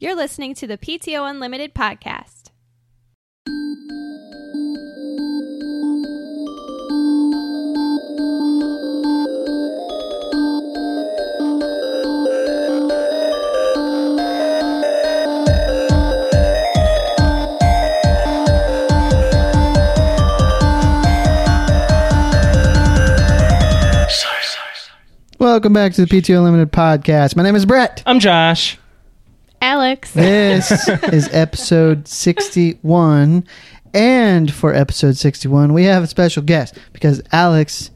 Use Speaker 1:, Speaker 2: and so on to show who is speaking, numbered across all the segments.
Speaker 1: You're listening to the PTO Unlimited podcast.
Speaker 2: Welcome back to the PTO Limited podcast. My name is Brett.
Speaker 3: I'm Josh.
Speaker 1: Alex,
Speaker 2: This is episode 61. And for episode 61, we have a special guest because Alex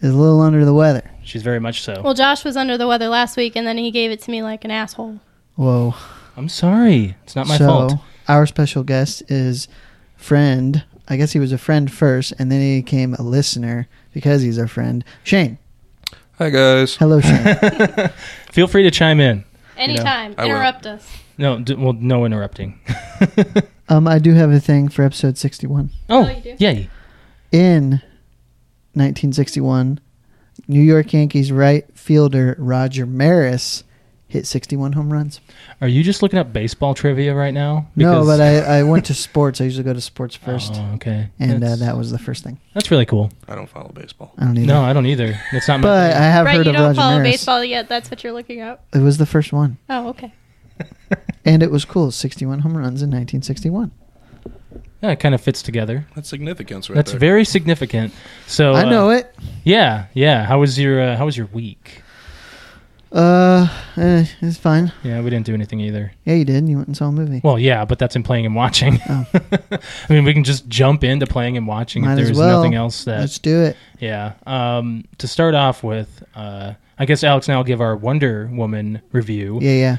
Speaker 2: is a little under the weather.
Speaker 3: She's very much so.
Speaker 4: Well, Josh was under the weather last week, and then he gave it to me like an asshole.
Speaker 2: Whoa.
Speaker 3: I'm sorry. It's not my
Speaker 2: so,
Speaker 3: fault.
Speaker 2: our special guest is friend. I guess he was a friend first, and then he became a listener because he's our friend. Shane.
Speaker 5: Hi guys.
Speaker 2: Hello, Shane.
Speaker 3: Feel free to chime in.
Speaker 4: Anytime,
Speaker 5: I will.
Speaker 4: interrupt us.
Speaker 3: No, d- well, no interrupting.
Speaker 2: um, I do have a thing for episode 61.
Speaker 3: Oh,
Speaker 4: you do?
Speaker 3: yay.
Speaker 2: In 1961, New York Yankees right fielder Roger Maris hit 61 home runs.
Speaker 3: Are you just looking up baseball trivia right now?
Speaker 2: no, but I, I went to sports. I usually go to sports first.
Speaker 3: Oh, okay.
Speaker 2: and uh,
Speaker 3: that's,
Speaker 2: that was the first thing.
Speaker 3: that's really cool.
Speaker 5: I don't follow baseball.
Speaker 2: I don't either.
Speaker 3: No, I don't either. That's not
Speaker 2: But I
Speaker 3: my.
Speaker 2: have
Speaker 4: Brett,
Speaker 2: heard
Speaker 4: you
Speaker 2: of
Speaker 4: don't
Speaker 2: Roger
Speaker 4: follow
Speaker 2: Maris.
Speaker 4: baseball yet. That's what you're looking up.
Speaker 2: It was the first one.
Speaker 4: Oh, okay.
Speaker 2: And it was cool. 61 home runs in 1961.
Speaker 3: Yeah, it kind of fits together.
Speaker 5: That's significance right
Speaker 3: That's
Speaker 5: there.
Speaker 3: very significant. So
Speaker 2: I know
Speaker 3: uh,
Speaker 2: it.
Speaker 3: Yeah, yeah. How was your uh, How was your week?
Speaker 2: Uh, eh, it's fine.
Speaker 3: Yeah, we didn't do anything either.
Speaker 2: Yeah, you did. You went and saw a movie.
Speaker 3: Well, yeah, but that's in playing and watching.
Speaker 2: Oh.
Speaker 3: I mean, we can just jump into playing and watching
Speaker 2: Might
Speaker 3: if
Speaker 2: as
Speaker 3: there's
Speaker 2: well.
Speaker 3: nothing else that
Speaker 2: Let's do it.
Speaker 3: Yeah. Um, to start off with, uh, I guess Alex and I will give our Wonder Woman review
Speaker 2: Yeah, yeah.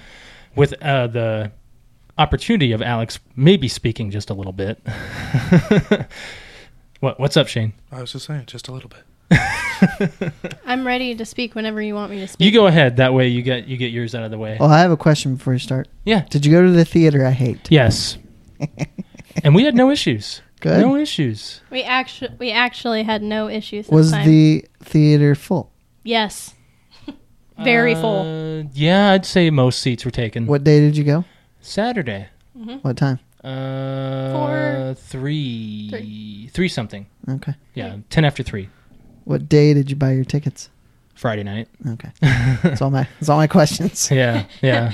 Speaker 3: with uh, the opportunity of Alex maybe speaking just a little bit. what What's up, Shane?
Speaker 5: I was just saying, just a little bit.
Speaker 4: I'm ready to speak whenever you want me to speak.
Speaker 3: You go ahead. That way you get you get yours out of the way.
Speaker 2: Well, Oh, I have a question before you start.
Speaker 3: Yeah.
Speaker 2: Did you go to the theater I hate?
Speaker 3: Yes. and we had no issues.
Speaker 2: Good.
Speaker 3: No issues.
Speaker 4: We actually we actually had no issues. This
Speaker 2: was
Speaker 4: time.
Speaker 2: the theater full?
Speaker 4: yes, very full.
Speaker 3: Uh, yeah, I'd say most seats were taken.
Speaker 2: What day did you go?
Speaker 3: Saturday?
Speaker 4: Mm-hmm.
Speaker 2: What time?
Speaker 3: Uh,
Speaker 4: Four.
Speaker 3: three-
Speaker 4: Three.
Speaker 3: three something.
Speaker 2: Okay.
Speaker 3: Yeah, ten after three.
Speaker 2: What day did you buy your tickets?
Speaker 3: Friday night.
Speaker 2: Okay. That's all my that's all my questions.
Speaker 3: Yeah, yeah.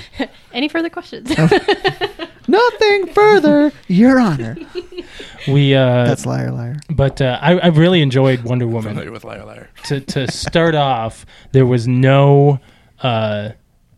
Speaker 4: Any further questions?
Speaker 2: Oh. Nothing further, Your Honor.
Speaker 3: We, uh,
Speaker 2: That's liar, liar.
Speaker 3: but uh, I, I really enjoyed Wonder Woman.
Speaker 5: Familiar with liar liar.
Speaker 3: to to start off, there was no, uh,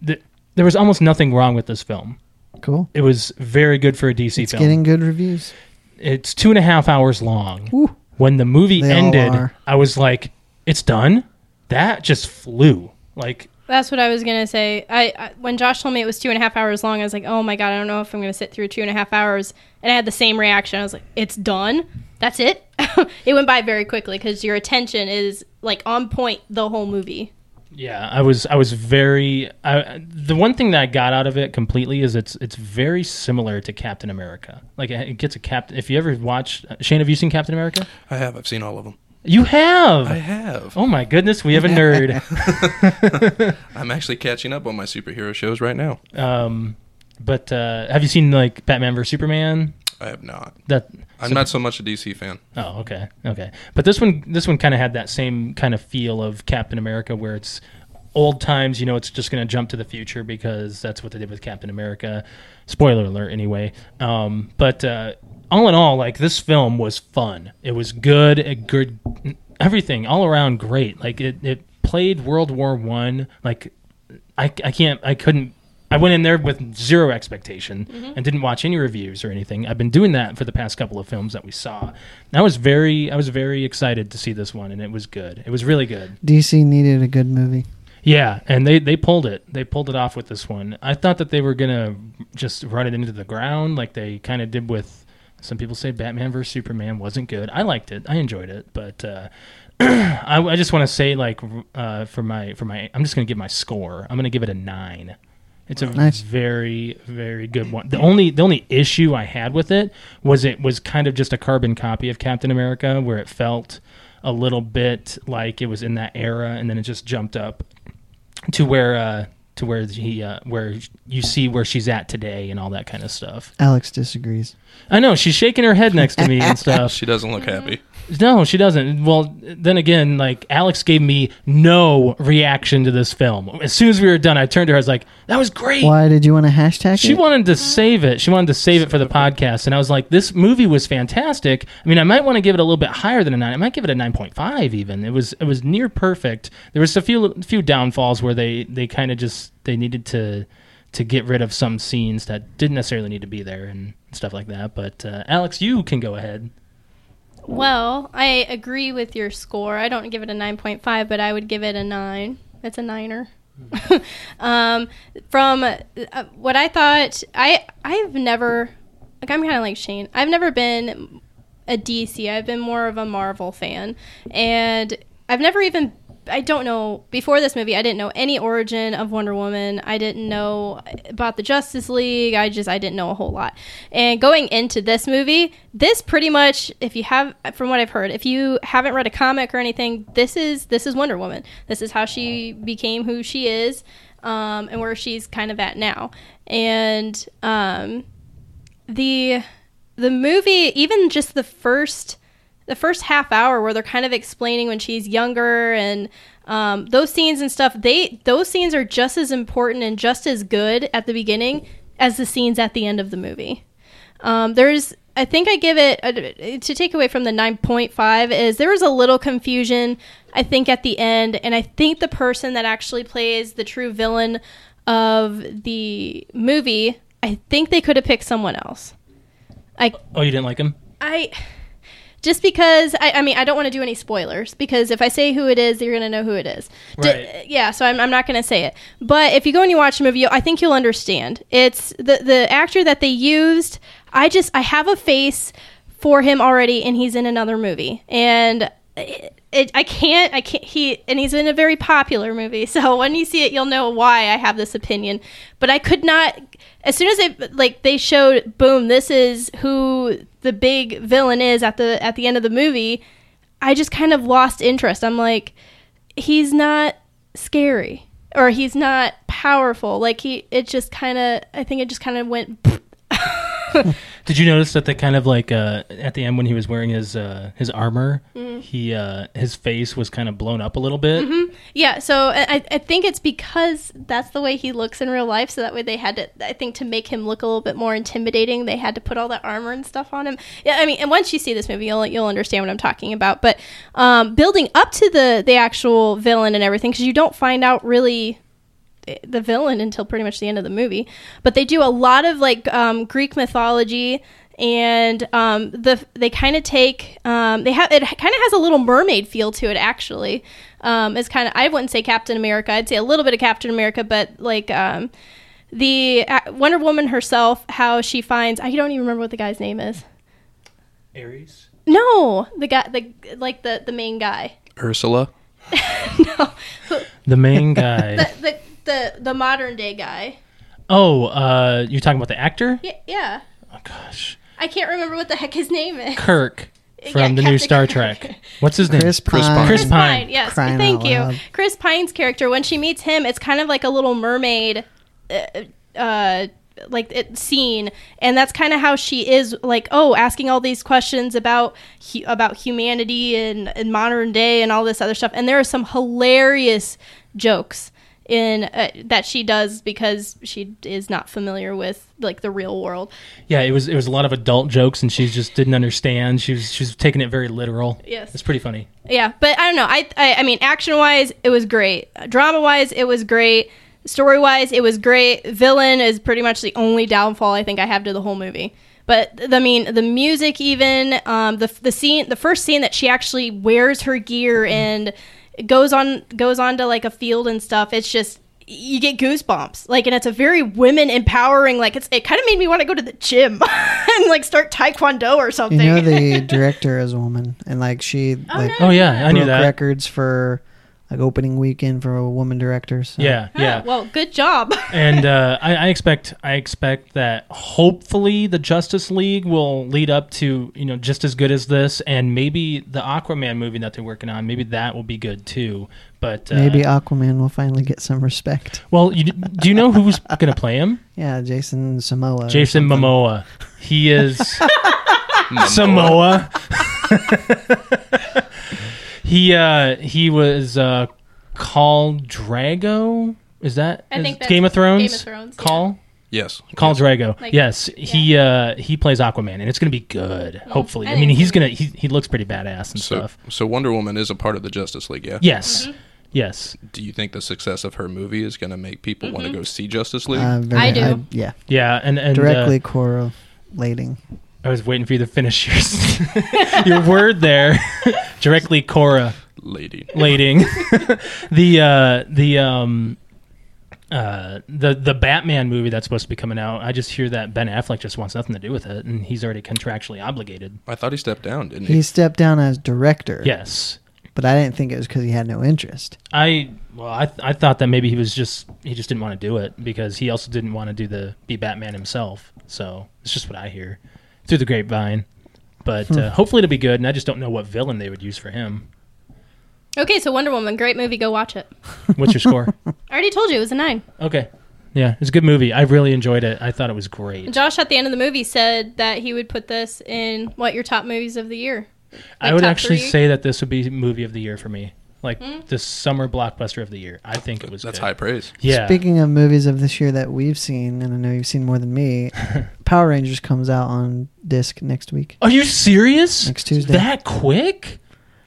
Speaker 3: th- there was almost nothing wrong with this film.
Speaker 2: Cool.
Speaker 3: It was very good for a DC
Speaker 2: It's
Speaker 3: film.
Speaker 2: getting good reviews.
Speaker 3: it's two and a half hours long.
Speaker 2: Woo.
Speaker 3: When the movie
Speaker 2: They all
Speaker 3: ended,
Speaker 2: are.
Speaker 3: I was like, "It's done." That just flew. Like,
Speaker 4: That's what I was gonna say. I, I when Josh told me it was two and a half hours long, I was like, oh my god, I don't know if I'm gonna sit through two and a half hours. And I had the same reaction. I was like, it's done. That's it. it went by very quickly because your attention is like on point the whole movie.
Speaker 3: yeah, I was I was very. I, the one thing that I got out of it completely is it's it's very similar to Captain America. Like, it gets a captain. If you ever watch Shane, have you seen Captain America?
Speaker 5: I have. I've seen all of them.
Speaker 3: You have.
Speaker 5: I have.
Speaker 3: Oh my goodness, we have a nerd.
Speaker 5: I'm actually catching up on my superhero shows right now.
Speaker 3: um, but uh, have you seen like Batman vs Superman?
Speaker 5: I have not.
Speaker 3: That
Speaker 5: I'm
Speaker 3: so-
Speaker 5: not so much a DC fan.
Speaker 3: Oh, okay, okay. But this one, this one kind of had that same kind of feel of Captain America, where it's old times. You know, it's just going to jump to the future because that's what they did with Captain America. Spoiler alert, anyway. Um, but uh, all in all, like this film was fun. It was good, a good, everything all around great. Like it, it played World War One. Like I, I can't, I couldn't. I went in there with zero expectation and didn't watch any reviews or anything. I've been doing that for the past couple of films that we saw. And I was very, I was very excited to see this one, and it was good. It was really good.
Speaker 2: DC needed a good movie.
Speaker 3: Yeah, and they they pulled it. They pulled it off with this one. I thought that they were gonna just run it into the ground, like they kind of did with. Some people say Batman vs Superman wasn't good. I liked it. I enjoyed it, but uh, I, I just want to say, like, uh, for my for my, I'm just gonna give my score. I'm gonna give it a nine. It's a
Speaker 2: Nice.
Speaker 3: very very good one. The only the only issue I had with it was it was kind of just a carbon copy of Captain America, where it felt a little bit like it was in that era, and then it just jumped up to where uh, to where he uh, where you see where she's at today and all that kind of stuff.
Speaker 2: Alex disagrees.
Speaker 3: I know she's shaking her head next to me and stuff.
Speaker 5: She doesn't look
Speaker 4: Mm-hmm.
Speaker 5: happy.
Speaker 3: No, she doesn't. Well, then again, like Alex gave me no reaction to this film. As soon as we were done, I turned to her. I was like, "That was great."
Speaker 2: Why did you want to hashtag
Speaker 3: She
Speaker 2: it?
Speaker 3: wanted to save it. She wanted to save it for the podcast, and I was like, "This movie was fantastic." I mean, I might want to give it a little bit higher than a nine. I might give it a nine point five. Even it was it was near perfect. There was a few few downfalls where they they kind of just they needed to to get rid of some scenes that didn't necessarily need to be there and stuff like that. But uh, Alex, you can go ahead.
Speaker 4: Well, I agree with your score. I don't give it a 9.5, but I would give it a 9. It's a niner. um, from uh, what I thought, I I've never like I'm kind of like Shane. I've never been a DC. I've been more of a Marvel fan, and I've never even I don't know before this movie. I didn't know any origin of Wonder Woman. I didn't know about the Justice League. I just I didn't know a whole lot. And going into this movie, this pretty much if you have from what I've heard, if you haven't read a comic or anything, this is this is Wonder Woman. This is how she became who she is um, and where she's kind of at now. And um, the the movie, even just the first the first half hour where they're kind of explaining when she's younger and um, those scenes and stuff they those scenes are just as important and just as good at the beginning as the scenes at the end of the movie um, there's i think i give it a, to take away from the 9.5 is there was a little confusion i think at the end and i think the person that actually plays the true villain of the movie i think they could have picked someone else i
Speaker 3: Oh, you didn't like him?
Speaker 4: I just because I, I mean I don't want to do any spoilers because if I say who it is, you're gonna know who it is. D-
Speaker 3: Right.
Speaker 4: yeah, so I'm, I'm not gonna say it. But if you go and you watch the movie, I think you'll understand. It's the the actor that they used. I just I have a face for him already, and he's in another movie, and. It, it, I can't. I can't. He and he's in a very popular movie, so when you see it, you'll know why I have this opinion. But I could not as soon as they like they showed boom this is who the big villain is at the at the end of the movie i just kind of lost interest i'm like he's not scary or he's not powerful like he it just kind of i think it just kind of went
Speaker 3: Did you notice that they kind of like uh, at the end when he was wearing his uh, his armor,
Speaker 4: Mm-hmm.
Speaker 3: he uh, his face was kind of blown up a little bit.
Speaker 4: yeah so I, I- I think it's because that's the way he looks in real life so that way they had to i think to make him look a little bit more intimidating they had to put all that armor and stuff on him yeah i mean and once you see this movie you'll you'll understand what i'm talking about but um, building up to the the actual villain and everything because you don't find out really the villain until pretty much the end of the movie. But they do a lot of like um, Greek mythology, and um, the they kind of take um, they have it kind of has a little mermaid feel to it actually. Um, it's kind of I wouldn't say Captain America. I'd say a little bit of Captain America, but like. Um, the uh, Wonder Woman herself, how she finds, I don't even remember what the guy's name is.
Speaker 3: Aries.
Speaker 4: No, the guy, the like the the main guy.
Speaker 5: Ursula.
Speaker 4: no,
Speaker 3: The main guy.
Speaker 4: the, the the the modern day guy.
Speaker 3: oh, uh, you're talking about the actor?
Speaker 4: Yeah, yeah.
Speaker 3: Oh gosh,
Speaker 4: I can't remember what the heck his name is.
Speaker 3: Kirk
Speaker 4: Yeah,
Speaker 3: from the
Speaker 4: Captain
Speaker 3: new Star
Speaker 4: Kirk.
Speaker 3: Trek. What's his name?
Speaker 2: Chris Pine.
Speaker 5: Chris Pine.
Speaker 3: Chris
Speaker 4: Chris
Speaker 3: Pine.
Speaker 4: Pine. Yes,
Speaker 2: Crying
Speaker 4: thank
Speaker 2: out
Speaker 4: you.
Speaker 2: loud.
Speaker 4: Chris Pine's character when she meets him, it's kind of like a little mermaid, uh, uh, like it, scene, and that's kind of how she is. Like, oh, asking all these questions about hu- about humanity and, and modern day and all this other stuff. And there are some hilarious jokes in uh, that she does because she is not familiar with like the real world.
Speaker 3: Yeah, it was it was a lot of adult jokes, and she just didn't understand. She was she was taking it very literal.
Speaker 4: Yes.
Speaker 3: it's pretty funny.
Speaker 4: Yeah, but I don't know. I I, I mean, action wise, it was great. Drama wise, it was great. Story wise, it was great. Villain is pretty much the only downfall I think I have to the whole movie. But th- I mean, the music, even um, the the scene, the first scene that she actually wears her gear and goes on goes on to like a field and stuff. It's just you get goosebumps like and it's a very women empowering like it's it kind of made me want to go to the gym and like start taekwondo or
Speaker 2: You
Speaker 4: something
Speaker 2: know the director is a woman, and like she like
Speaker 3: Oh yeah, I knew
Speaker 2: broke
Speaker 3: that.
Speaker 2: records for like opening weekend for a woman director. So.
Speaker 3: Yeah, yeah.
Speaker 4: well, good job.
Speaker 3: and uh, I, I expect I expect that hopefully the Justice League will lead up to you know just as good as this, and maybe the Aquaman movie that they're working on, maybe that will be good too. But uh,
Speaker 2: Maybe Aquaman will finally get some respect.
Speaker 3: well, you, do you know who's gonna play him?
Speaker 2: Yeah, Jason Samoa. or
Speaker 3: Jason
Speaker 2: something.
Speaker 3: Momoa. He is Samoa. he uh, he was uh, called Drago. Is that
Speaker 4: I
Speaker 3: is
Speaker 4: think that's
Speaker 3: Game of Thrones?
Speaker 4: Game of Thrones, yeah.
Speaker 3: Call.
Speaker 5: Yes.
Speaker 3: Khal Drago.
Speaker 4: Like-
Speaker 3: yes, he uh, he plays Aquaman, and it's gonna be good. Hopefully,
Speaker 4: I
Speaker 3: I mean,
Speaker 4: think
Speaker 3: he's
Speaker 4: so.
Speaker 3: gonna he, he looks pretty badass and
Speaker 5: So,
Speaker 3: stuff.
Speaker 5: so Wonder Woman is a part of the Justice League, yeah?
Speaker 3: Yes,
Speaker 4: Mm-hmm.
Speaker 3: yes,
Speaker 5: Do you think the success of her movie is going to make people
Speaker 4: Mm-hmm.
Speaker 5: want to go see Justice League?
Speaker 2: Uh, very-
Speaker 4: I do.
Speaker 2: yeah,
Speaker 3: yeah, and and uh,
Speaker 2: directly correlating.
Speaker 3: I was waiting for you to finish your your word there. Directly correlating
Speaker 5: Lady.
Speaker 3: the uh, the um. Uh, the the Batman movie that's supposed to be coming out. I just hear that Ben Affleck just wants nothing to do with it, and he's already contractually obligated.
Speaker 5: I thought he stepped down, didn't he?
Speaker 2: He stepped down as director.
Speaker 3: Yes,
Speaker 2: but I didn't think it was because he had no interest.
Speaker 3: I well, I I thought that maybe he was just he just didn't want to do it because he also didn't want to do the be Batman himself. So it's just what I hear through the grapevine. But
Speaker 2: Hmm.
Speaker 3: uh, hopefully it'll be good, and I just don't know what villain they would use for him.
Speaker 4: okay, so Wonder Woman, great movie. Go watch it.
Speaker 3: What's your score?
Speaker 4: I already told you it was a nine.
Speaker 3: Okay, yeah, it's a good movie. I really enjoyed it. I thought it was
Speaker 4: And
Speaker 3: great.
Speaker 4: Josh at the end of the movie said that he would put this in what your top movies of the year.
Speaker 3: I would
Speaker 4: top
Speaker 3: actually
Speaker 4: three? Hmm?
Speaker 3: say that this would be movie of the year for me, like the summer blockbuster of the year. I think it was.
Speaker 5: That's
Speaker 3: good.
Speaker 5: high praise.
Speaker 3: Yeah.
Speaker 2: Speaking of movies of this year that we've seen, and I know you've seen more than me, Power Rangers comes out on disc next week.
Speaker 3: Are you serious?
Speaker 2: Next Tuesday.
Speaker 3: That quick?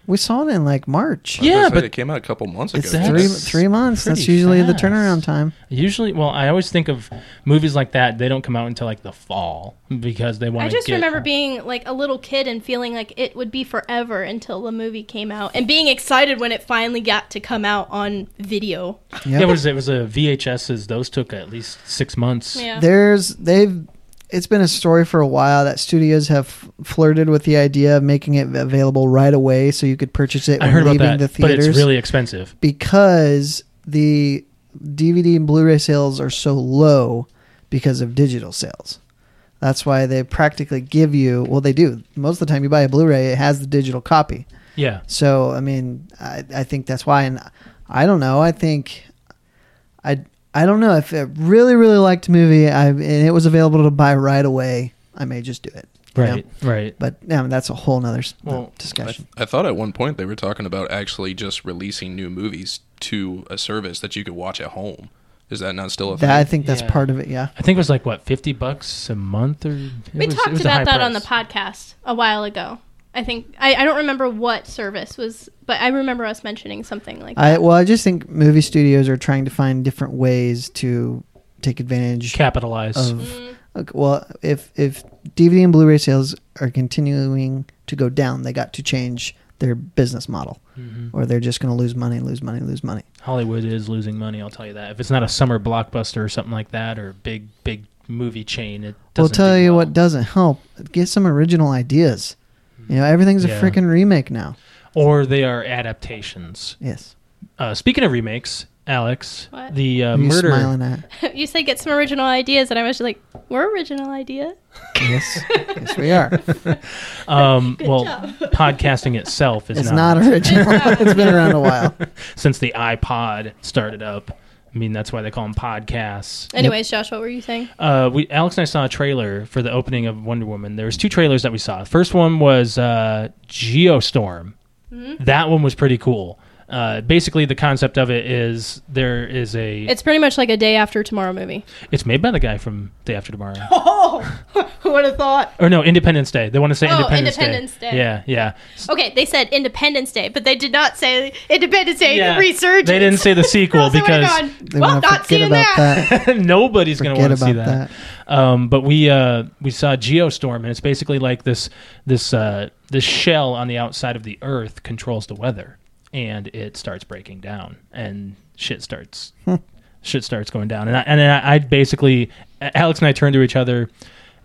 Speaker 2: We saw it in like March.
Speaker 5: I was
Speaker 3: Yeah,
Speaker 5: gonna say,
Speaker 3: but-
Speaker 5: it came out a couple months ago.
Speaker 2: It's
Speaker 3: That's
Speaker 5: didn't
Speaker 2: three
Speaker 5: it?
Speaker 2: three months. That's
Speaker 3: pretty
Speaker 2: usually
Speaker 3: fast.
Speaker 2: the turnarola time.
Speaker 3: Usually, well, I always think of movies like that. They don't come out until like the fall because they want.
Speaker 4: I just
Speaker 3: get,
Speaker 4: remember being like a little kid and feeling like it would be forever until the movie came out and being excited when it finally got to come out on video.
Speaker 3: Yeah,
Speaker 2: Yep.
Speaker 3: it was it was a VHSs. Those took at least six months.
Speaker 4: Yeah.
Speaker 2: There's they've it's been a story for a while that studios have f- flirted with the idea of making it available right away so you could purchase it
Speaker 3: I
Speaker 2: when
Speaker 3: heard about
Speaker 2: leaving
Speaker 3: that,
Speaker 2: the
Speaker 3: but
Speaker 2: theaters
Speaker 3: it's really expensive.
Speaker 2: because the DVD and Blu-ray sales are so low because of digital sales. That's why they practically give you well they do. Most of the time you buy a Blu-ray it has the digital copy.
Speaker 3: Yeah,
Speaker 2: So I mean, I, I think that's why, and I don't know. I think I I don't know if I really really liked the movie. I and it was available to buy right away. I may just do it. you know?
Speaker 3: right, right.
Speaker 2: But yeah, that's a whole nother s- uh,
Speaker 3: Well,
Speaker 5: I,
Speaker 2: discussion.
Speaker 5: I thought at one point they were talking about actually just releasing new movies to a service that you could watch at home. Is that not still a thing?
Speaker 2: that, I think that's
Speaker 3: yeah.
Speaker 2: part of it. Yeah.
Speaker 3: I think it was like what fifty bucks a month, or it
Speaker 4: we
Speaker 3: was- it
Speaker 4: talked
Speaker 3: was a high
Speaker 4: about that on the
Speaker 3: price.
Speaker 4: podcast a while ago. I think I, I don't remember what service was, but I remember us mentioning something like that.
Speaker 2: I well, I just think movie studios are trying to find different ways to take advantage
Speaker 3: Capitalize. Mm-hmm.
Speaker 2: of. Okay, well, if if DVD and Blu-ray sales are continuing to go down, they got to change their business model,
Speaker 3: Mm-hmm.
Speaker 2: or they're just going to lose money, lose money, lose money.
Speaker 3: Hollywood is losing money. I'll tell you that. If it's not a summer blockbuster or something like that, or a big big movie chain, it
Speaker 2: We'll
Speaker 3: doesn't
Speaker 2: tell
Speaker 3: do
Speaker 2: you
Speaker 3: well.
Speaker 2: what doesn't help. Get some original ideas. You know, everything's
Speaker 3: Yeah.
Speaker 2: a freaking remake now.
Speaker 3: Or they are adaptations.
Speaker 2: Yes.
Speaker 3: Uh, speaking of remakes, Alex,
Speaker 4: What?
Speaker 3: the uh,
Speaker 2: What are you
Speaker 3: murder.
Speaker 2: smiling at?
Speaker 4: you said get some original ideas, and I was just like, "We're original idea."
Speaker 2: Yes. yes, we are.
Speaker 3: Um, well, podcasting itself is
Speaker 2: It's
Speaker 3: not,
Speaker 2: not original. it's been around a while.
Speaker 3: since the iPod started up. I mean, that's why they call them podcasts.
Speaker 4: Anyways, Josh, what were you saying?
Speaker 3: Uh, we Alex and I saw a trailer for the opening of Wonder Woman. There was two trailers that we saw. The first one was uh, Geostorm.
Speaker 4: Hmm?
Speaker 3: That one was pretty cool. Uh, basically, the concept of it is there is a
Speaker 4: It's pretty much like a day after tomorrow movie.
Speaker 3: it's made by the guy from Day After Tomorrow.
Speaker 4: Oh, who would have thought?
Speaker 3: or no, Independence Day. They want to say
Speaker 4: Oh,
Speaker 3: Independence,
Speaker 4: Independence Day.
Speaker 3: Yeah, yeah.
Speaker 4: Okay, they said Independence Day, but they did not say Independence Day
Speaker 3: Yeah.
Speaker 4: Resurgence.
Speaker 3: They didn't say the sequel
Speaker 4: Also would've
Speaker 3: because
Speaker 4: gone,
Speaker 2: They
Speaker 4: well,
Speaker 2: want to
Speaker 4: not
Speaker 2: forget
Speaker 4: seeing
Speaker 2: about
Speaker 4: that.
Speaker 2: that.
Speaker 3: Nobody's going to
Speaker 2: Forget
Speaker 3: want to see
Speaker 2: about
Speaker 3: that. Um, but we uh, we saw Geostorm, and it's basically like this this uh, this shell on the outside of the Earth controls the weather, and it starts breaking down, and shit starts
Speaker 2: Hmm.
Speaker 3: shit starts going down, and I, and I, I basically Alex and I turned to each other.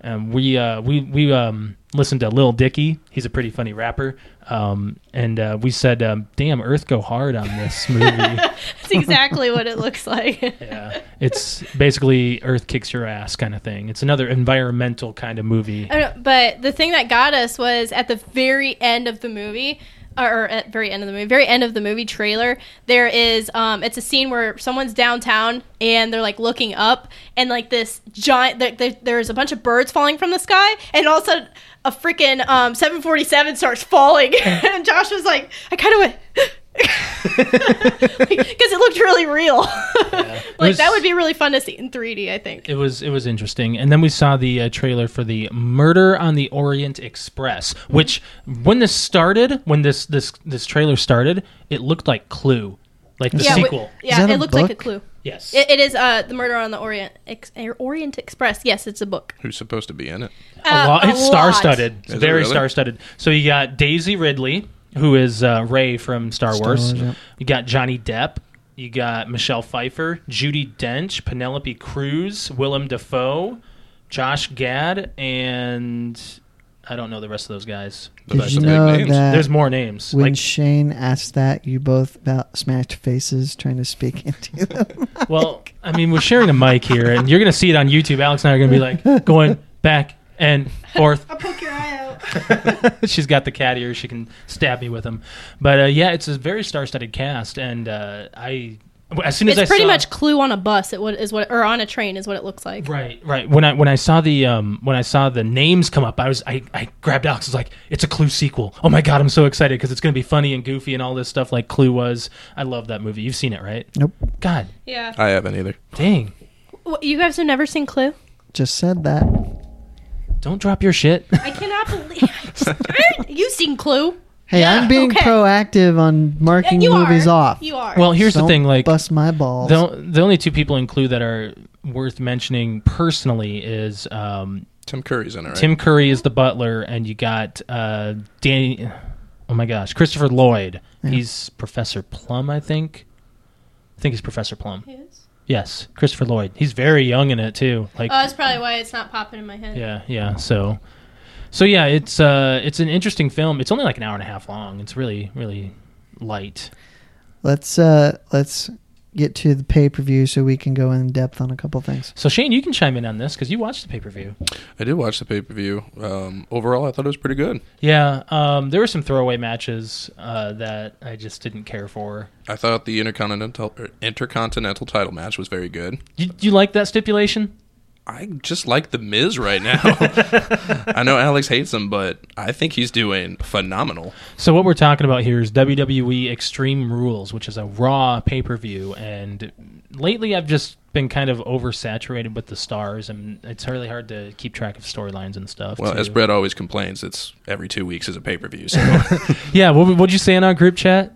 Speaker 3: Um, we uh, we we um, listened to Lil Dicky. He's a pretty funny rapper, um, and uh, we said, um, "Damn, Earth go hard on this movie."
Speaker 4: That's exactly what it looks like.
Speaker 3: yeah, it's basically Earth kicks your ass kind of thing. It's another environmental kind of movie.
Speaker 4: I don't know, but the thing that got us was at the very end of the movie, or or at very end of the movie, very end of the movie trailer. There is, um, it's a scene where someone's downtown and they're like looking up, and like this giant, there, there, there's a bunch of birds falling from the sky, and all of a sudden a freaking um, 747 starts falling, and Josh was like, I kind of went. because it looked really real like
Speaker 3: was-
Speaker 4: that would be really fun to see in 3d i think
Speaker 3: It was it was interesting, and then we saw the uh, trailer for the Murder on the Orient Express, which when this started, when this this this trailer started, it looked like Clue, like the
Speaker 4: yeah, we-
Speaker 3: sequel.
Speaker 4: yeah
Speaker 2: that
Speaker 4: it
Speaker 2: a
Speaker 4: looked like a
Speaker 2: book?
Speaker 4: clue
Speaker 3: yes,
Speaker 4: It, it is uh, the Murder on the Orient Ex- Orient Express. Yes, it's a book.
Speaker 5: Who's supposed to be in it?
Speaker 3: a
Speaker 4: Uh,
Speaker 3: lot.
Speaker 4: a
Speaker 3: It's star studded.
Speaker 5: Is it
Speaker 3: very
Speaker 5: really?
Speaker 3: star studded. So you got Daisy Ridley, who is uh, Ray from Star, Wars.
Speaker 2: Wars, yeah.
Speaker 3: You got Johnny Depp. You got Michelle Pfeiffer, Judy Dench, Penelope Cruz, Willem Dafoe, Josh Gad, and I don't know the rest of those guys.
Speaker 5: Those
Speaker 2: Did
Speaker 5: are
Speaker 2: you
Speaker 5: some big
Speaker 2: know
Speaker 5: names.
Speaker 2: that
Speaker 3: There's more names.
Speaker 2: when
Speaker 3: Like,
Speaker 2: Shane asked that, you both about smashed faces trying to speak into them?
Speaker 3: well, I mean, we're sharing a mic here, and you're gonna see it on YouTube. Alex and I are gonna be like going back and forth.
Speaker 4: poke your eye out.
Speaker 3: She's got the cat ears. She can stab me with them. But uh, yeah, it's a very star-studded cast, and uh, I as soon as
Speaker 4: It's
Speaker 3: I
Speaker 4: pretty
Speaker 3: saw,
Speaker 4: much Clue on a bus. It what is what or on a train is what it looks like.
Speaker 3: right, right. When I when I saw the um when I saw the names come up, I was I, I grabbed Alex. I was like, it's a Clue sequel. Oh my god, I'm so excited because it's gonna be funny and goofy and all this stuff like Clue was. I love that movie. You've seen it, right?
Speaker 2: nope.
Speaker 3: God
Speaker 4: Yeah.
Speaker 5: I haven't either.
Speaker 3: dang.
Speaker 4: What, Uh, you guys have never seen Clue?
Speaker 2: Just said that.
Speaker 3: Don't drop your shit.
Speaker 4: I cannot believe. I just, you seen Clue?
Speaker 2: Hey,
Speaker 4: Yeah,
Speaker 2: I'm being
Speaker 4: okay.
Speaker 2: proactive on marking
Speaker 4: you
Speaker 2: movies
Speaker 4: are.
Speaker 2: off.
Speaker 4: You are.
Speaker 3: well, here's the
Speaker 2: Don't
Speaker 3: thing. Like,
Speaker 2: bust my balls.
Speaker 3: The, the only two people in Clue that are worth mentioning personally is um,
Speaker 5: Tim Curry's in it, right?
Speaker 3: Tim Curry is the butler, and you got uh, Danny. Oh my gosh, Christopher Lloyd. He's Professor Plum, I think. I think he's Professor Plum. Yes, Christopher Lloyd. He's very young in it too. Like,
Speaker 4: Oh, that's probably why it's not popping in my head.
Speaker 3: yeah, yeah. So, so yeah, it's uh, it's an interesting film. It's only like an hour and a half long. It's really, really light.
Speaker 2: let's uh let's get to the pay per view so we can go in depth on a couple things.
Speaker 3: So Shane, you can chime in on this because you watched the pay per view.
Speaker 5: I did watch the pay per view. Um, overall, I thought it was pretty good.
Speaker 3: Yeah, um, there were some throwaway matches uh, that I just didn't care for.
Speaker 5: I thought the intercontinental er, intercontinental title match was very good.
Speaker 3: You, you like that stipulation?
Speaker 5: I just like the Miz right now. I know Alex hates him, but I think he's doing phenomenal.
Speaker 3: So what we're talking about here is WWE Extreme Rules, which is a Raw pay per view, and lately I've just been kind of oversaturated with the stars, and it's really hard to keep track of storylines and stuff.
Speaker 5: Well,
Speaker 3: too.
Speaker 5: as Brett always complains, it's every two weeks is a pay per view. So
Speaker 3: yeah, what would you say in our group chat?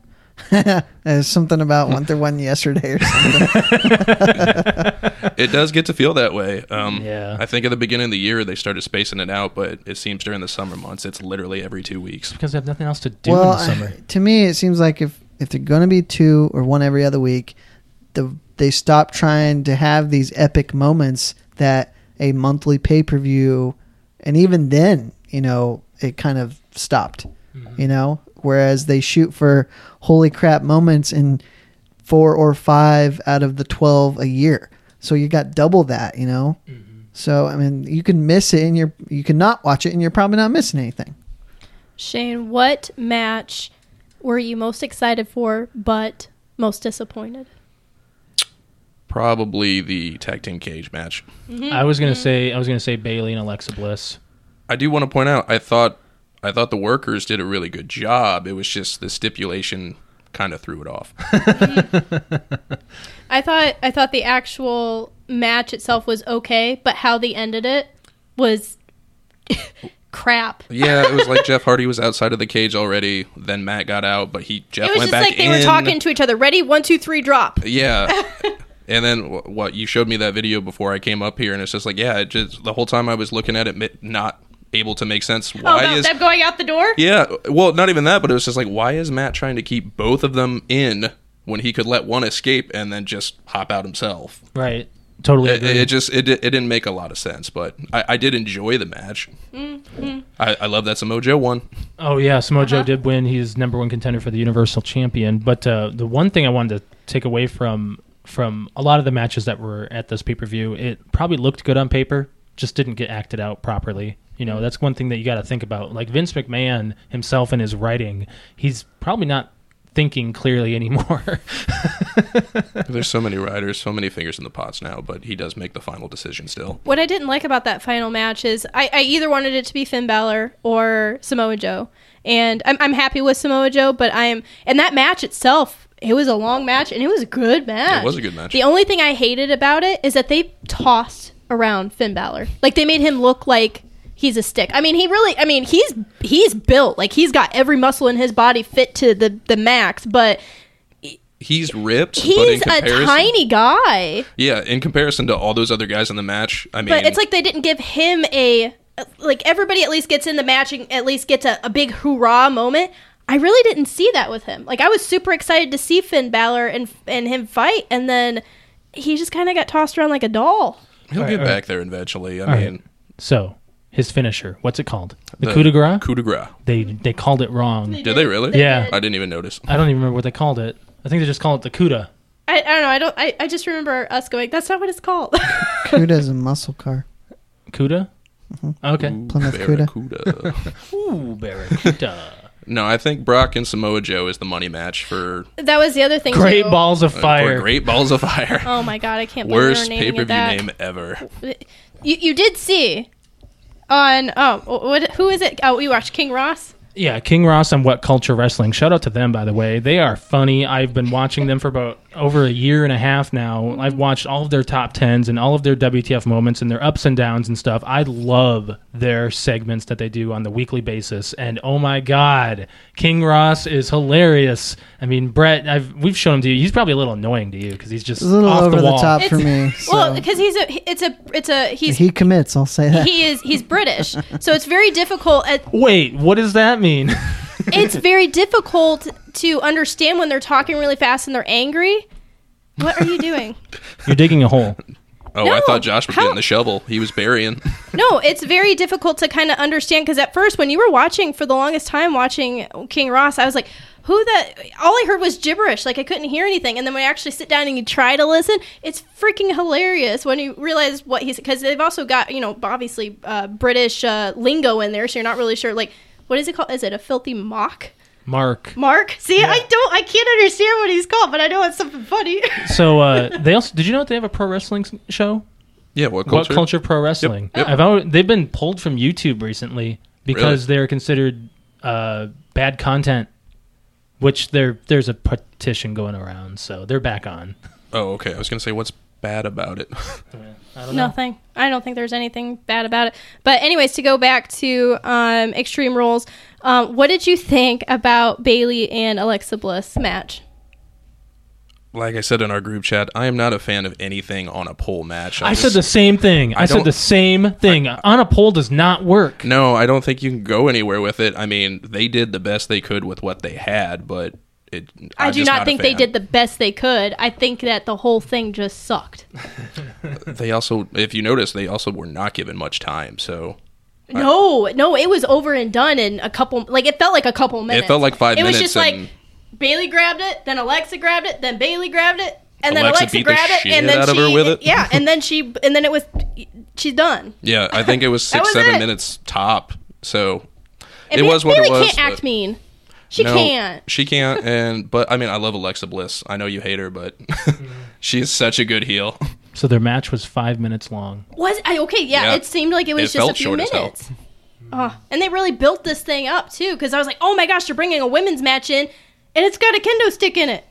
Speaker 2: There's something about one through one yesterday or something.
Speaker 5: it does get to feel that way. Um,
Speaker 3: Yeah.
Speaker 5: I think at the beginning of the year they started spacing it out, but it seems during the summer months it's literally every two weeks.
Speaker 3: Because I have nothing else to do in the summer.
Speaker 2: I- to me, it seems like if if they're going to be two or one every other week, the they stop trying to have these epic moments that a monthly pay per view, and even then, you know, it kind of stopped.
Speaker 3: Mm-hmm.
Speaker 2: You know, whereas they shoot for holy crap moments in four or five out of the twelve a year, so you got double that. You know.
Speaker 3: Mm-hmm.
Speaker 2: So I mean, you can miss it, and you're you can not watch it, and you're probably not missing anything.
Speaker 4: Shane, what match were you most excited for, but most disappointed?
Speaker 5: Probably the tag team cage match.
Speaker 3: I was gonna say I was gonna say Bailey and Alexa Bliss.
Speaker 5: I do want to point out. I thought I thought the workers did a really good job. It was just the stipulation kind of threw it off.
Speaker 4: I thought I thought the actual match itself was okay, but how they ended it was crap.
Speaker 5: yeah, it was like Jeff Hardy was outside of the cage already. Then Matt got out, but he Jeff
Speaker 4: It was
Speaker 5: went
Speaker 4: just
Speaker 5: back
Speaker 4: like they
Speaker 5: in.
Speaker 4: were talking to each other. Ready, one, two, three, drop.
Speaker 5: Yeah. And then wh- what you showed me that video before I came up here, and it's just like, yeah, it just the whole time I was looking at it, mi- not able to make sense.
Speaker 4: Oh,
Speaker 5: Why
Speaker 4: about
Speaker 5: is
Speaker 4: them going out the door.
Speaker 5: yeah? Well, not even that, but it was just like, why is Matt trying to keep both of them in when he could let one escape and then just hop out himself?
Speaker 3: Right. totally
Speaker 5: It,
Speaker 3: agree.
Speaker 5: it just it, di- it didn't make a lot of sense, but I, I did enjoy the match.
Speaker 4: Mm-hmm.
Speaker 5: I, I love that Samoa Joe won.
Speaker 3: oh yeah, Samoa
Speaker 5: Uh-huh.
Speaker 3: Joe did win. He's number one contender for the Universal Champion. But uh, the one thing I wanted to take away from from a lot of the matches that were at this pay per view, it probably looked good on paper, just didn't get acted out properly. You
Speaker 5: Mm-hmm.
Speaker 3: know, that's one thing that you got to think about. Like Vince McMahon himself in his writing, he's probably not thinking clearly anymore.
Speaker 5: There's so many riders, so many fingers in the pots now, but he does make the final decision still.
Speaker 4: What I didn't like about that final match is I, I either wanted it to be Finn Balor or Samoa Joe, and I'm, I'm happy with Samoa Joe, but I'm and that match itself. It was a long match and it was a good match.
Speaker 5: It was a good match.
Speaker 4: The only thing I hated about it is that they tossed around Finn Balor. Like they made him look like he's a stick. I mean, he really I mean, he's he's built. Like he's got every muscle in his body fit to the the max, but
Speaker 5: He's ripped, but in
Speaker 4: he's a
Speaker 5: comparison,
Speaker 4: tiny guy.
Speaker 5: yeah, in comparison to all those other guys in the match, I mean,
Speaker 4: But it's like they didn't give him a like everybody at least gets in the match and at least gets a, a big hoorah moment. I really didn't see that with him. Like I was super excited to see Finn Balor and and him fight, and then he just kind of got tossed around like a doll.
Speaker 5: he'll
Speaker 3: Alright,
Speaker 5: get
Speaker 3: alright.
Speaker 5: back there eventually. I
Speaker 3: All
Speaker 5: mean,
Speaker 3: right. So his finisher, what's it called? The,
Speaker 5: the
Speaker 3: coup de grace.
Speaker 5: Coup de grace.
Speaker 3: they they called it wrong.
Speaker 5: Did they really?
Speaker 3: Yeah.
Speaker 5: I didn't even notice.
Speaker 3: I don't even remember what they called it. I think they just call it the CUDA.
Speaker 4: I, I don't know. I don't. I, I just remember us going. That's not what it's called.
Speaker 2: Cuda's a muscle car.
Speaker 3: CUDA?
Speaker 5: Mm-hmm.
Speaker 3: Okay.
Speaker 2: Plymouth
Speaker 5: Barracuda.
Speaker 3: Ooh, Barracuda.
Speaker 5: no, I think Brock and Samoa Joe is the money match for, uh,
Speaker 4: that was the other thing.
Speaker 3: Great
Speaker 4: too.
Speaker 3: balls of
Speaker 5: for
Speaker 3: fire.
Speaker 5: uh, Great Balls of Fire.
Speaker 4: Oh my god! I can't. believe
Speaker 5: Worst
Speaker 4: we were naming it
Speaker 5: pay per view
Speaker 4: that.
Speaker 5: name ever.
Speaker 4: You you did see on oh what who is it? Oh, we watched King Ross.
Speaker 3: Yeah, King Ross and What Culture Wrestling. Shout out to them, by the way. They are funny. I've been watching them for about over a year and a half now. I've watched all of their top tens and all of their WTF moments and their ups and downs and stuff. I love their segments that they do on the weekly basis. And oh my god, King Ross is hilarious. I mean, Brett, I've we've shown him to you. He's probably a little annoying to you because he's just
Speaker 2: It's a little
Speaker 3: off
Speaker 2: over
Speaker 3: the
Speaker 2: the,
Speaker 3: wall.
Speaker 2: top for
Speaker 4: It's-
Speaker 2: me. So.
Speaker 4: Well, because he's a it's a it's a he's
Speaker 2: he commits, I'll say that.
Speaker 4: he is he's British, so it's very difficult. At,
Speaker 3: Wait, what does that mean?
Speaker 4: it's very difficult to understand when they're talking really fast and they're angry. What are you doing?
Speaker 3: You're digging a hole.
Speaker 5: Oh, I
Speaker 4: No,
Speaker 5: thought Josh was
Speaker 4: how-
Speaker 5: getting the shovel. He was burying.
Speaker 4: No, it's very difficult to kind of understand because at first, when you were watching for the longest time watching King Ross, I was like, "Who the?" All I heard was gibberish. Like I couldn't hear anything. And then when I actually sit down and you try to listen, it's freaking hilarious when you realize what he's because they've also got you know obviously uh, British uh, lingo in there, so you're not really sure. Like, what is it called? Is it a filthy mock?
Speaker 3: Mark.
Speaker 4: Mark? See, I don't, I can't understand what he's called, but I know it's something funny.
Speaker 3: So uh, they also did you know that they have a pro wrestling s- show?
Speaker 5: Yeah,
Speaker 3: What
Speaker 5: what culture?
Speaker 3: culture pro wrestling?
Speaker 5: yep.
Speaker 3: I've alwa- they've been pulled from YouTube recently because they're considered uh, bad content. Which there there's a petition going around, so they're back on.
Speaker 5: Oh, okay. I was gonna say what's bad about it.
Speaker 3: I don't know.
Speaker 4: Nothing. I don't think there's anything bad about it. But anyways, to go back to um, Extreme Rules, um, what did you think about Bailey and Alexa Bliss match?
Speaker 5: like I said in our group chat, I am not a fan of anything on a pole match.
Speaker 3: I said
Speaker 5: just-
Speaker 3: the same thing. I, said
Speaker 5: don't-
Speaker 3: the same thing. on a poll does not work.
Speaker 5: No, I don't think you can go anywhere with it. I mean, they did the best they could with what they had, but it.
Speaker 4: I
Speaker 5: I'm
Speaker 4: do
Speaker 5: just
Speaker 4: not
Speaker 5: a
Speaker 4: think they
Speaker 5: fan.
Speaker 4: did the best they could. I think that the whole thing just sucked.
Speaker 5: They also, if you notice, they also were not given much time. So
Speaker 4: No, no, it was over and done in a couple. Like it felt like a couple minutes.
Speaker 5: it felt like five
Speaker 4: It was
Speaker 5: minutes.
Speaker 4: just
Speaker 5: and
Speaker 4: like Bailey grabbed it, then Alexa grabbed it, then Bailey grabbed it, and then
Speaker 5: Alexa
Speaker 4: Alexa,
Speaker 5: beat the
Speaker 4: grabbed it,
Speaker 5: shit
Speaker 4: and then
Speaker 5: out
Speaker 4: she,
Speaker 5: of her with it.
Speaker 4: yeah, and then she, and then it was, she's done.
Speaker 5: yeah, I think it was six,
Speaker 4: was
Speaker 5: seven
Speaker 4: it.
Speaker 5: minutes top. So
Speaker 4: And
Speaker 5: It
Speaker 4: Ba-
Speaker 5: was what it
Speaker 4: Bailey
Speaker 5: was,
Speaker 4: can't
Speaker 5: but-
Speaker 4: act mean. She
Speaker 5: no,
Speaker 4: can't.
Speaker 5: She can't. And but I mean, I love Alexa Bliss. I know you hate her, but she is such a good heel.
Speaker 3: So their match was five minutes long.
Speaker 4: Was I okay? Yeah,
Speaker 5: Yeah.
Speaker 4: it seemed like it was
Speaker 5: It
Speaker 4: just
Speaker 5: felt
Speaker 4: a few
Speaker 5: short as hell.
Speaker 4: minutes. Oh, and they really built this thing up too, because I was like, "Oh my gosh, they're bringing a women's match in, and it's got a kendo stick in it."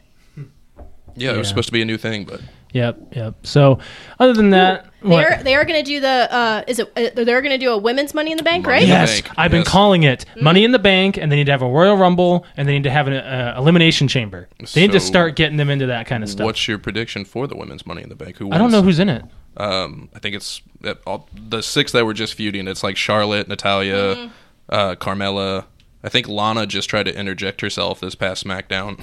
Speaker 5: Yeah, it was
Speaker 3: Yeah.
Speaker 5: supposed to be a new thing, but
Speaker 3: Yep, yep. So other than that, what?
Speaker 4: They're they are going to do the uh, is it? Uh, they're going to do a women's Money in the Bank, right?
Speaker 5: in the
Speaker 3: Yes,
Speaker 5: Bank,
Speaker 3: I've been
Speaker 5: yes.
Speaker 3: calling it
Speaker 4: Mm.
Speaker 3: Money in the Bank, and they need to have a Royal Rumble, and they need to have an uh, elimination chamber. They need to
Speaker 5: So-
Speaker 3: start getting them into that kind of stuff.
Speaker 5: what's your prediction for the women's Money in the Bank? Who wins?
Speaker 3: I don't know who's in it.
Speaker 5: Um, I think it's uh, all, the six that were just feuding. It's like Charlotte, Natalia, uh, Carmella. I think Lana just tried to interject herself this past SmackDown.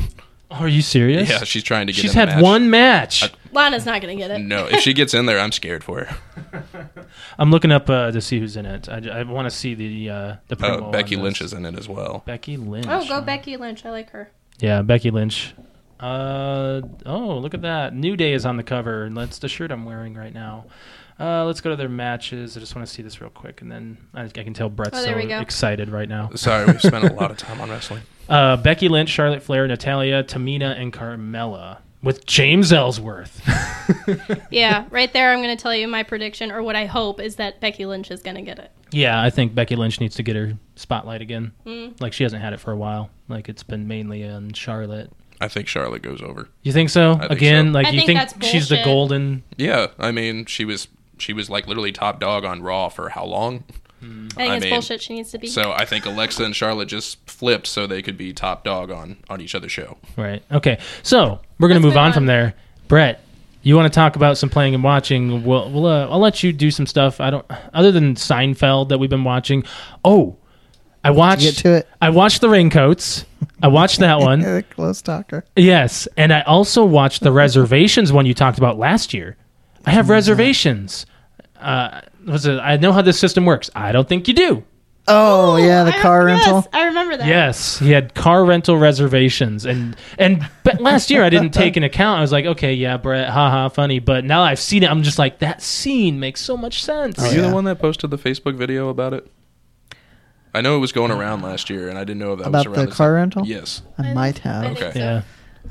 Speaker 3: Are you serious?
Speaker 5: Yeah, she's trying to get.
Speaker 3: She's
Speaker 5: in the
Speaker 3: had
Speaker 5: match.
Speaker 3: one match.
Speaker 4: Lana's not gonna get it.
Speaker 5: No, if she gets in there, I'm scared for her.
Speaker 3: I'm looking up uh, to see who's in it. I, want to see the uh, the promo.
Speaker 5: Uh,
Speaker 3: on
Speaker 5: Becky
Speaker 3: this.
Speaker 5: Lynch is in it as well.
Speaker 3: Becky Lynch.
Speaker 4: Oh, go
Speaker 3: huh?
Speaker 4: Becky Lynch. I like her.
Speaker 3: Yeah, Becky Lynch. Uh oh, look at that. New Day is on the cover, and that's the shirt I'm wearing right now. Uh, let's go to their matches. I just want to see this real quick, and then I, I can tell Brett's
Speaker 4: Oh,
Speaker 3: so
Speaker 4: there we go.
Speaker 3: excited right now.
Speaker 5: Sorry, we've spent a lot of time on wrestling.
Speaker 3: Uh, Becky Lynch, Charlotte Flair, Natalia, Tamina, and Carmella with James Ellsworth.
Speaker 4: Yeah, right there. I'm gonna tell you my prediction, or what I hope is that Becky Lynch is gonna get it.
Speaker 3: yeah, I think Becky Lynch needs to get her spotlight again.
Speaker 4: Mm.
Speaker 3: Like she hasn't had it for a while. Like it's been mainly on Charlotte.
Speaker 5: I think Charlotte goes over.
Speaker 3: You think so?
Speaker 5: think
Speaker 3: again,
Speaker 5: so.
Speaker 3: like
Speaker 4: I
Speaker 3: you
Speaker 4: think
Speaker 3: think,
Speaker 4: that's
Speaker 3: she's the
Speaker 4: bullshit.
Speaker 3: golden
Speaker 5: Yeah, I mean, she was she was like literally top dog on Raw for how long?
Speaker 4: I think
Speaker 5: I
Speaker 4: it's
Speaker 5: mean,
Speaker 4: bullshit. She needs to be.
Speaker 5: So I think Alexa and Charlotte just flipped so they could be top dog on on each other's show.
Speaker 3: Right. Okay. So we're gonna
Speaker 4: Let's
Speaker 3: move,
Speaker 4: move
Speaker 3: on,
Speaker 4: on.
Speaker 3: from there. Brett, you want to talk about some playing and watching? We'll, we'll uh, I'll let you do some stuff. I don't other than Seinfeld that we've been watching. Oh, I watched.
Speaker 2: get to it?
Speaker 3: I watched the Raincoats. I watched that one.
Speaker 2: Yeah, close talker.
Speaker 3: yes, and I also watched the Reservations one you talked about last year. I have reservations. Uh, was it, I know how this system works. I don't think you do.
Speaker 2: Oh, yeah, the
Speaker 4: I-
Speaker 2: car
Speaker 4: yes,
Speaker 2: rental.
Speaker 4: I remember that.
Speaker 3: Yes, he had car rental reservations, and and but last year I didn't take an account. I was like, okay, yeah, Brett, haha, funny. But now I've seen it. I'm just like, that scene makes so much sense.
Speaker 5: Are
Speaker 2: Oh,
Speaker 5: you
Speaker 2: yeah.
Speaker 5: the one that posted the Facebook video about it? I know it was going around last year, and I didn't know if that
Speaker 2: About
Speaker 5: was
Speaker 2: the
Speaker 5: around
Speaker 2: car
Speaker 5: same-
Speaker 2: rental?
Speaker 5: Yes,
Speaker 2: I might
Speaker 4: I
Speaker 2: have.
Speaker 4: think so.
Speaker 5: Okay.
Speaker 3: Yeah,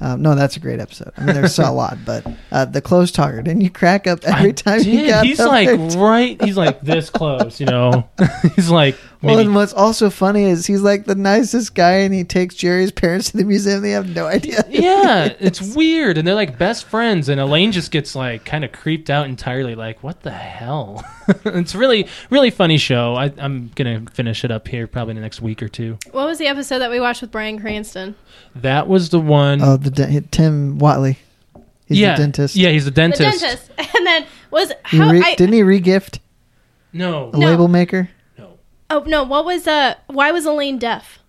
Speaker 2: Um, no, that's a great episode. I mean, there's a lot, but uh, the close talker. Didn't you crack up every
Speaker 3: I
Speaker 2: time
Speaker 3: did.
Speaker 2: you got
Speaker 3: he's
Speaker 2: up
Speaker 3: like
Speaker 2: there?
Speaker 3: right. He's like this close. You know, he's like
Speaker 2: Well,
Speaker 3: maybe.
Speaker 2: and what's also funny is he's like the nicest guy, and he takes Jerry's parents to the museum. They have no idea.
Speaker 3: yeah, it's weird, and they're like best friends, and Elaine just gets like kind of creeped out entirely. Like, what the hell? it's really, really funny show. I, I'm gonna finish it up here probably in the next week or two.
Speaker 4: What was the episode that we watched with Brian Cranston?
Speaker 3: That was the one.
Speaker 2: Oh, the de- Tim Watley. He's
Speaker 3: yeah.
Speaker 2: the dentist.
Speaker 3: Yeah, he's the dentist.
Speaker 4: The dentist. And then was
Speaker 2: He
Speaker 4: how
Speaker 2: re-
Speaker 4: I
Speaker 2: didn't he regift
Speaker 3: No.
Speaker 2: a
Speaker 4: No.
Speaker 2: label maker?
Speaker 4: oh no what was uh why was Elaine deaf?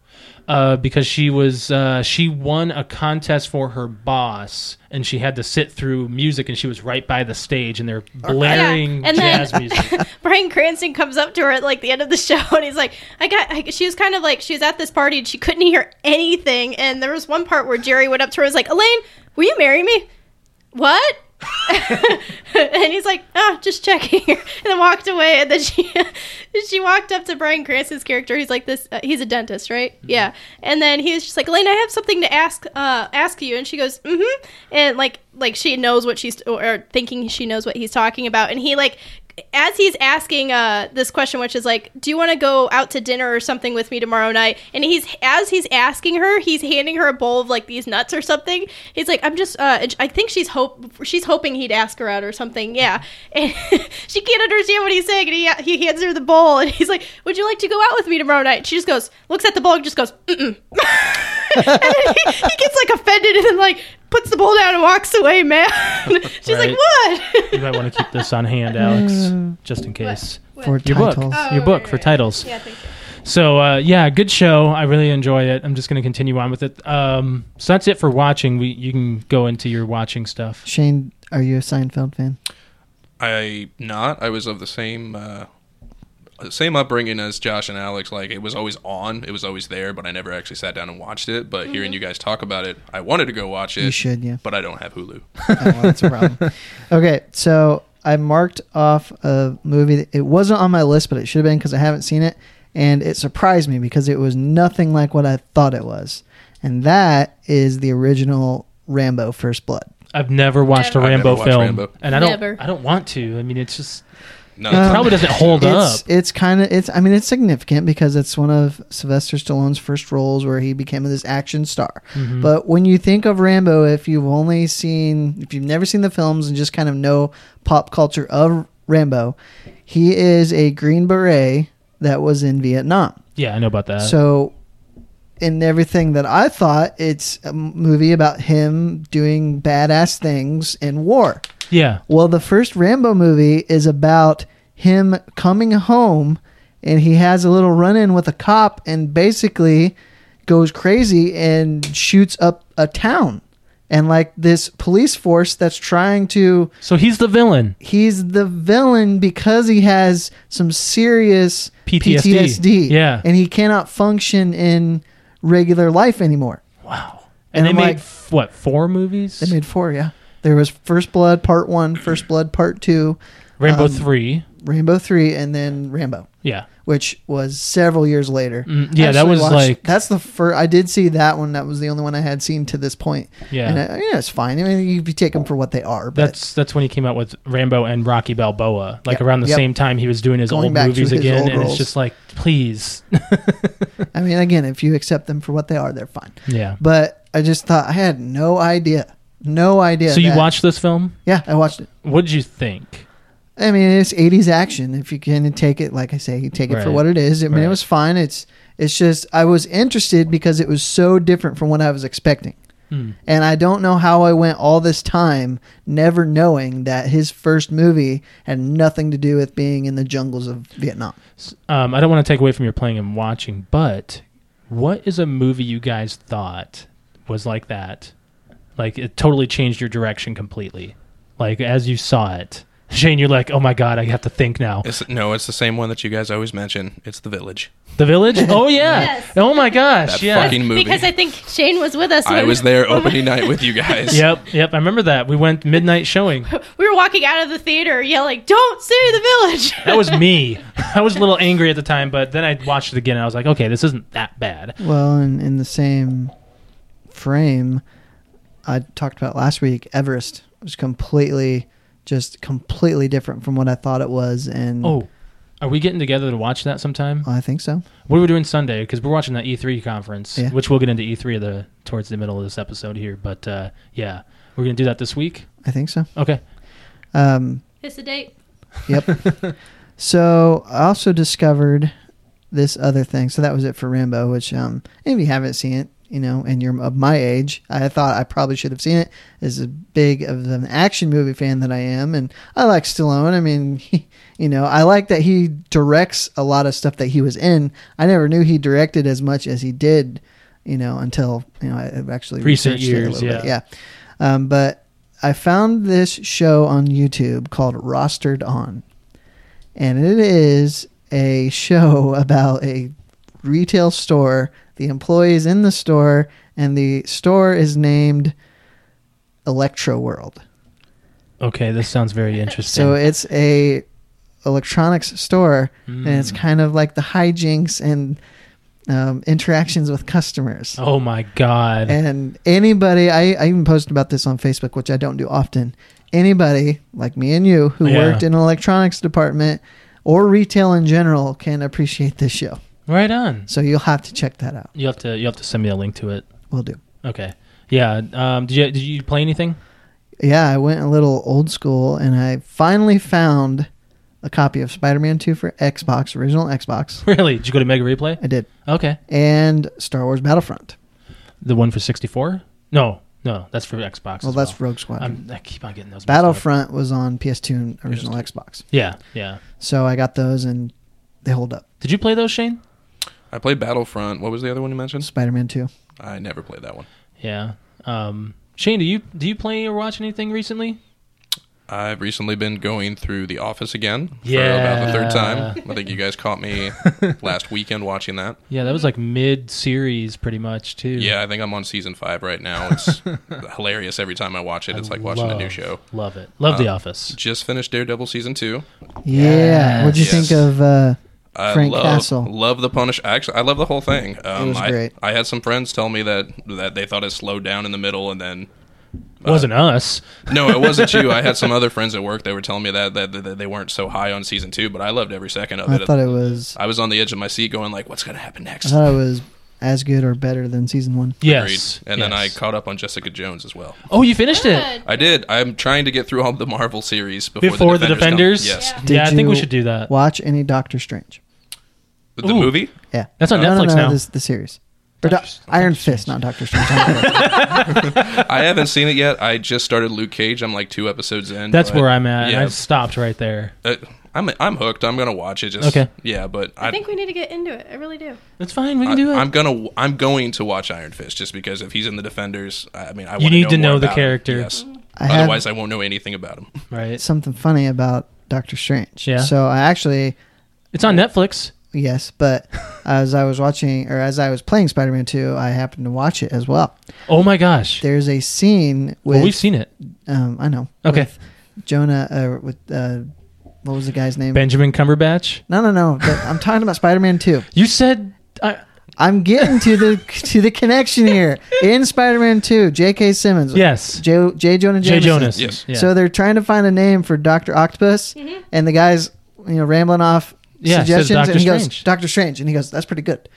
Speaker 3: Uh, because she was uh, she won a contest for her boss, and she had to sit through music, and she was right by the stage, and they're blaring
Speaker 4: Yeah, and then-
Speaker 3: jazz music.
Speaker 4: Brian Cranston comes up to her at like the end of the show and he's like, I got, I, she was kind of like, she was at this party and she couldn't hear anything. And there was one part where Jerry went up to her and was like, Elaine, will you marry me? What? and he's like, oh, just checking. and then walked away. And then she, she walked up to Brian Cranston's character. He's like, this, uh, he's a dentist, right? Yeah. And then he was just like, Elaine, I have something to ask, uh, ask you. And she goes, mm hmm. And like, like she knows what she's, or thinking she knows what he's talking about. And he like, as he's asking uh, this question, which is like, "Do you want to go out to dinner or something with me tomorrow night?" And he's as he's asking her, he's handing her a bowl of like these nuts or something. He's like, "I'm just, uh, I think she's hope she's hoping he'd ask her out or something." Yeah, and she can't understand what he's saying, and he he hands her the bowl, and he's like, "Would you like to go out with me tomorrow night?" And she just goes, looks at the bowl, and just goes, "Mm." and then he, he gets like offended, and then like puts the bowl down and walks away, man. she's
Speaker 3: Right.
Speaker 4: like, "What?"
Speaker 3: you might want to keep this on hand, Alex, just in case.
Speaker 2: For
Speaker 3: Your
Speaker 2: Mm. titles.
Speaker 3: book, your book
Speaker 4: Oh,
Speaker 3: for titles. So uh, yeah, good show. I really enjoy it. I'm just going to continue on with it. Um, so that's it for watching. We you can go into your watching stuff.
Speaker 2: Shane, are you a Seinfeld fan?
Speaker 5: I not. I was of the same uh, same upbringing as Josh and Alex. Like it was always on, it was always there, but I never actually sat down and watched it. But
Speaker 4: Mm-hmm.
Speaker 5: hearing you guys talk about it, I wanted to go watch it.
Speaker 2: You should, yeah.
Speaker 5: but I don't have Hulu.
Speaker 2: Oh, well, that's a problem. Okay, so I marked off a movie. That, it wasn't on my list, but it should have been because I haven't seen it, and it surprised me because it was nothing like what I thought it was, and that is the original Rambo: First Blood.
Speaker 3: I've never watched
Speaker 4: Never.
Speaker 3: a
Speaker 5: I've
Speaker 3: Rambo
Speaker 5: never watched
Speaker 3: film,
Speaker 5: Rambo.
Speaker 3: and I don't.
Speaker 4: Never.
Speaker 3: I don't want to. I mean, it's just
Speaker 5: No,
Speaker 2: Um,
Speaker 3: probably doesn't hold up.
Speaker 2: It's it's kind of it's I mean it's significant because it's one of Sylvester Stallone's first roles where he became this action star.
Speaker 3: Mm-hmm.
Speaker 2: But when you think of Rambo, if you've only seen if you've never seen the films and just kind of know pop culture of Rambo, he is a Green Beret that was in Vietnam.
Speaker 3: Yeah, I know about that.
Speaker 2: So, in everything that I thought, it's a m- movie about him doing badass things in war.
Speaker 3: yeah,
Speaker 2: Well, the first Rambo movie is about him coming home and he has a little run in with a cop and basically goes crazy and shoots up a town and like this police force that's trying to
Speaker 3: So he's the villain.
Speaker 2: he's the villain because he has some serious
Speaker 3: PTSD.
Speaker 2: PTSD.
Speaker 3: Yeah.
Speaker 2: And he cannot function in regular life anymore.
Speaker 3: Wow.
Speaker 2: And
Speaker 3: And, they
Speaker 2: I'm
Speaker 3: made
Speaker 2: like-
Speaker 3: f- what four movies?
Speaker 2: They made four, yeah. There was First Blood Part One, First Blood Part Two,
Speaker 3: Rainbow
Speaker 2: um,
Speaker 3: Three.
Speaker 2: Rainbow Three, and then Rambo,
Speaker 3: Yeah.
Speaker 2: which was several years later.
Speaker 3: Mm, yeah, that
Speaker 2: Actually
Speaker 3: was
Speaker 2: watched-
Speaker 3: like
Speaker 2: that's the first. I did see that one. That was the only one I had seen to this point.
Speaker 3: yeah.
Speaker 2: and I, yeah, it's fine. I mean, you take them for what they are. But
Speaker 3: that's that's when he came out with Rambo and Rocky Balboa, like
Speaker 2: Yep,
Speaker 3: around the
Speaker 2: yep.
Speaker 3: same time he was doing his
Speaker 2: Going
Speaker 3: old
Speaker 2: back to
Speaker 3: movies
Speaker 2: his
Speaker 3: again,
Speaker 2: old
Speaker 3: and
Speaker 2: roles.
Speaker 3: it's just like, please,
Speaker 2: I mean, again, if you accept them for what they are, they're fine.
Speaker 3: yeah.
Speaker 2: But I just thought I had no idea, no idea.
Speaker 3: so you
Speaker 2: that-
Speaker 3: watched this film?
Speaker 2: Yeah, I watched it.
Speaker 3: What did you think?
Speaker 2: I mean, it's '80s action. If you can take it, like I say, you take it for
Speaker 3: Right.
Speaker 2: what it is. I mean, it
Speaker 3: Right.
Speaker 2: was fine. It's it's just I was interested because it was so different from what I was expecting.
Speaker 3: Hmm.
Speaker 2: And I don't know how I went all this time never knowing that his first movie had nothing to do with being in the jungles of Vietnam.
Speaker 3: S- Um, I don't want to take away from your playing and watching, but what is a movie you guys thought was like that? Like it totally changed your direction completely. Like as you saw it, Shane, you're like, oh my god, I have to think now.
Speaker 5: It's, no, it's the same one that you guys always mention. It's The Village.
Speaker 3: The Village? Oh yeah.
Speaker 4: Yes.
Speaker 3: Oh my gosh.
Speaker 5: That
Speaker 3: yeah.
Speaker 5: fucking movie.
Speaker 4: Because I think Shane was with us.
Speaker 5: I
Speaker 4: when-
Speaker 5: was there opening night with you guys.
Speaker 3: Yep, yep. I remember that. We went midnight showing.
Speaker 4: We were walking out of the theater yelling, "Don't say the village."
Speaker 3: That was me. I was a little angry at the time, but then I watched it again and I was like, okay, this isn't that bad.
Speaker 2: Well, in, in the same frame, I talked about last week, Everest was completely, just completely different from what I thought it was. And
Speaker 3: Oh, are we getting together to watch that sometime?
Speaker 2: I think so.
Speaker 3: What are we doing Sunday? Because we're watching that E3 conference,
Speaker 2: Yeah.
Speaker 3: which we'll get into E3 of the towards the middle of this episode here. But uh, yeah, we're gonna do that this week.
Speaker 2: I think so.
Speaker 3: Okay.
Speaker 2: Um,
Speaker 4: It's a date.
Speaker 2: so I also discovered this other thing. So that was it for Rambo, which um, if you haven't seen it, you know, and you're of my age, I thought I probably should have seen it. As a big of an action movie fan that I am, and I like Stallone. I mean, he, you know, I like that he directs a lot of stuff that he was in. I never knew he directed as much as he did, you know, until you know I I've actually
Speaker 3: Recent
Speaker 2: researched it a
Speaker 3: years,
Speaker 2: little bit.
Speaker 3: yeah.
Speaker 2: yeah. Um, but I found this show on YouTube called Rostered On and it is a show about a retail store. The employees in the store, and the store is named Electro World.
Speaker 3: Okay, this sounds very interesting.
Speaker 2: So it's a electronics store, and
Speaker 3: Hmm.
Speaker 2: it's kind of like the hijinks and um, interactions with customers.
Speaker 3: oh my god.
Speaker 2: And anybody, I, I even posted about this on Facebook, which I don't do often. Anybody like me and you who
Speaker 3: Yeah.
Speaker 2: worked in an electronics department or retail in general can appreciate this show.
Speaker 3: right on.
Speaker 2: So you'll have to check that out.
Speaker 3: You have to you have to send me a link to it.
Speaker 2: We'll do.
Speaker 3: Okay. Yeah. Um, did you did you play anything?
Speaker 2: Yeah, I went a little old school and I finally found a copy of Spider Man 2 for Xbox, original Xbox.
Speaker 3: Really? Did you go to Mega Replay?
Speaker 2: I did.
Speaker 3: Okay.
Speaker 2: And Star Wars Battlefront.
Speaker 3: The one for 64? No, no, that's for Xbox.
Speaker 2: Well,
Speaker 3: as
Speaker 2: that's Rogue Squadron.
Speaker 3: I'm, I keep on getting those. mixed up.
Speaker 2: Battlefront was on PS2 and original Xbox.
Speaker 3: Yeah, yeah.
Speaker 2: So I got those and they hold up.
Speaker 3: Did you play those, Shane?
Speaker 5: I played Battlefront. What was the other one you mentioned?
Speaker 2: Spider Man 2.
Speaker 5: I never played that one.
Speaker 3: Yeah. Um, Shane, do you do you play or watch anything recently?
Speaker 5: I've recently been going through The Office again for about
Speaker 3: Yeah.
Speaker 5: the third time. I think you guys caught me last weekend watching that.
Speaker 3: Yeah, that was like mid series, pretty much too.
Speaker 5: Yeah, I think I'm on season five right now. It's hilarious every time I watch it. It's like watching a new
Speaker 3: Love-
Speaker 5: show.
Speaker 3: Love it. Love The
Speaker 5: Uh,
Speaker 3: Office.
Speaker 5: Just finished Daredevil season two.
Speaker 2: Yeah. What'd you
Speaker 5: Yes.
Speaker 2: think of uh,
Speaker 5: I
Speaker 2: Frank
Speaker 5: love,
Speaker 2: Castle.
Speaker 5: Love the Punish. Actually, I love the whole thing. Um,
Speaker 2: was
Speaker 5: I,
Speaker 2: great.
Speaker 5: I had some friends tell me that that they thought it slowed down in the middle, and then uh,
Speaker 3: Wasn't us.
Speaker 5: no, it wasn't you. I had some other friends at work that were telling me that that, that they weren't so high on season two, but I loved every second of
Speaker 2: I
Speaker 5: it.
Speaker 2: thought it was
Speaker 5: I was on the edge of my seat, going like, "What's going to happen
Speaker 2: I
Speaker 5: next?"
Speaker 2: thought it was as good or better than season one.
Speaker 3: Yes.
Speaker 5: Agreed. And then I
Speaker 3: yes.
Speaker 5: caught up on Jessica Jones as well.
Speaker 3: Oh, you finished it
Speaker 4: Good.
Speaker 5: I did. I'm trying to get through all the Marvel series before,
Speaker 3: before the
Speaker 5: Defenders.
Speaker 3: Defenders.
Speaker 5: come- Yes.
Speaker 4: Yeah.
Speaker 3: Yeah, I
Speaker 2: Did
Speaker 3: think we
Speaker 2: you
Speaker 3: should do that.
Speaker 2: Watch any Doctor Strange.
Speaker 5: The
Speaker 3: Ooh.
Speaker 5: movie?
Speaker 2: Yeah.
Speaker 3: That's on
Speaker 2: no,
Speaker 3: Netflix
Speaker 2: no, no,
Speaker 3: now.
Speaker 2: This, the series. Or
Speaker 3: Doctor-
Speaker 2: Doc- Iron Fist, not Doctor Strange. I
Speaker 5: I haven't seen it yet. I just started Luke Cage. I'm like two episodes in.
Speaker 3: That's
Speaker 5: but-
Speaker 3: where I'm at.
Speaker 5: Yeah.
Speaker 3: I stopped right there.
Speaker 5: Uh, I'm I'm hooked. I'm gonna watch it. Just
Speaker 3: Okay.
Speaker 5: Yeah, but
Speaker 4: I think we need to get into it. I really do.
Speaker 3: That's fine. We can
Speaker 5: I,
Speaker 3: do it.
Speaker 5: am gonna I'm going to watch Iron Fist just because if he's in the Defenders, I I mean I wanna
Speaker 3: need to
Speaker 5: more
Speaker 3: know the
Speaker 5: about him.
Speaker 3: character.
Speaker 5: Yes.
Speaker 2: I had-
Speaker 5: Otherwise, I won't know anything about him.
Speaker 3: right.
Speaker 2: something funny about Doctor Strange.
Speaker 3: Yeah.
Speaker 2: So I actually
Speaker 3: It's on Netflix.
Speaker 2: yes, but as I was watching or as I was playing Spider Man Two, I happened to watch it as well.
Speaker 3: Oh my gosh.
Speaker 2: There's a scene with
Speaker 3: Well, we've seen it.
Speaker 2: um, I know
Speaker 3: Okay.
Speaker 2: with Jonah uh, with uh, what was the guy's name?
Speaker 3: Benjamin Cumberbatch.
Speaker 2: no, no, no. but I'm talking about Spider Man Two.
Speaker 3: You said uh, I,
Speaker 2: I'm getting to the to the connection here in Spider Man Two. J.K. Simmons.
Speaker 3: yes.
Speaker 2: J. J. Jonah.
Speaker 3: Jay
Speaker 2: Jameson.
Speaker 3: Jonas.
Speaker 5: Yes.
Speaker 3: Yeah.
Speaker 2: So they're trying to find a name for Doctor Octopus, and the guy's you know rambling off
Speaker 3: Yeah, it says
Speaker 2: suggestions, and
Speaker 3: Dr.
Speaker 2: he goes
Speaker 3: Strange.
Speaker 2: Doctor Strange, and he goes, "That's pretty good."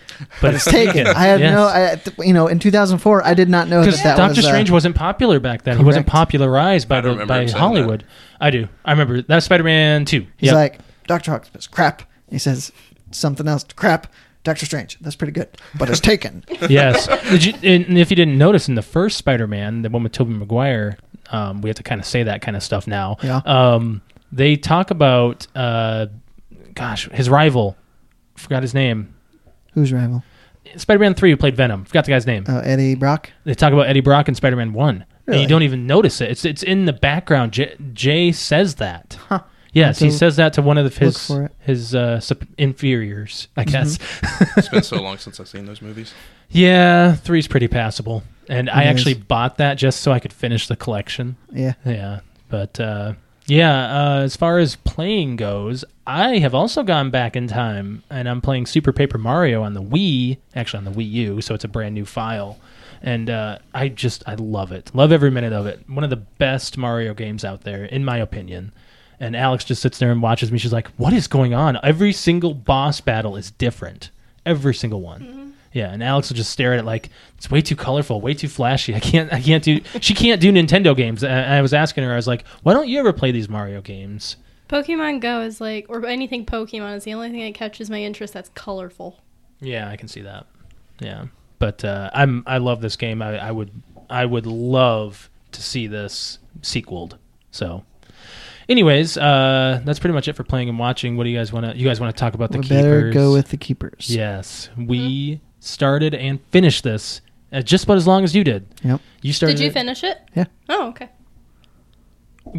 Speaker 3: but
Speaker 2: It's taken. I had
Speaker 3: Yes.
Speaker 2: no, I, th- you know, in 2004, I did not know that
Speaker 3: because
Speaker 2: that
Speaker 3: Doctor
Speaker 2: was. uh,
Speaker 3: Strange wasn't popular back then. He wasn't
Speaker 2: Correct.
Speaker 3: popularized by
Speaker 5: I don't
Speaker 3: the,
Speaker 5: remember
Speaker 3: by
Speaker 5: him saying
Speaker 3: Hollywood. I do. I remember that's Spider-Man Two.
Speaker 2: he's
Speaker 3: Yep.
Speaker 2: like Doctor Octopus, crap. He says something else, crap. Doctor Strange, that's pretty good, but it's taken.
Speaker 3: yes. Did you, and if you didn't notice in the first Spider-Man, the one with Tobey Maguire, um, we have to kind of say that kind of stuff now.
Speaker 2: Yeah.
Speaker 3: Um, they talk about, uh, gosh, his rival. Forgot his name.
Speaker 2: Who's rival?
Speaker 3: Spider-Man Three, who played Venom. Forgot the guy's name.
Speaker 2: Oh, Eddie Brock.
Speaker 3: They talk about Eddie Brock in Spider-Man One, and
Speaker 2: Really?
Speaker 3: you don't even notice it. It's it's in the background. Jay, Jay says that.
Speaker 2: Huh.
Speaker 3: Yes, he
Speaker 2: I'll have to
Speaker 3: says that to one of
Speaker 2: look
Speaker 3: his
Speaker 2: for it. Mm-hmm.
Speaker 3: his uh, sup- inferiors, I guess.
Speaker 5: It's been so long since I've seen those movies.
Speaker 3: Yeah, three's pretty passable, and I
Speaker 2: It is.
Speaker 3: actually bought that just so I could finish the collection.
Speaker 2: Yeah.
Speaker 3: Yeah, but uh, yeah, uh, as far as playing goes, I have also gone back in time, and I'm playing Super Paper Mario on the Wii, actually on the Wii U, so it's a brand new file, and uh, I just I love it, love every minute of it. One of the best Mario games out there, in my opinion. And Alex just sits there and watches me. She's like, "What is going on? Every single boss battle is different. Every single one." Yeah, and Alex will just stare at it like it's way too colorful, way too flashy. I can't, I can't do. She can't do Nintendo games. And I was asking her, I was like, "Why don't you ever play these Mario games?"
Speaker 4: Pokemon Go is like, or anything Pokemon is the only thing that catches my interest that's colorful.
Speaker 3: Yeah, I can see that. Yeah, but uh, I'm, I love this game. I, I would, I would love to see this sequeled. So, anyways, uh, that's pretty much it for playing and watching. What do you guys want to? You guys want to talk about the
Speaker 2: we better
Speaker 3: keepers?
Speaker 2: go with the keepers.
Speaker 3: Yes, we started and finished this at just about as long as you did.
Speaker 2: Yep.
Speaker 3: You started.
Speaker 4: Did you
Speaker 3: it-
Speaker 4: finish it?
Speaker 2: Yeah.
Speaker 4: Oh, okay.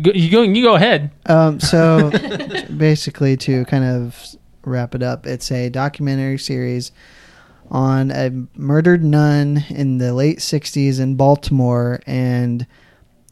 Speaker 3: Go, you go. You go ahead.
Speaker 2: Um, so basically, to kind of wrap it up, it's a documentary series on a murdered nun in the late 60s in Baltimore, and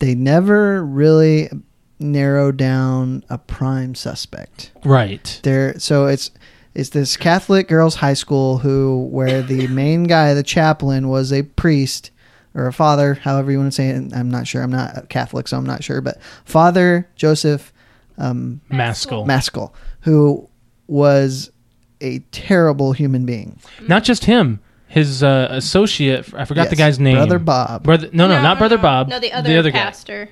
Speaker 2: they never really narrow down a prime suspect.
Speaker 3: Right.
Speaker 2: There, so it's it's this Catholic girls' high school who, where the main guy, the chaplain, was a priest or a father, however you want to say it. I'm not sure. I'm not a Catholic, so I'm not sure. But Father Joseph um,
Speaker 3: Maskell.
Speaker 2: Maskell, who was a terrible human being.
Speaker 3: Not just him. His uh, associate. I forgot the
Speaker 2: Yes,
Speaker 3: guy's name.
Speaker 2: Brother Bob.
Speaker 3: Brother. No, no, not brother Bob.
Speaker 4: No, the other,
Speaker 3: guy.
Speaker 4: pastor.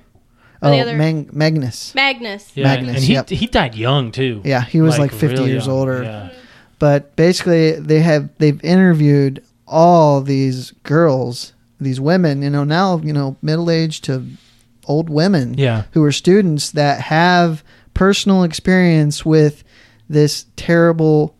Speaker 2: oh,
Speaker 4: Or the other-
Speaker 2: Mag- Magnus.
Speaker 4: Magnus.
Speaker 3: Yeah,
Speaker 2: Magnus,
Speaker 3: and he
Speaker 2: yep.
Speaker 3: he died young too.
Speaker 2: Yeah, he was like 50
Speaker 3: real
Speaker 2: years
Speaker 3: young.
Speaker 2: older.
Speaker 3: Yeah.
Speaker 2: but basically they have they've interviewed all these girls these women you know now you know middle-aged to old women
Speaker 3: Yeah.
Speaker 2: who are students that have personal experience with this terrible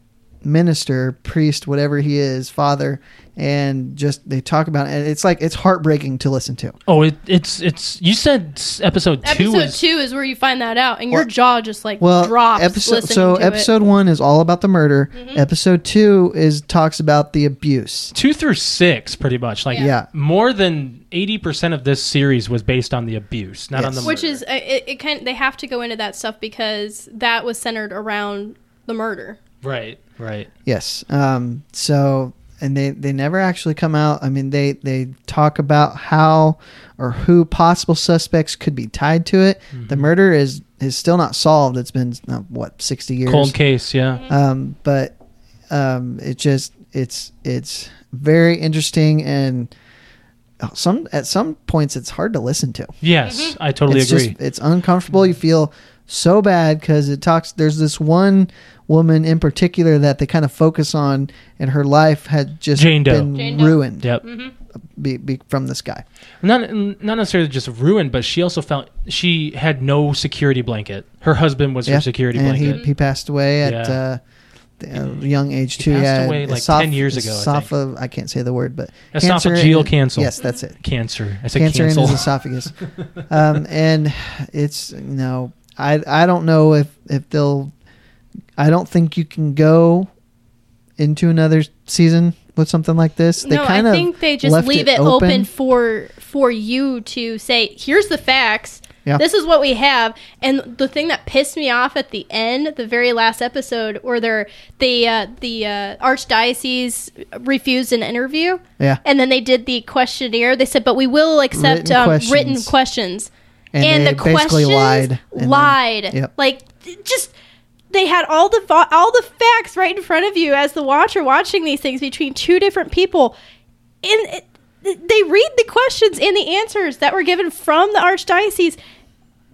Speaker 2: minister priest whatever he is father and just they talk about it and it's like it's heartbreaking to listen to
Speaker 3: Oh, it, it's it's. You said s- episode two
Speaker 4: Episode
Speaker 3: is.
Speaker 4: two is where you find that out, and your
Speaker 2: Well-
Speaker 4: jaw just like
Speaker 2: well
Speaker 4: drops.
Speaker 2: episode
Speaker 4: listening
Speaker 2: so
Speaker 4: to Mm-hmm.
Speaker 2: episode one is all about the murder episode two is talks about the abuse
Speaker 3: Two through six, pretty much. Like,
Speaker 2: Yeah.
Speaker 3: more than eighty percent of this series was based on the abuse, not on
Speaker 2: Yes.
Speaker 3: the.
Speaker 4: it. which
Speaker 3: murder.
Speaker 4: is uh, it, it kind. They have to go into that stuff because that was centered around the murder.
Speaker 3: right, right.
Speaker 2: Yes. Um, so, and they, they never actually come out. I mean, they, they talk about how or who possible suspects could be tied to it. The murder is, is still not solved. It's been, uh, what, 60 years?
Speaker 3: Cold case.
Speaker 4: Mm-hmm.
Speaker 3: Yeah.
Speaker 2: Um, but um, it just, it's, it's very interesting and uh, some at some points it's hard to listen to
Speaker 3: Yes, I totally
Speaker 2: it's
Speaker 3: agree.
Speaker 2: Just, it's uncomfortable. You feel so bad because it talks. There's this one woman in particular that they kind of focus on, and her life had just
Speaker 3: Jane Doe.
Speaker 2: been
Speaker 4: Jane Doe.
Speaker 2: ruined
Speaker 3: yep.
Speaker 2: be, be from this guy.
Speaker 3: not not necessarily just ruined, but she also felt she had no security blanket. Her husband was her security
Speaker 2: and
Speaker 3: blanket.
Speaker 2: he, he passed away at
Speaker 3: Yeah.
Speaker 2: uh, the- a young age too.
Speaker 3: passed
Speaker 2: yeah,
Speaker 3: away, like, 10 years ago, I think.
Speaker 2: Esopha- I can't say the word, but
Speaker 3: Esophageal
Speaker 2: and-
Speaker 3: cancel.
Speaker 2: Yes, that's it.
Speaker 3: cancer. I said
Speaker 2: Cancer
Speaker 3: cancel.
Speaker 2: in his esophagus, um, and it's you know I I don't know if if they'll. I don't think you can go into another season with something like this. They
Speaker 4: no,
Speaker 2: kind
Speaker 4: I
Speaker 2: of
Speaker 4: think they just
Speaker 2: left
Speaker 4: leave it, open. for for you to say, here's the facts.
Speaker 2: Yeah.
Speaker 4: This is what we have. And the thing that pissed me off at the end, the very last episode, where they're, the uh, the uh, archdiocese refused an interview.
Speaker 2: Yeah.
Speaker 4: And then they did the questionnaire. They said, but we will accept
Speaker 2: Written
Speaker 4: um,
Speaker 2: questions.
Speaker 4: written questions.
Speaker 2: And
Speaker 4: And,
Speaker 2: they
Speaker 4: the
Speaker 2: basically
Speaker 4: questions
Speaker 2: lied
Speaker 4: lied.
Speaker 2: and then- Yep.
Speaker 4: Like, th- just they had all the fa- all the facts right in front of you as the watcher watching these things between two different people and it, they read the questions and the answers that were given from the archdiocese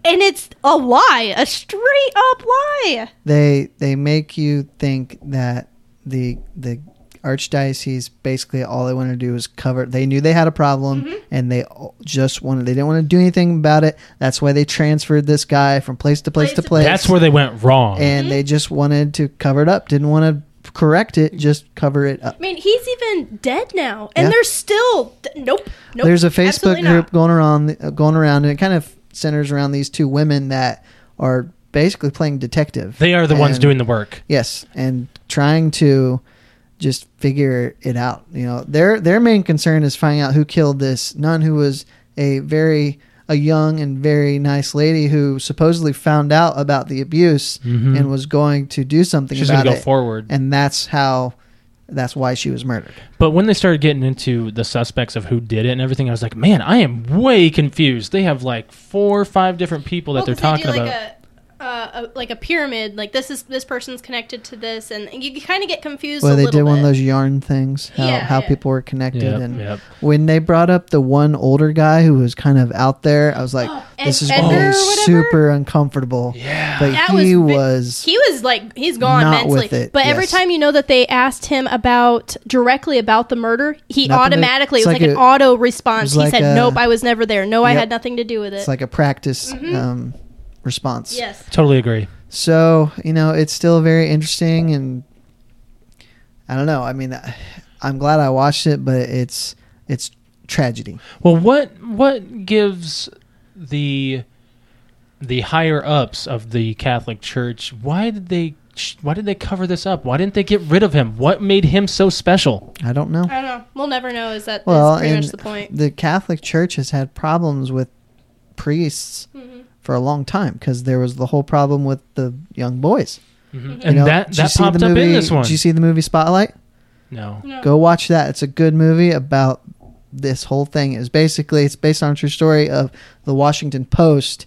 Speaker 4: and it's a lie a straight up lie
Speaker 2: they they make you think that the the archdiocese basically all they wanted to do was cover they knew they had a problem
Speaker 4: Mm-hmm.
Speaker 2: and they all- just wanted they didn't want to do anything about it that's why they transferred this guy from place to place,
Speaker 4: Place
Speaker 2: to
Speaker 4: to
Speaker 2: place
Speaker 3: That's where they went wrong.
Speaker 2: and they just wanted to cover it up didn't want to correct it just cover it up
Speaker 4: i mean he's even dead now and
Speaker 2: Yeah.
Speaker 4: they're still d- nope nope
Speaker 2: there's a
Speaker 4: absolutely
Speaker 2: Facebook
Speaker 4: not.
Speaker 2: group going around uh, going around and it kind of centers around these two women that are basically playing detective
Speaker 3: they are the ones
Speaker 2: And-
Speaker 3: doing the work.
Speaker 2: Yes, and trying to just figure it out. You know, their their main concern is finding out who killed this nun who was a very a young and very nice lady who supposedly found out about the abuse and was going to do something
Speaker 3: Mm-hmm. She's
Speaker 2: about
Speaker 3: going to go
Speaker 2: it.
Speaker 3: forward.
Speaker 2: And that's how that's why she was murdered.
Speaker 3: But when they started getting into the suspects of who did it and everything, I was like, man, I am way confused. They have like four or five different people that
Speaker 4: Well,
Speaker 3: they're
Speaker 4: 'cause
Speaker 3: talking
Speaker 4: they do
Speaker 3: about.
Speaker 4: like a, uh, a, like a pyramid like this is this person's connected to this and you kind of get confused
Speaker 2: Well,
Speaker 4: a
Speaker 2: they
Speaker 4: little
Speaker 2: did one of
Speaker 4: bit.
Speaker 2: those yarn things, how,
Speaker 4: Yeah,
Speaker 2: how
Speaker 4: yeah.
Speaker 2: people were connected.
Speaker 3: Yep,
Speaker 2: and
Speaker 3: yep.
Speaker 2: when they brought up the one older guy who was kind of out there, I was like,
Speaker 4: Ed-
Speaker 2: this is
Speaker 4: Oh, Edgar
Speaker 2: going to
Speaker 4: or
Speaker 2: be
Speaker 4: whatever?
Speaker 2: super uncomfortable. Yeah. But
Speaker 4: That
Speaker 2: he
Speaker 4: was
Speaker 2: was,
Speaker 4: ve- he was like he's gone
Speaker 2: Not
Speaker 4: mentally.
Speaker 2: with it,
Speaker 4: but every
Speaker 2: yes.
Speaker 4: time you know that they asked him about directly about the murder, he
Speaker 2: Nothing to-
Speaker 4: automatically
Speaker 2: it's
Speaker 4: it was like,
Speaker 2: like
Speaker 4: an
Speaker 2: a-
Speaker 4: auto response.
Speaker 2: it was
Speaker 4: he
Speaker 2: like
Speaker 4: said,
Speaker 2: a-
Speaker 4: "Nope, I was never there. No, I
Speaker 2: Yep.
Speaker 4: had nothing to do with it." Mm-hmm.
Speaker 2: it's like a practice um, response.
Speaker 4: yes.
Speaker 3: Totally agree.
Speaker 2: So, you know, it's still very interesting. And I don't know. I mean, I- I'm glad I watched it, but it's it's tragedy.
Speaker 3: Well, what what gives the the higher ups of the Catholic Church? Why did they why did they cover this up? Why didn't they get rid of him? What made him so special?
Speaker 2: I don't know.
Speaker 4: I don't know. We'll never know. Is that
Speaker 2: Well,
Speaker 4: that's pretty
Speaker 2: and
Speaker 4: much the point?
Speaker 2: the Catholic Church has had problems with priests
Speaker 4: Mm-hmm.
Speaker 2: for a long time because there was the whole problem with the young boys.
Speaker 3: And
Speaker 2: You know,
Speaker 3: that
Speaker 2: did you
Speaker 3: that
Speaker 2: see the
Speaker 3: popped up in
Speaker 2: movie-
Speaker 3: this one.
Speaker 2: Did you see the movie Spotlight?
Speaker 3: no.
Speaker 4: No.
Speaker 2: Go watch that. It's a good movie about this whole thing. It's basically it's based on a true story of the Washington Post,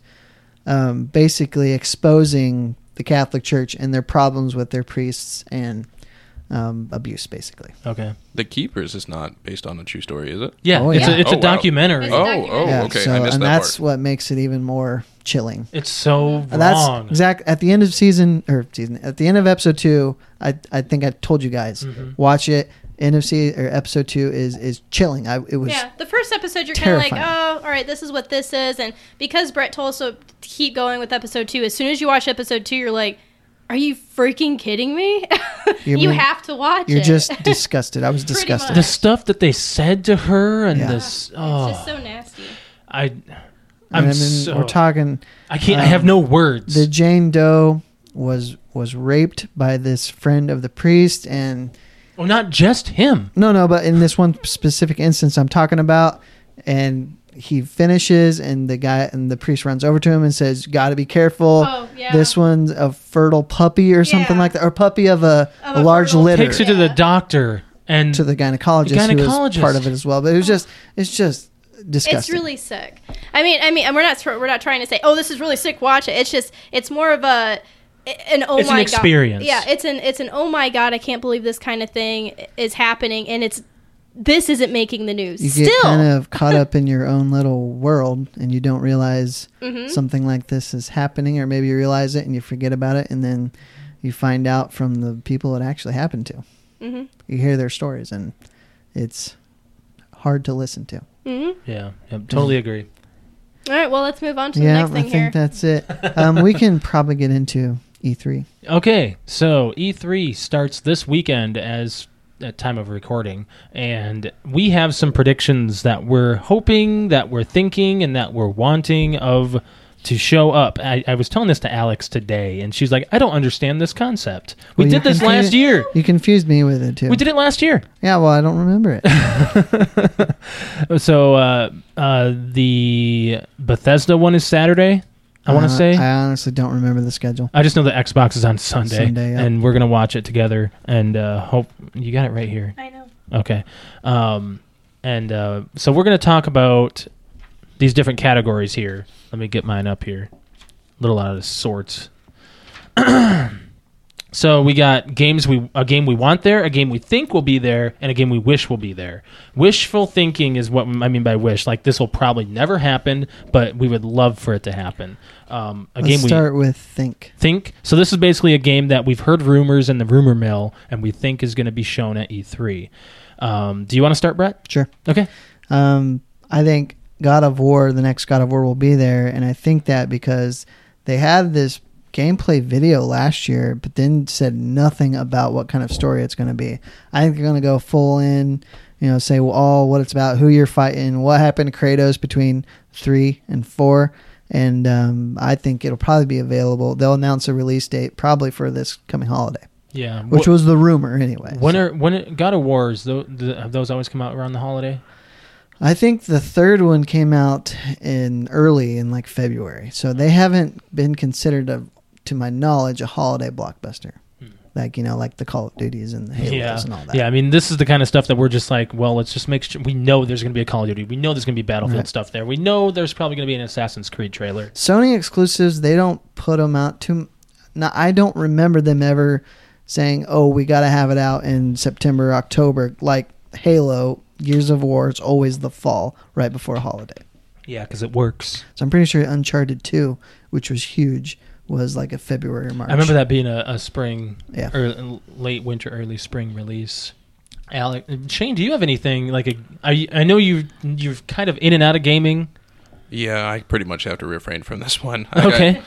Speaker 2: um, basically exposing the Catholic Church and their problems with their priests and um, abuse, basically.
Speaker 3: Okay.
Speaker 5: The Keepers is not based on a true story, is it?
Speaker 3: Yeah,
Speaker 2: Oh,
Speaker 3: it's
Speaker 2: yeah.
Speaker 3: a, it's
Speaker 5: Oh,
Speaker 3: a
Speaker 5: wow.
Speaker 3: documentary.
Speaker 4: It's-
Speaker 5: Oh, oh,
Speaker 4: Yeah,
Speaker 5: okay.
Speaker 2: So,
Speaker 5: I missed
Speaker 2: and
Speaker 5: that
Speaker 2: that's
Speaker 5: part.
Speaker 2: what makes it even more chilling.
Speaker 3: It's so wrong.
Speaker 2: And Uh, That's exact at the end of season or season at the end of episode two. I I think I told you guys
Speaker 3: Mm-hmm.
Speaker 2: watch it. End of season or episode two is is chilling. I it was
Speaker 4: Yeah, the first episode you're kind of like,
Speaker 2: terrifying.
Speaker 4: oh, all right, this is what this is, and because Brett told us to keep going with episode two, as soon as you watch episode two, you're like, are you freaking kidding me?
Speaker 2: You
Speaker 4: you
Speaker 2: mean-
Speaker 4: have to watch
Speaker 2: you're
Speaker 4: it.
Speaker 2: just disgusted. I was
Speaker 4: Pretty
Speaker 2: disgusted.
Speaker 3: the
Speaker 4: much.
Speaker 3: stuff that they said to her and
Speaker 2: Yeah.
Speaker 3: this.
Speaker 4: it's
Speaker 3: Oh,
Speaker 4: just so nasty.
Speaker 3: I.
Speaker 2: And
Speaker 3: I'm
Speaker 2: then
Speaker 3: so.
Speaker 2: we're talking.
Speaker 3: I can't. I have
Speaker 2: um,
Speaker 3: no words.
Speaker 2: The Jane Doe was was raped by this friend of the priest and
Speaker 3: well, not just him.
Speaker 2: No, no, but in this one specific instance I'm talking about, and he finishes, and the guy and the priest runs over to him and says, "Got to be careful.
Speaker 4: Oh, yeah.
Speaker 2: This one's a fertile puppy or something
Speaker 4: Yeah.
Speaker 2: like that, or puppy of a,
Speaker 4: Of a
Speaker 2: a large
Speaker 4: fertile
Speaker 2: litter."
Speaker 3: Takes her to the doctor and
Speaker 2: to the gynecologist, who was
Speaker 3: gynecologist.
Speaker 2: part of it as well. But it was just, it's just disgusting.
Speaker 4: Oh. It's really sick. I mean, I mean, and we're not we're not trying to say, oh, this is really sick. Watch it. It's just it's more of a an oh
Speaker 3: It's an
Speaker 4: my
Speaker 3: experience.
Speaker 4: god. Yeah, it's an it's an oh my god, I can't believe this kind of thing is happening, and it's this isn't making the news.
Speaker 2: you
Speaker 4: Still,
Speaker 2: get kind of caught up in your own little world, and you don't realize
Speaker 4: Mm-hmm.
Speaker 2: something like this is happening, or maybe you realize it and you forget about it, and then you find out from the people it actually happened to.
Speaker 4: Mhm.
Speaker 2: you hear their stories and it's hard to listen to.
Speaker 4: Mm-hmm.
Speaker 3: Yeah, yeah, totally agree.
Speaker 4: All right, well, let's move on to the
Speaker 2: yeah,
Speaker 4: next
Speaker 2: I
Speaker 4: thing
Speaker 2: think
Speaker 4: here.
Speaker 2: that's it. Um, we can probably get into E E3.
Speaker 3: Okay, so E3 starts this weekend as at time of recording, and we have some predictions that we're hoping, that we're thinking, and that we're wanting of to show up. I, I was telling this to Alex today, and she's like, "I don't understand this concept. We
Speaker 2: Well, you
Speaker 3: did this
Speaker 2: confuse-
Speaker 3: last year.
Speaker 2: You confused me with it too.
Speaker 3: We did it last year."
Speaker 2: Yeah, well, I don't remember it.
Speaker 3: So uh, uh, the Bethesda one is Saturday. I want
Speaker 2: Uh,
Speaker 3: to say
Speaker 2: I honestly don't remember the schedule.
Speaker 3: I just know that Xbox is on Sunday,
Speaker 2: Sunday, yeah.
Speaker 3: and we're gonna watch it together. And uh, hope you got it right here.
Speaker 4: I know.
Speaker 3: Okay, um, and uh, so we're gonna talk about these different categories here. Let me get mine up here. A little out of sorts. so we got games we a game we want there, a game we think will be there, and a game we wish will be there. Wishful thinking is what I mean by wish. Like this will probably never happen, but we would love for it to happen. Um, a game
Speaker 2: Let's
Speaker 3: we
Speaker 2: start with Think.
Speaker 3: think so this is basically a game that we've heard rumors in the rumor mill and we think is going to be shown at e3 um, do you want to start brett
Speaker 2: Sure.
Speaker 3: okay
Speaker 2: Um, I think God of War, the next God of War, will be there, and I think that because they had this gameplay video last year, but then said nothing about what kind of story it's going to be. I think they're going to go full in, you know, say well, all what it's about, who you're fighting, what happened to Kratos between three and four. And um, I think it'll probably be available. They'll announce a release date probably for this coming holiday,
Speaker 3: yeah
Speaker 2: which was the rumor anyway.
Speaker 3: when are when it, god of wars though the, have those always come out around the holiday
Speaker 2: I think the third one came out in early in like February, so they
Speaker 3: Mm-hmm.
Speaker 2: haven't been considered a, to my knowledge, a holiday blockbuster. Like you know, like the Call of Duties and the Halos
Speaker 3: Hmm. yeah
Speaker 2: and all that.
Speaker 3: yeah i mean this is the kind of stuff that we're just like well let's just make sure we know there's going to be a call of duty we know there's going to be battlefield
Speaker 2: Right.
Speaker 3: stuff there we know there's probably going to be an assassin's creed trailer
Speaker 2: Sony exclusives, they don't put them out too. Now I don't remember them ever saying, "Oh, we got to have it out in September, October." Like Halo, Gears of War, it's always the fall, right before a holiday.
Speaker 3: yeah because it works
Speaker 2: So I'm pretty sure Uncharted Two, which was huge, was like a February or March.
Speaker 3: i remember that being a, a spring
Speaker 2: Yeah.
Speaker 3: or late winter, early spring release. Alec, Shane, do you have anything like a? Are you, I know you you're kind of in and out of gaming.
Speaker 5: Yeah, I pretty much have to refrain from this one. Like,
Speaker 3: Okay.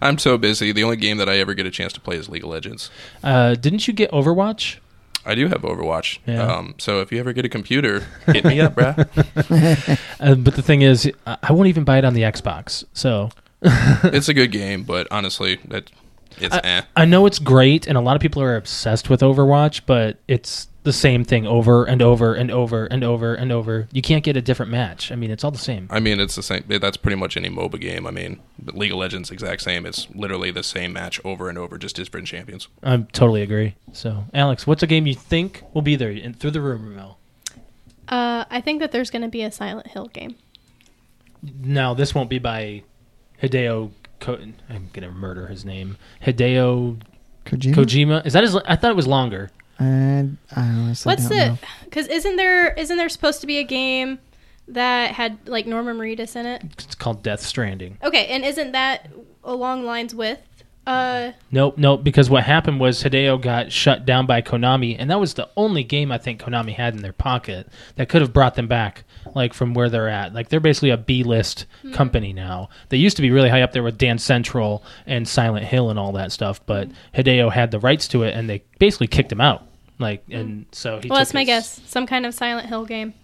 Speaker 5: I, am so busy. The only game that I ever get a chance to play is League of Legends.
Speaker 3: Uh, didn't you get Overwatch?
Speaker 5: I do have Overwatch.
Speaker 3: Yeah.
Speaker 5: Um, so if you ever get a computer, hit me up, bruh.
Speaker 3: Uh, but the thing is, I I won't even buy it on the Xbox. So
Speaker 5: It's a good game, but honestly, that it's eh.
Speaker 3: I know it's great, and a lot of people are obsessed with Overwatch, but it's the same thing over and over and over and over and over. You can't get a different match. I mean, it's all the same.
Speaker 5: I mean, it's the same. That's pretty much any MOBA game. I mean, League of Legends, exact same. It's literally the same match over and over, just different champions.
Speaker 3: I totally agree. So, Alex, what's a game you think will be there in, through the rumor mill?
Speaker 4: Uh, I think that there's going to be a Silent Hill game.
Speaker 3: Now this won't be by Hideo. Ko- I'm gonna murder his name. Hideo
Speaker 2: Kojima.
Speaker 3: Kojima. Is that his? I thought it was longer.
Speaker 2: I, I honestly
Speaker 4: What's
Speaker 2: don't
Speaker 4: the?
Speaker 2: know.
Speaker 4: Because isn't there isn't there supposed to be a game that had like Norman Reedus in it?
Speaker 3: It's called Death Stranding.
Speaker 4: Okay, and isn't that along lines with? Uh,
Speaker 3: Nope, nope. Because what happened was Hideo got shut down by Konami, and that was the only game I think Konami had in their pocket that could have brought them back, like from where they're at. Like they're basically a B-list
Speaker 4: Hmm.
Speaker 3: company now. They used to be really high up there with Dance Central and Silent Hill and all that stuff, but
Speaker 4: Hmm.
Speaker 3: Hideo had the rights to it, and they basically kicked him out. Like, and so he
Speaker 4: well,
Speaker 3: took
Speaker 4: that's my
Speaker 3: his-
Speaker 4: guess. Some kind of Silent Hill game.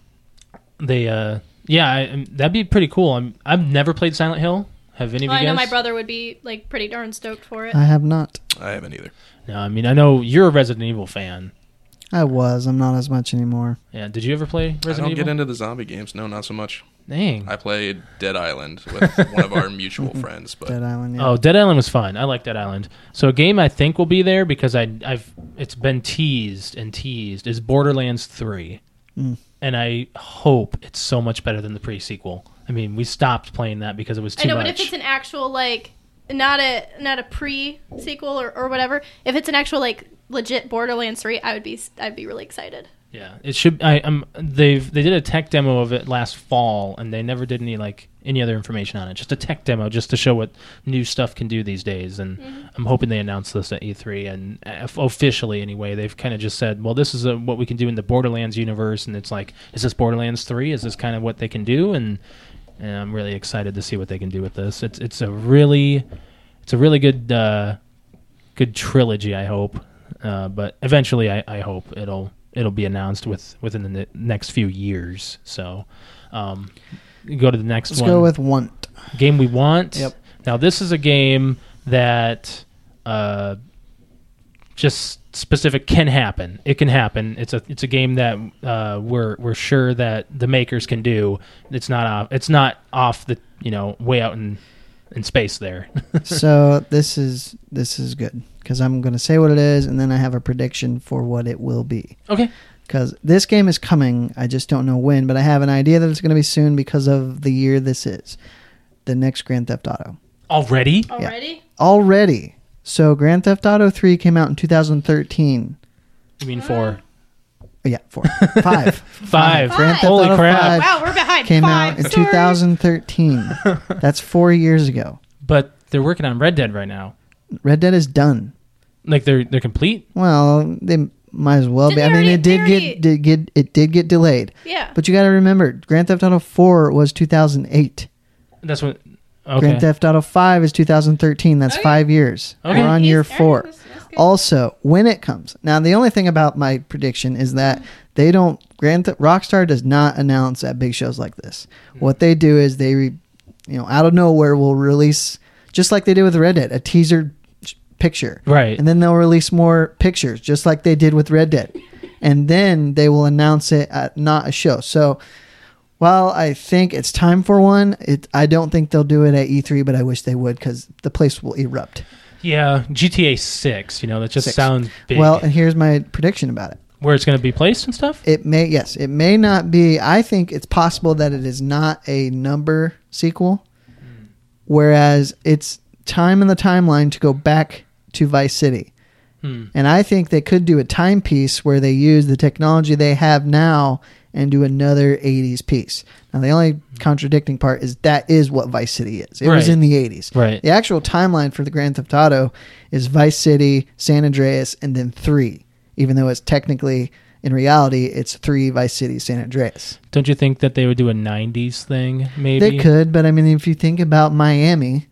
Speaker 3: they uh yeah I, um, that'd be pretty cool i'm i've never played silent hill have any of
Speaker 4: Well, Oh, I
Speaker 3: you guys
Speaker 4: know my brother would be like pretty darn stoked for it.
Speaker 2: I have not.
Speaker 5: I haven't either.
Speaker 3: no i mean i know you're a resident evil fan
Speaker 2: I was. I'm not as much anymore.
Speaker 3: yeah did you ever play
Speaker 5: I don't
Speaker 3: resident
Speaker 5: get
Speaker 3: evil
Speaker 5: into the zombie games. No, not so much.
Speaker 3: dang
Speaker 5: I played Dead Island with one of our mutual friends, but
Speaker 2: Dead Island. Yeah.
Speaker 3: Oh, Dead Island was fun. I like Dead Island. So a game I think will be there because I I've it's been teased and teased is Borderlands 3. And I hope it's so much better than the pre-sequel. I mean, we stopped playing that because it was too
Speaker 4: I know,
Speaker 3: much.
Speaker 4: but if it's an actual like not a not a pre sequel or, or whatever, if it's an actual like legit Borderlands three, I would be I'd be really excited.
Speaker 3: Yeah, it should. I um, they've they did a tech demo of it last fall, and they never did any like any other information on it. Just a tech demo, just to show what new stuff can do these days. And I'm hoping they announce this at E3 and uh, officially anyway. They've kind of just said, well, this is uh what we can do in the Borderlands universe, and it's like, is this Borderlands three? Is this kind of what they can do? And and I'm really excited to see what they can do with this. It's it's a really it's a really good uh, good trilogy. I hope, uh, but eventually, I, I hope it'll it'll be announced with within the ne- next few years. So, um, go to the next
Speaker 2: Let's
Speaker 3: one.
Speaker 2: go with want.
Speaker 3: game we want.
Speaker 2: Yep.
Speaker 3: Now this is a game that uh, just specific can happen. It can happen. It's a it's a game that uh, we're we're sure that the makers can do. It's not off. It's not off the you know way out in in space there.
Speaker 2: so this is this is good because I'm going to say what it is, and then I have a prediction for what it will be.
Speaker 3: okay.
Speaker 2: Because this game is coming, I just don't know when, but I have an idea that it's going to be soon because of the year this is. The next Grand Theft Auto
Speaker 3: Already.
Speaker 4: Already?
Speaker 2: already. So Grand Theft Auto Three came out in 2013.
Speaker 3: You mean four,
Speaker 2: Oh, Yeah, four, five.
Speaker 3: five?
Speaker 2: Grand Theft
Speaker 3: Holy
Speaker 2: Auto
Speaker 3: crap!
Speaker 2: five.
Speaker 4: Wow, we're behind.
Speaker 2: Came
Speaker 4: Five,
Speaker 2: out in
Speaker 4: sorry.
Speaker 2: 2013. That's four years ago.
Speaker 3: But they're working on Red Dead right now.
Speaker 2: Red Dead is done.
Speaker 3: Like they're they're complete.
Speaker 2: Well, they might as well
Speaker 4: Didn't
Speaker 2: be. I
Speaker 4: they
Speaker 2: mean,
Speaker 4: already-
Speaker 2: it
Speaker 4: they
Speaker 2: did
Speaker 4: already-
Speaker 2: get did get it did get delayed.
Speaker 4: Yeah.
Speaker 2: But you got to remember, Grand Theft Auto 4 was 2008.
Speaker 3: That's what. Okay.
Speaker 2: Grand Theft Auto 5 is 2013. That's
Speaker 4: Okay.
Speaker 2: five years.
Speaker 3: Okay.
Speaker 2: We're on year
Speaker 4: Alright,
Speaker 2: four.
Speaker 4: that's- that's good.
Speaker 2: also, when it comes now, the only thing about my prediction is that they don't. Grand Theft Rockstar does not announce at big shows like this. What they do is they, re, you know, out of nowhere will release just like they did with Red Dead, a teaser sh- picture.
Speaker 3: Right.
Speaker 2: And then they'll release more pictures, just like they did with Red Dead. And then they will announce it at not a show. So while I think it's time for one, it, I don't think they'll do it at E3, but I wish they would because the place will erupt.
Speaker 3: Yeah, GTA Six. You know, that just
Speaker 2: Six.
Speaker 3: sounds big.
Speaker 2: Well, uh, and here's my prediction about it.
Speaker 3: where it's going to be placed and stuff.
Speaker 2: It may, yes, it may not be. I think it's possible that it is not a number sequel,
Speaker 3: Hmm.
Speaker 2: whereas it's time in the timeline to go back to Vice City.
Speaker 3: Hmm.
Speaker 2: And I think they could do a timepiece where they use the technology they have now and do another 80s piece. Now, the only contradicting part is that is what Vice City is. It was
Speaker 3: Hmm. Right.
Speaker 2: in the 80s.
Speaker 3: Right.
Speaker 2: The actual timeline for the Grand Theft Auto is Vice City, San Andreas, and then three, even though it's technically, in reality, it's three Vice City, San Andreas.
Speaker 3: Don't you think that they would do a '90s thing? Maybe
Speaker 2: They could, but I mean, if you think about Miami,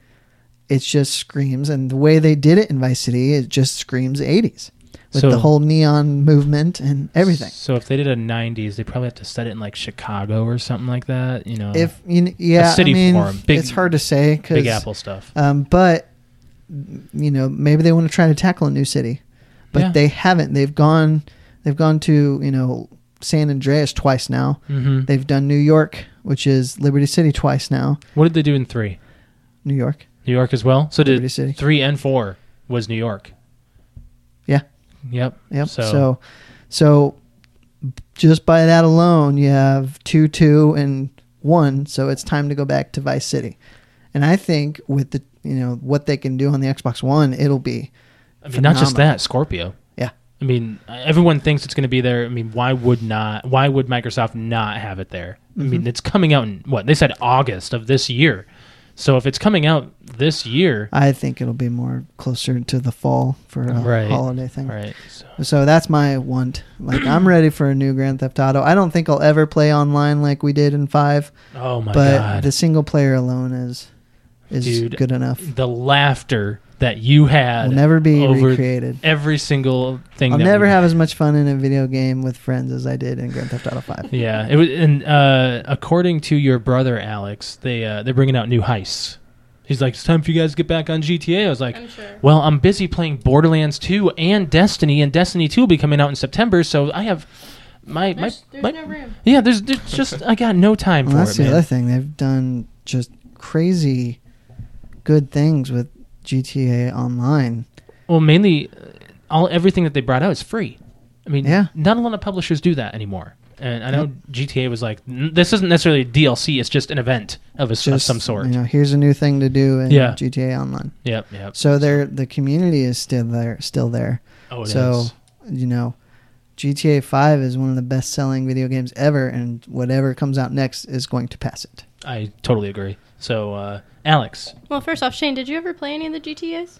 Speaker 2: it just screams, and the way they did it in Vice City, it just screams 80s with
Speaker 3: So-
Speaker 2: the whole neon movement and everything.
Speaker 3: So if they did a '90s, they probably have to set it in like Chicago or something like that. You know,
Speaker 2: If you, kn- yeah,
Speaker 3: city
Speaker 2: I mean,
Speaker 3: forum, big-
Speaker 2: it's hard to say because
Speaker 3: Big Apple stuff.
Speaker 2: Um, but you know, maybe they want to try to tackle a new city, but
Speaker 3: Yeah.
Speaker 2: they haven't. They've gone, they've gone to you know San Andreas twice now.
Speaker 3: hmm
Speaker 2: They've done New York, which is Liberty City, twice now.
Speaker 3: What did they do in three?
Speaker 2: New York,
Speaker 3: New York as well. So
Speaker 2: Liberty
Speaker 3: did
Speaker 2: City.
Speaker 3: three and four was New York.
Speaker 2: Yeah.
Speaker 3: Yep.
Speaker 2: Yep.
Speaker 3: So,
Speaker 2: So, so, just by that alone, you have two, two, and one. So it's time to go back to Vice City, and I think with the you know what they can do on the Xbox One, it'll be
Speaker 3: I mean, not just
Speaker 2: phenomenal.
Speaker 3: that Scorpio.
Speaker 2: Yeah.
Speaker 3: I mean, everyone thinks it's going to be there. I mean, why would not? Why would Microsoft not have it there? I mean,
Speaker 2: Mm-hmm.
Speaker 3: it's coming out in what they said August of this year. So if it's coming out this year,
Speaker 2: I think it'll be more closer to the fall for a
Speaker 3: Right.
Speaker 2: holiday thing.
Speaker 3: all right. So
Speaker 2: So that's my want. Like I'm ready for a new Grand Theft Auto. I don't think I'll ever play online like we did in five,
Speaker 3: Oh my
Speaker 2: but
Speaker 3: god.
Speaker 2: the single player alone is is
Speaker 3: Dude,
Speaker 2: good enough.
Speaker 3: the laughter that you had
Speaker 2: Will never be
Speaker 3: over
Speaker 2: recreated.
Speaker 3: every single thing
Speaker 2: I'll
Speaker 3: that
Speaker 2: never
Speaker 3: we-
Speaker 2: have as much fun in a video game with friends as I did in Grand Theft Auto Five.
Speaker 3: Yeah, it was and uh according to your brother Alex, they uh they're bringing out new heists. He's like, "It's time for you guys to get back on GTA." I was like,
Speaker 4: I'm sure.
Speaker 3: "Well, I'm busy playing Borderlands 2 and Destiny, and Destiny 2 will be coming out in September, so I have my my,
Speaker 4: There's, there's
Speaker 3: my-
Speaker 4: no room.
Speaker 3: Yeah, there's, there's just I got no time
Speaker 2: Well,
Speaker 3: for
Speaker 2: that's
Speaker 3: it,
Speaker 2: the
Speaker 3: man.
Speaker 2: other thing. They've done just crazy good things with GTA Online.
Speaker 3: Well, mainly uh, all everything that they brought out is free. I mean,
Speaker 2: Yeah.
Speaker 3: not a lot of publishers do that anymore. And I know GTA was like, "N- this isn't necessarily DLC; it's just an event of a s of
Speaker 2: Just
Speaker 3: some sort.
Speaker 2: You know, here's a new thing to do in
Speaker 3: Yeah.
Speaker 2: GTA Online.
Speaker 3: Yep, yep.
Speaker 2: So there, the community is still there, still there.
Speaker 3: oh, it
Speaker 2: so
Speaker 3: is.
Speaker 2: you know, GTA 5 is one of the best selling video games ever, and whatever comes out next is going to pass it.
Speaker 3: I totally agree. So, uh, Alex,
Speaker 4: Well, first off, Shane, did you ever play any of the GTAs?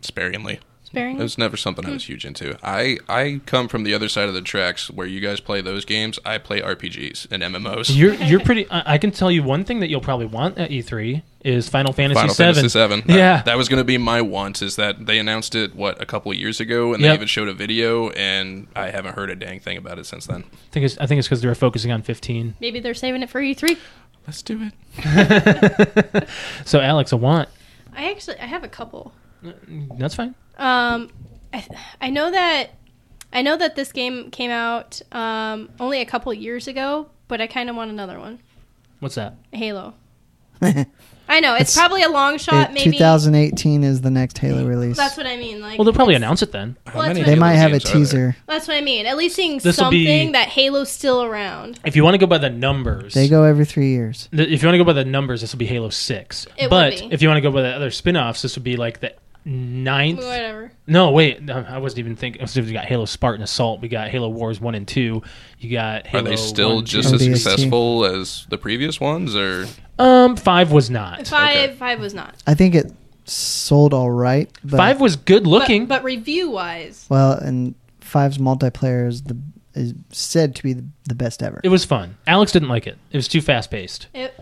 Speaker 5: sparingly. It
Speaker 4: Sparingly.
Speaker 5: was never something I was huge into. I I come from the other side of the tracks where you guys play those games. I play RPGs and MMOs.
Speaker 3: you're you're pretty. I, I can tell you one thing that you'll probably want at E3 is Final Fantasy
Speaker 5: Final
Speaker 3: VII.
Speaker 5: Fantasy Seven.
Speaker 3: Yeah.
Speaker 5: that, that was going to be my want. Is that they announced it what a couple of years ago, and
Speaker 3: Yep.
Speaker 5: they even showed a video, and I haven't heard a dang thing about it since then.
Speaker 3: I think it's I think it's because they were focusing on 15.
Speaker 4: Maybe they're saving it for E E3.
Speaker 5: Let's do it.
Speaker 3: So, Alex, a want.
Speaker 4: I actually I have a couple.
Speaker 3: That's fine.
Speaker 4: Um, I, I know that I know that this game came out um, only a couple years ago, but I kind of want another one.
Speaker 3: What's that?
Speaker 4: Halo. I know it's,
Speaker 2: It's-
Speaker 4: probably a long shot.
Speaker 2: It-
Speaker 4: maybe
Speaker 2: 2018 is the next Halo release.
Speaker 4: that's what I mean. Like,
Speaker 3: Well, they'll probably
Speaker 4: it's-
Speaker 3: announce it then.
Speaker 5: How
Speaker 4: Well, that's
Speaker 5: many
Speaker 4: what-
Speaker 2: they
Speaker 5: Halo
Speaker 2: might have a
Speaker 5: games are there?
Speaker 2: teaser.
Speaker 4: That's what I mean. At least seeing
Speaker 3: This'll be-
Speaker 4: something that Halo's still around.
Speaker 3: If you want to go by the numbers,
Speaker 2: They go every three years.
Speaker 3: th- if you want to go by the numbers, this will be Halo 6.
Speaker 4: It would
Speaker 3: but
Speaker 4: be.
Speaker 3: if you want to go by the other spin offs, this would be like the ninth.
Speaker 4: Whatever.
Speaker 3: No, wait. no, I wasn't even thinking. I was thinking We got Halo Spartan Assault. We got Halo Wars 1 and 2. You got
Speaker 5: Are
Speaker 3: Halo.
Speaker 5: they still
Speaker 3: 1, 2.
Speaker 5: just as
Speaker 2: ODST.
Speaker 5: successful as the previous ones, or
Speaker 3: Um, 5 was not.
Speaker 4: Five.
Speaker 5: Okay.
Speaker 4: Five was not.
Speaker 2: I think it sold all right. But,
Speaker 3: 5 was good
Speaker 4: But-
Speaker 3: looking.
Speaker 4: but, review wise,
Speaker 2: well, and five's multiplayer is the is said to be the, the best ever.
Speaker 3: it was fun. Alex didn't like it. It was too fast paced.
Speaker 4: it,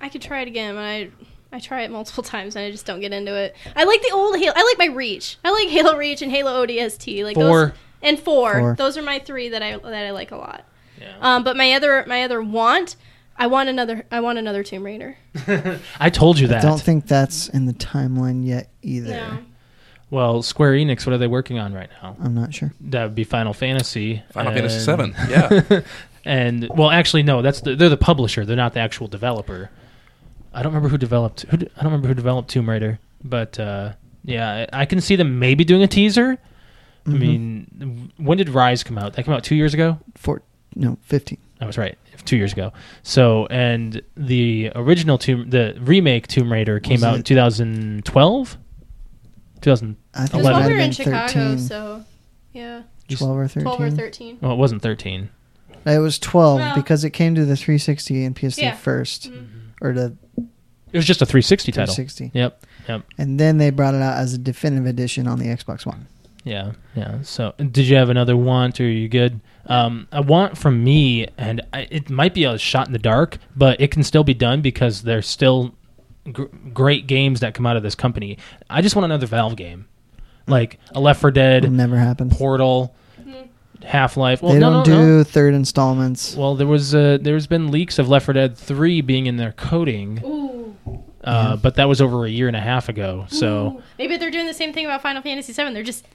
Speaker 4: I could try it again, but I. I try it multiple times and I just don't get into it. I like the old Halo. I like my Reach. I like Halo Reach and Halo ODST. Like those
Speaker 3: Four.
Speaker 4: and four.
Speaker 2: Four.
Speaker 4: Those are my three that I that I like a lot.
Speaker 3: Yeah.
Speaker 4: Um, but my other my other want, I want another I want another Tomb Raider.
Speaker 3: I told you
Speaker 2: I
Speaker 3: that.
Speaker 2: don't think that's in the timeline yet either.
Speaker 4: No.
Speaker 3: well, Square Enix, what are they working on right now?
Speaker 2: I'm not sure.
Speaker 3: That would be Final Fantasy.
Speaker 5: Final Fantasy
Speaker 3: and-
Speaker 5: Seven? Yeah,
Speaker 3: and well, actually, no. That's the, they're the publisher. They're not the actual developer. I don't remember who developed. Who, d- I don't remember who developed Tomb Raider. But uh, yeah, I, I can see them maybe doing a teaser.
Speaker 2: Mm-hmm.
Speaker 3: I mean, when did Rise come out? That came out two years ago.
Speaker 2: Four, no, 15.
Speaker 3: I was right, two years ago. So, and the original Tomb, the remake Tomb Raider came
Speaker 2: Was
Speaker 3: out in
Speaker 2: it-
Speaker 3: 2012. 2000.
Speaker 2: I think
Speaker 4: Because
Speaker 2: it
Speaker 4: while
Speaker 3: Eleven.
Speaker 2: might
Speaker 4: we
Speaker 2: have
Speaker 4: were in
Speaker 2: been
Speaker 4: Chicago,
Speaker 2: 13.
Speaker 4: so yeah,
Speaker 2: 12 or 13.
Speaker 4: twelve or thirteen.
Speaker 3: Well, it wasn't 13.
Speaker 2: It was 12
Speaker 4: Well-
Speaker 2: because it came to the 360 and PS3
Speaker 4: Yeah.
Speaker 2: 1st
Speaker 4: Mhm.
Speaker 2: or the
Speaker 3: It was just a 360 title.
Speaker 2: 360.
Speaker 3: Yep. Yep.
Speaker 2: And then they brought it out as a definitive edition on the Xbox One.
Speaker 3: Yeah, yeah. So, did you have another want, or are you good? Um, a want from me, and I, it might be a shot in the dark, but it can still be done because there's still gr- great games that come out of this company. I just want another Valve game, like a Left 4
Speaker 2: It'll
Speaker 3: Dead,
Speaker 2: never happen.
Speaker 3: Portal, Half Life. Well,
Speaker 2: they
Speaker 3: no,
Speaker 2: don't
Speaker 3: no,
Speaker 2: do
Speaker 3: no.
Speaker 2: third installments.
Speaker 3: Well, there was uh, there's been leaks of Left 4 Dead 3 being in their coding,
Speaker 4: Ooh.
Speaker 3: uh, but that was over a year and a half ago. So.
Speaker 4: Ooh. maybe they're doing the same thing about Final Fantasy VII. They're just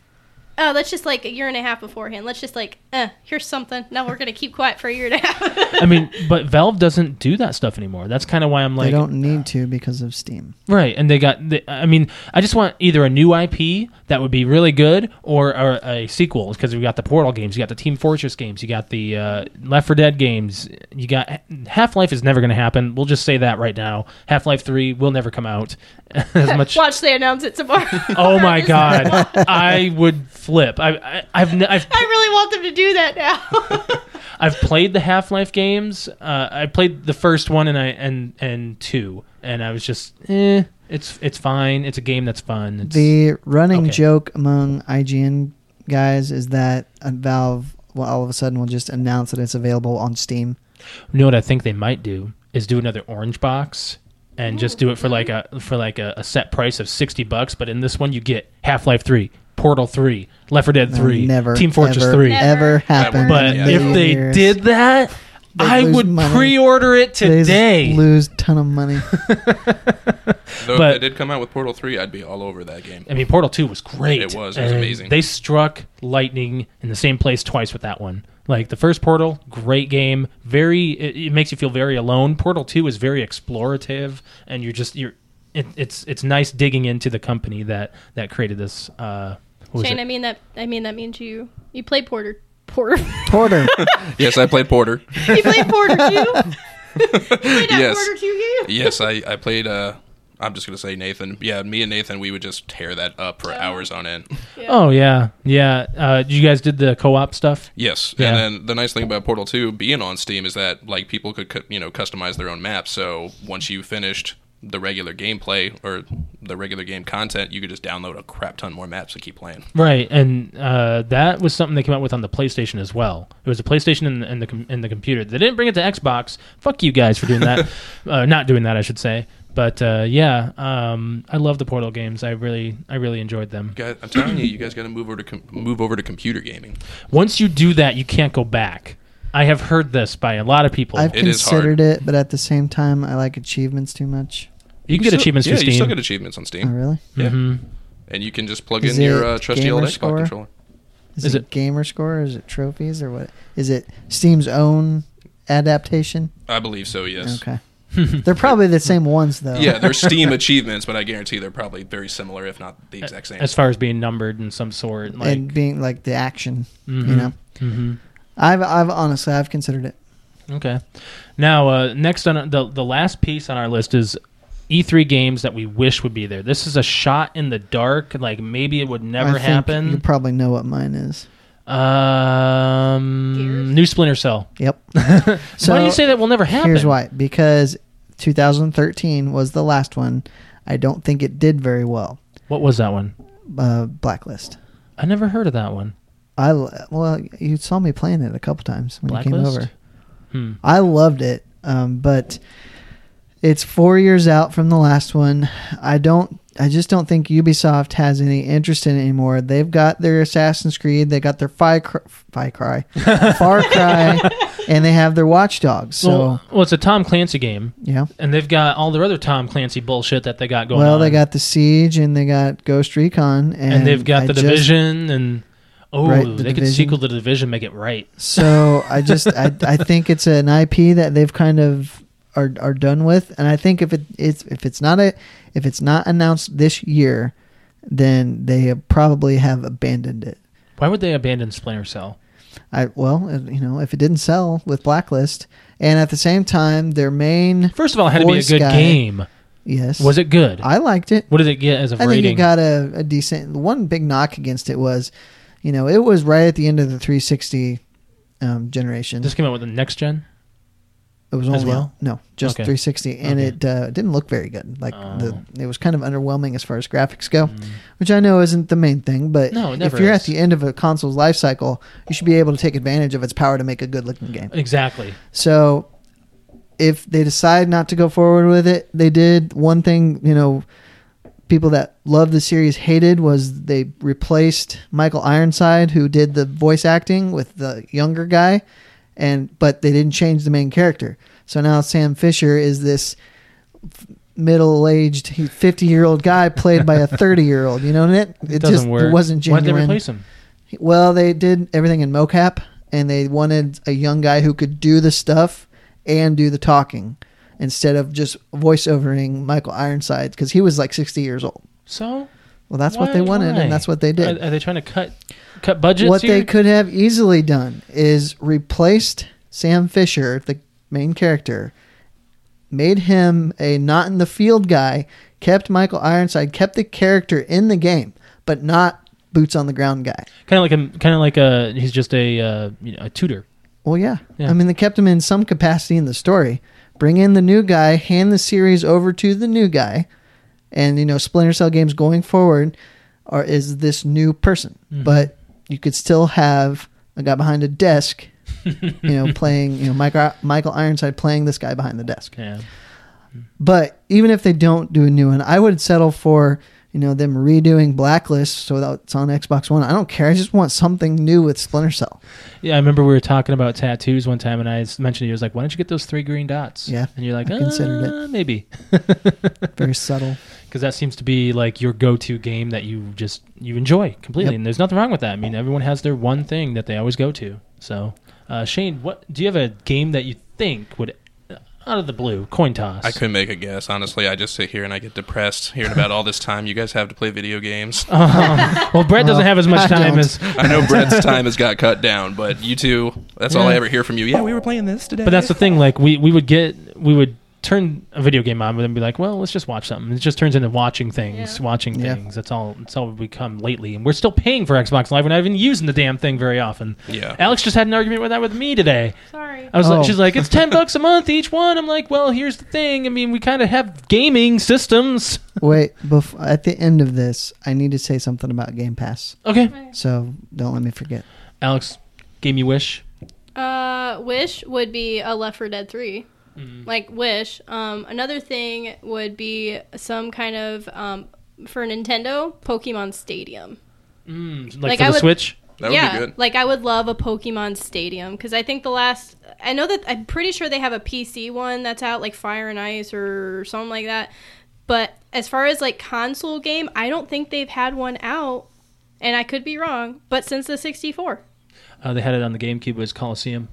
Speaker 4: oh, let's just like a year and a half beforehand. Let's just like uh, here's something. Now we're gonna keep quiet for a year and a half.
Speaker 3: I mean, but Valve doesn't do that stuff anymore. That's kind of why I'm like, uh,
Speaker 2: they don't need to because of Steam.
Speaker 3: Right, and they got. The, I mean, I just want either a new IP that would be really good, or, or a sequel because we got the Portal games, you got the Team Fortress games, you got the uh, Left 4 Dead games. You got Half Life is never going to happen. We'll just say that right now. Half Life Three will never come out. as much.
Speaker 4: Watch they announce it tomorrow.
Speaker 3: Oh my god, I would flip. I, I I've, ne- I've
Speaker 4: I really want them to do that now.
Speaker 3: I've played the Half Life games. Uh, I played the first one and I and and two, and I was just eh. It's it's fine. It's a game that's fun. It's,
Speaker 2: The running
Speaker 3: okay.
Speaker 2: joke among IGN guys is that uh, Valve will all of a sudden will just announce that it's available on Steam.
Speaker 3: You know what I think they might do is do another orange box and just do it for like a for like a, a set price of sixty bucks. But in this one, you get Half Life Three, Portal Three, Left 4 Dead
Speaker 2: That'll
Speaker 3: Three,
Speaker 2: never,
Speaker 3: Team Fortress
Speaker 2: ever,
Speaker 3: Three.
Speaker 2: ever happen.
Speaker 5: Never.
Speaker 3: But
Speaker 2: in a
Speaker 5: Yeah.
Speaker 2: million
Speaker 3: if they
Speaker 2: years.
Speaker 3: did that,
Speaker 2: They'd
Speaker 3: I
Speaker 2: lose
Speaker 3: would
Speaker 2: money.
Speaker 3: pre-order it
Speaker 2: They'd just
Speaker 3: today.
Speaker 2: lose ton of money.
Speaker 5: though
Speaker 3: But-
Speaker 5: if they did come out with Portal Three, I'd be all over that game.
Speaker 3: I mean, Portal Two was great.
Speaker 5: It was. It was
Speaker 3: And
Speaker 5: amazing.
Speaker 3: They struck lightning in the same place twice with that one. Like the first Portal, great game. Very, it, it makes you feel very alone. Portal Two is very explorative, and you're just you're. It, it's it's nice digging into the company that that created this. Uh, what was
Speaker 4: Shane,
Speaker 3: it?
Speaker 4: I mean that. I mean that means you you play Porter. Porter.
Speaker 2: Porter,
Speaker 5: Yes, I played Porter.
Speaker 4: you played Porter too. you played that
Speaker 5: Yes.
Speaker 4: Porter two game.
Speaker 5: Yes, I I played uh I'm just gonna say Nathan. Yeah, me and Nathan, we would just tear that up for hours on end.
Speaker 3: Oh yeah, yeah. Uh, you guys did the co-op stuff.
Speaker 5: Yes,
Speaker 3: Yeah.
Speaker 5: and then the nice thing about Portal Two being on Steam is that like people could cu- you know customize their own maps. So once you finished the regular gameplay or the regular game content, you could just download a crap ton more maps to keep playing.
Speaker 3: Right, and uh, that was something they came out with on the PlayStation as well. It was the PlayStation and the and the, com- and the computer. They didn't bring it to Xbox. Fuck you guys for doing that, uh, not doing that, I should say. But uh, yeah, um, I love the Portal games. I really, I really enjoyed them.
Speaker 5: Guys, I'm telling you, you guys got to move over to com- move over to computer gaming.
Speaker 3: Once you do that, you can't go back. I have heard this by a lot of people.
Speaker 2: I've
Speaker 5: It is hard.
Speaker 2: considered it, but at the same time, I like achievements too much.
Speaker 3: you can get
Speaker 5: still-
Speaker 3: achievements
Speaker 5: yeah,
Speaker 3: for Steam.
Speaker 5: you still get achievements on Steam,
Speaker 2: Oh, really?
Speaker 5: yeah.
Speaker 3: Mhm.
Speaker 5: and you can just plug
Speaker 2: Is
Speaker 5: in your
Speaker 2: it
Speaker 5: uh, trusty old
Speaker 2: gamer
Speaker 5: Xbox
Speaker 2: score?
Speaker 5: controller.
Speaker 2: Is,
Speaker 3: Is
Speaker 2: it,
Speaker 3: it-
Speaker 2: gamer score? Or is it trophies or what? Is it Steam's own adaptation?
Speaker 5: I believe so. Yes.
Speaker 2: Okay. They're probably the same ones though.
Speaker 5: Yeah, they're Steam achievements, but I guarantee they're probably very similar, if not the exact same.
Speaker 3: Uh, As far as being numbered in some sort, like
Speaker 2: and being like the action, you
Speaker 3: Mhm.
Speaker 2: know.
Speaker 3: Mhm.
Speaker 2: I've I've honestly I've considered it.
Speaker 3: Okay. Now, uh, next on the the last piece on our list is E3 games that we wish would be there. This is a shot in the dark. Like maybe it would
Speaker 2: I
Speaker 3: never
Speaker 2: think You
Speaker 3: happen.
Speaker 2: probably know what mine is.
Speaker 3: Um,
Speaker 4: Gears?
Speaker 3: new Splinter Cell.
Speaker 2: Yep.
Speaker 3: why do you say that will never happen?
Speaker 2: Here's why. Because 2013 was the last one. I don't think it did very well.
Speaker 3: What was that one?
Speaker 2: Uh, Blacklist.
Speaker 3: I never heard of that one.
Speaker 2: I l- well, you saw me playing it a couple times when you came
Speaker 3: Blacklist?
Speaker 2: over.
Speaker 3: Hmm.
Speaker 2: I loved it, um, but it's four years out from the last one. I don't. I just don't think Ubisoft has any interest in it anymore. They've got their Assassin's Creed, they got their Fi Cry, Fi Cry, Far Cry, and they have their Watch Dogs. So
Speaker 3: well, well, it's a Tom Clancy game,
Speaker 2: yeah.
Speaker 3: and they've got all their other Tom Clancy bullshit that they got going
Speaker 2: Well,
Speaker 3: on.
Speaker 2: they got the Siege and they got Ghost Recon, and,
Speaker 3: and, they've got
Speaker 2: I
Speaker 3: the
Speaker 2: just-
Speaker 3: Division and. Oh,
Speaker 2: Right, The
Speaker 3: they could
Speaker 2: Division.
Speaker 3: sequel to the division, make it right.
Speaker 2: So I just I, I think it's an IP that they've kind of are are done with, and I think if it it's if it's not a if it's not announced this year, then they have probably have abandoned it.
Speaker 3: Why would they abandon Splinter Cell?
Speaker 2: I well uh, you know if it didn't sell with Blacklist, and at the same time their main
Speaker 3: First of all, it had to be a
Speaker 2: Voice
Speaker 3: good
Speaker 2: guy.
Speaker 3: game.
Speaker 2: yes
Speaker 3: Was it good?
Speaker 2: I liked it.
Speaker 3: What did it get as a
Speaker 2: I think
Speaker 3: rating?
Speaker 2: it got a, a decent one. Big knock against it was, you know, it was right at the end of the 360 um, generation.
Speaker 3: this came out with the next gen.
Speaker 2: It was
Speaker 3: as
Speaker 2: only
Speaker 3: well?
Speaker 2: no, just
Speaker 3: Okay.
Speaker 2: 360, and
Speaker 3: Okay.
Speaker 2: it uh, didn't look very good. Like
Speaker 3: Oh. Mm-hmm.
Speaker 2: the it was kind of underwhelming as far as graphics go,
Speaker 3: Mm.
Speaker 2: which I know isn't the main thing. But
Speaker 3: No, it
Speaker 2: if
Speaker 3: never
Speaker 2: you're
Speaker 3: is.
Speaker 2: at the end of a console's life cycle, you should be able to take advantage of its power to make a good looking game.
Speaker 3: Exactly.
Speaker 2: So if they decide not to go forward with it, they did one thing, you know, people that love the series hated was they replaced Michael Ironside who did the voice acting with the younger guy and but they didn't change the main character. So now Sam Fisher is this f- middle-aged 50-year-old guy played by a 30-year-old, you know, and it, it,
Speaker 3: doesn't
Speaker 2: just
Speaker 3: work.
Speaker 2: It wasn't
Speaker 3: Why'd
Speaker 2: genuine.
Speaker 3: they replace him?
Speaker 2: Well, they did everything in mocap, and they wanted a young guy who could do the stuff and do the talking instead of just voiceovering Michael Ironside because he was like 60 years old.
Speaker 3: So
Speaker 2: Well, that's
Speaker 3: Why-
Speaker 2: what they wanted,
Speaker 3: why? Uh,
Speaker 2: and that's what they did.
Speaker 3: Are, are they trying to cut cut budgets?
Speaker 2: what
Speaker 3: here?
Speaker 2: they could have easily done is replaced Sam Fisher, the main character, made him a not in the field guy, kept Michael Ironside, kept the character in the game, but not boots on the ground guy.
Speaker 3: kind of like a kind of like a he's just a uh, you know, a tutor.
Speaker 2: Well, yeah.
Speaker 3: Yeah.
Speaker 2: I mean, they kept him in some capacity in the story. Bring in the new guy, hand the series over to the new guy, and you know, Splinter Cell games going forward are is this new person, but you could still have a guy behind a desk, you know, playing you know Michael Michael Ironside playing this guy behind the desk.
Speaker 3: Yeah.
Speaker 2: But even if they don't do a new one, I would settle for you know them redoing Blacklist so that it's on Xbox One. I don't care. I just want something new with Splinter Cell.
Speaker 3: Yeah, I remember we were talking about tattoos one time, and I s- mentioned it. He was like, "Why don't you get those three green dots?"
Speaker 2: Yeah,
Speaker 3: and you're like,
Speaker 2: I considered it.
Speaker 3: "Uh, maybe
Speaker 2: Very subtle.
Speaker 3: because that seems to be like your go-to game that you just you enjoy completely,
Speaker 2: Yep.
Speaker 3: and there's nothing wrong with that. I mean, everyone has their one thing that they always go to. So, uh, Shane, what do you have a game that you think would uh, out of the blue coin toss?
Speaker 5: I couldn't make a guess. Honestly, I just sit here and I get depressed hearing about all this time you guys have to play video games.
Speaker 3: Uh-huh. Well, Brett doesn't
Speaker 2: Well,
Speaker 3: have as much
Speaker 2: I
Speaker 3: time
Speaker 2: don't.
Speaker 3: as,
Speaker 5: I know Brett's time has got cut down, but you two, that's all I ever hear from you. Yeah, we were playing this today.
Speaker 3: but that's the thing. Like we we would get we would turn a video game on and then be like, well, let's just watch something. It just turns into watching things,
Speaker 4: Yeah.
Speaker 3: watching
Speaker 2: Yeah.
Speaker 3: things. That's all. That's all we've become lately. And we're still paying for Xbox Live. We're not even using the damn thing very often.
Speaker 5: Yeah.
Speaker 3: Alex just had an argument with that with me today.
Speaker 4: Sorry.
Speaker 3: I was
Speaker 2: Oh.
Speaker 3: like, she's like, it's ten bucks a month each one. I'm like, well, here's the thing. I mean, we kind of have gaming systems.
Speaker 2: Wait, bef- at the end of this, I need to say something about Game Pass.
Speaker 3: Okay,
Speaker 2: So don't let me forget.
Speaker 3: Alex, game you wish.
Speaker 4: Uh, Wish would be a Left 4 Dead 3. Like Wish. Um, another thing would be some kind of um, for Nintendo Pokemon Stadium.
Speaker 3: Mm, like,
Speaker 4: Like,
Speaker 3: for
Speaker 4: I
Speaker 3: the
Speaker 4: would-
Speaker 3: Switch.
Speaker 5: That would
Speaker 4: yeah,
Speaker 5: be good.
Speaker 4: like I would love a Pokemon Stadium because I think the last I know that I'm pretty sure they have a PC one that's out like Fire and Ice or something like that. But as far as like console game, I don't think they've had one out, and I could be wrong. But since the 64,
Speaker 3: Uh, they had it on the GameCube. It was Coliseum.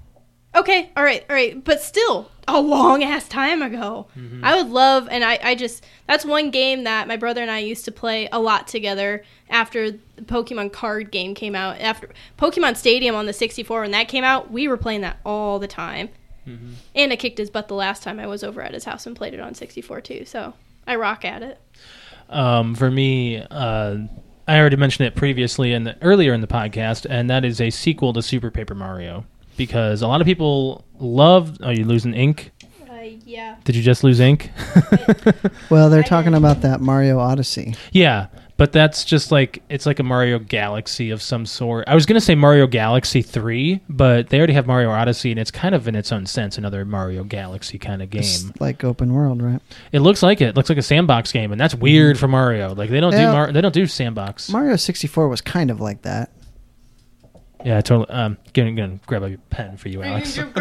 Speaker 4: Okay, all right, all right, but still a long ass time ago. I would love, and I, I just that's one game that my brother and I used to play a lot together after the Pokemon card game came out. After Pokemon Stadium on the 64, when that came out, we were playing that all the time. And I kicked his butt the last time I was over at his house and played it on 64 too. So I rock at it.
Speaker 3: Um, for me, uh, I already mentioned it previously and earlier in the podcast, and that is a sequel to Super Paper Mario because a lot of people love. Are you losing ink?
Speaker 4: Uh, yeah.
Speaker 3: Did you just lose ink?
Speaker 2: Well, they're
Speaker 4: I
Speaker 2: talking
Speaker 4: did.
Speaker 2: about that Mario Odyssey.
Speaker 3: yeah, but that's just like it's like a Mario Galaxy of some sort. I was gonna say Mario Galaxy Three, but they already have Mario Odyssey, and it's kind of in its own sense another Mario Galaxy kind of game.
Speaker 2: It's like open world, right?
Speaker 3: It looks like it. it looks like a sandbox game, and that's weird for Mario. Like they don't
Speaker 2: Yeah.
Speaker 3: do Mar- they don't do sandbox.
Speaker 2: Mario 64 was kind of like that.
Speaker 3: Yeah, totally. Um, gonna, gonna grab a pen for you, Alex.
Speaker 5: Wait,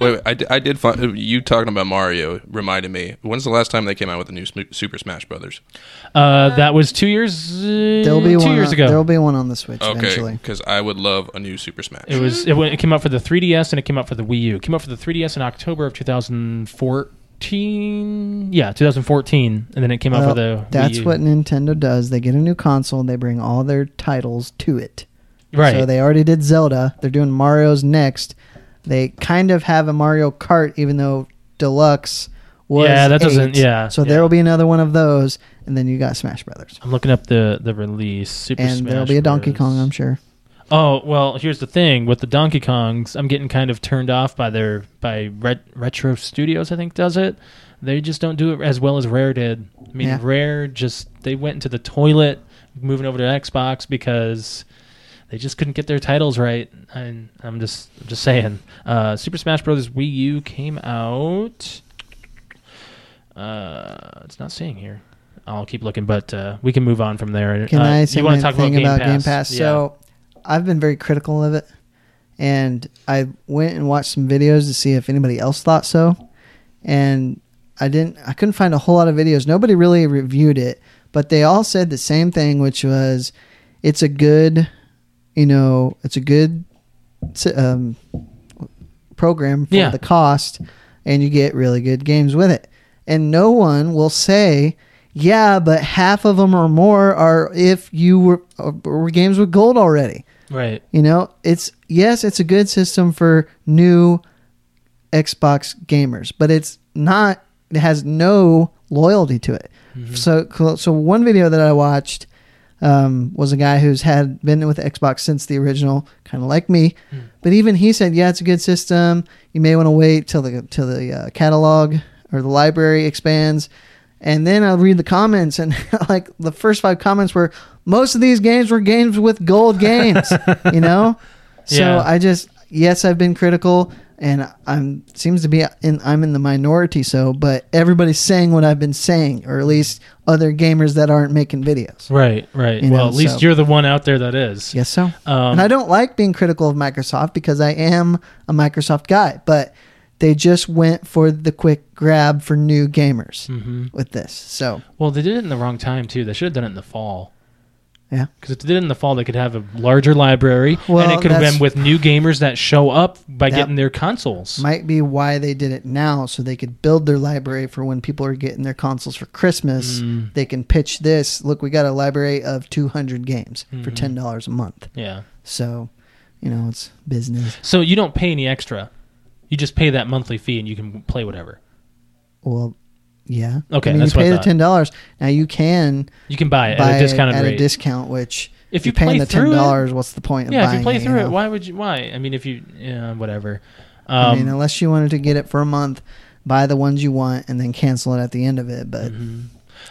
Speaker 5: wait I, di- I did find you talking about Mario reminded me. When's the last time they came out with the new Sm- Super Smash Brothers?
Speaker 3: Uh, that was two years. Uh,
Speaker 2: There'll be
Speaker 3: two
Speaker 2: one.
Speaker 3: years
Speaker 2: on,
Speaker 3: ago.
Speaker 2: There'll be one on the Switch
Speaker 5: Okay,
Speaker 2: eventually.
Speaker 5: because I would love a new Super Smash.
Speaker 3: it was. It, went- it came out for the 3DS and it came out for the Wii U. It came out for the 3DS in October of 2014. Yeah, 2014, and then it came out
Speaker 2: Well,
Speaker 3: for the.
Speaker 2: that's
Speaker 3: Wii U.
Speaker 2: what Nintendo does. They get a new console and they bring all their titles to it.
Speaker 3: Right.
Speaker 2: So they already did Zelda. They're doing Mario's next. They kind of have a Mario Kart, even though Deluxe was.
Speaker 3: Yeah, that doesn't-
Speaker 2: eight.
Speaker 3: yeah,
Speaker 2: So
Speaker 3: yeah.
Speaker 2: there will be another one of those, and then you got Smash Brothers,
Speaker 3: I'm looking up the the release. Super
Speaker 2: and
Speaker 3: Smash
Speaker 2: there'll be a Donkey
Speaker 3: Bros.
Speaker 2: Kong, I'm sure.
Speaker 3: Oh well, here's the thing with the Donkey Kongs. I'm getting kind of turned off by their by Ret- Retro Studios. I think does it. They just don't do it as well as Rare did. I mean,
Speaker 2: Yeah.
Speaker 3: Rare just they went into the toilet, moving over to Xbox because they just couldn't get their titles right. And I'm just I'm just saying, uh, Super Smash Bros. Wii U came out. Uh, it's not saying here. I'll keep looking, but uh, we can move on from there.
Speaker 2: Can
Speaker 3: Uh,
Speaker 2: I
Speaker 3: you
Speaker 2: say
Speaker 3: wanna
Speaker 2: my thing about Game Pass?
Speaker 3: Yeah.
Speaker 2: So I've been very critical of it, and I went and watched some videos to see if anybody else thought so, and I didn't. I couldn't find a whole lot of videos. Nobody really reviewed it, but they all said the same thing, which was, it's a good, you know, it's a good s- um, program for
Speaker 3: Yeah.
Speaker 2: the cost, and you get really good games with it. And no one will say, yeah, but half of them or more are if you were, uh, were games with gold already.
Speaker 3: right.
Speaker 2: You know, it's yes, it's a good system for new Xbox gamers, but it's not. It has no loyalty to it. So, so one video that I watched um, was a guy who's had been with Xbox since the original, kind of like me. But even he said, "Yeah, it's a good system. You may want to wait till the till the uh, catalog or the library expands." And then I'll read the comments, and like the first five comments were, most of these games were games with gold games, you know. So
Speaker 3: Yeah.
Speaker 2: I just yes, I've been critical, and I'm seems to be in I'm in the minority. So, but everybody's saying what I've been saying, or at least other gamers that aren't making videos.
Speaker 3: Right, right.
Speaker 2: You
Speaker 3: well,
Speaker 2: know,
Speaker 3: at least
Speaker 2: so-
Speaker 3: you're the one out there that is.
Speaker 2: Yes, so.
Speaker 3: Um,
Speaker 2: and I don't like being critical of Microsoft because I am a Microsoft guy, but they just went for the quick grab for new gamers with this. So
Speaker 3: mm-hmm. well, they did it in the wrong time too. They should have done it in the fall.
Speaker 2: Yeah.
Speaker 3: Because if they did it in the fall, they could have a larger library,
Speaker 2: Well,
Speaker 3: and it could have
Speaker 2: that's-
Speaker 3: been with new gamers that show up by
Speaker 2: That
Speaker 3: getting their consoles.
Speaker 2: might be why they did it now so they could build their library for when people are getting their consoles for Christmas.
Speaker 3: Mm-hmm.
Speaker 2: They can pitch this. Look, we got a library of 200 games
Speaker 3: Mm-hmm.
Speaker 2: for $10 a month.
Speaker 3: yeah.
Speaker 2: So, you know, it's business.
Speaker 3: So you don't pay any extra. You just pay that monthly fee, and you can play whatever.
Speaker 2: Well, yeah.
Speaker 3: Okay,
Speaker 2: I mean,
Speaker 3: that's
Speaker 2: you
Speaker 3: what I
Speaker 2: pay the
Speaker 3: thought.
Speaker 2: ten dollars. Now you can
Speaker 3: You can buy it
Speaker 2: buy
Speaker 3: at a discounted
Speaker 2: at
Speaker 3: rate.
Speaker 2: a discount, which
Speaker 3: If you
Speaker 2: you're paying
Speaker 3: play
Speaker 2: the
Speaker 3: through
Speaker 2: ten
Speaker 3: it-
Speaker 2: dollars, what's the point? of
Speaker 3: yeah, if
Speaker 2: buying
Speaker 3: you play
Speaker 2: it,
Speaker 3: through
Speaker 2: know?
Speaker 3: it, why would you? Why? I mean, if you, yeah, whatever. Um,
Speaker 2: I mean, unless you wanted to get it for a month, buy the ones you want, and then cancel it at the end of it.
Speaker 3: Mm-hmm.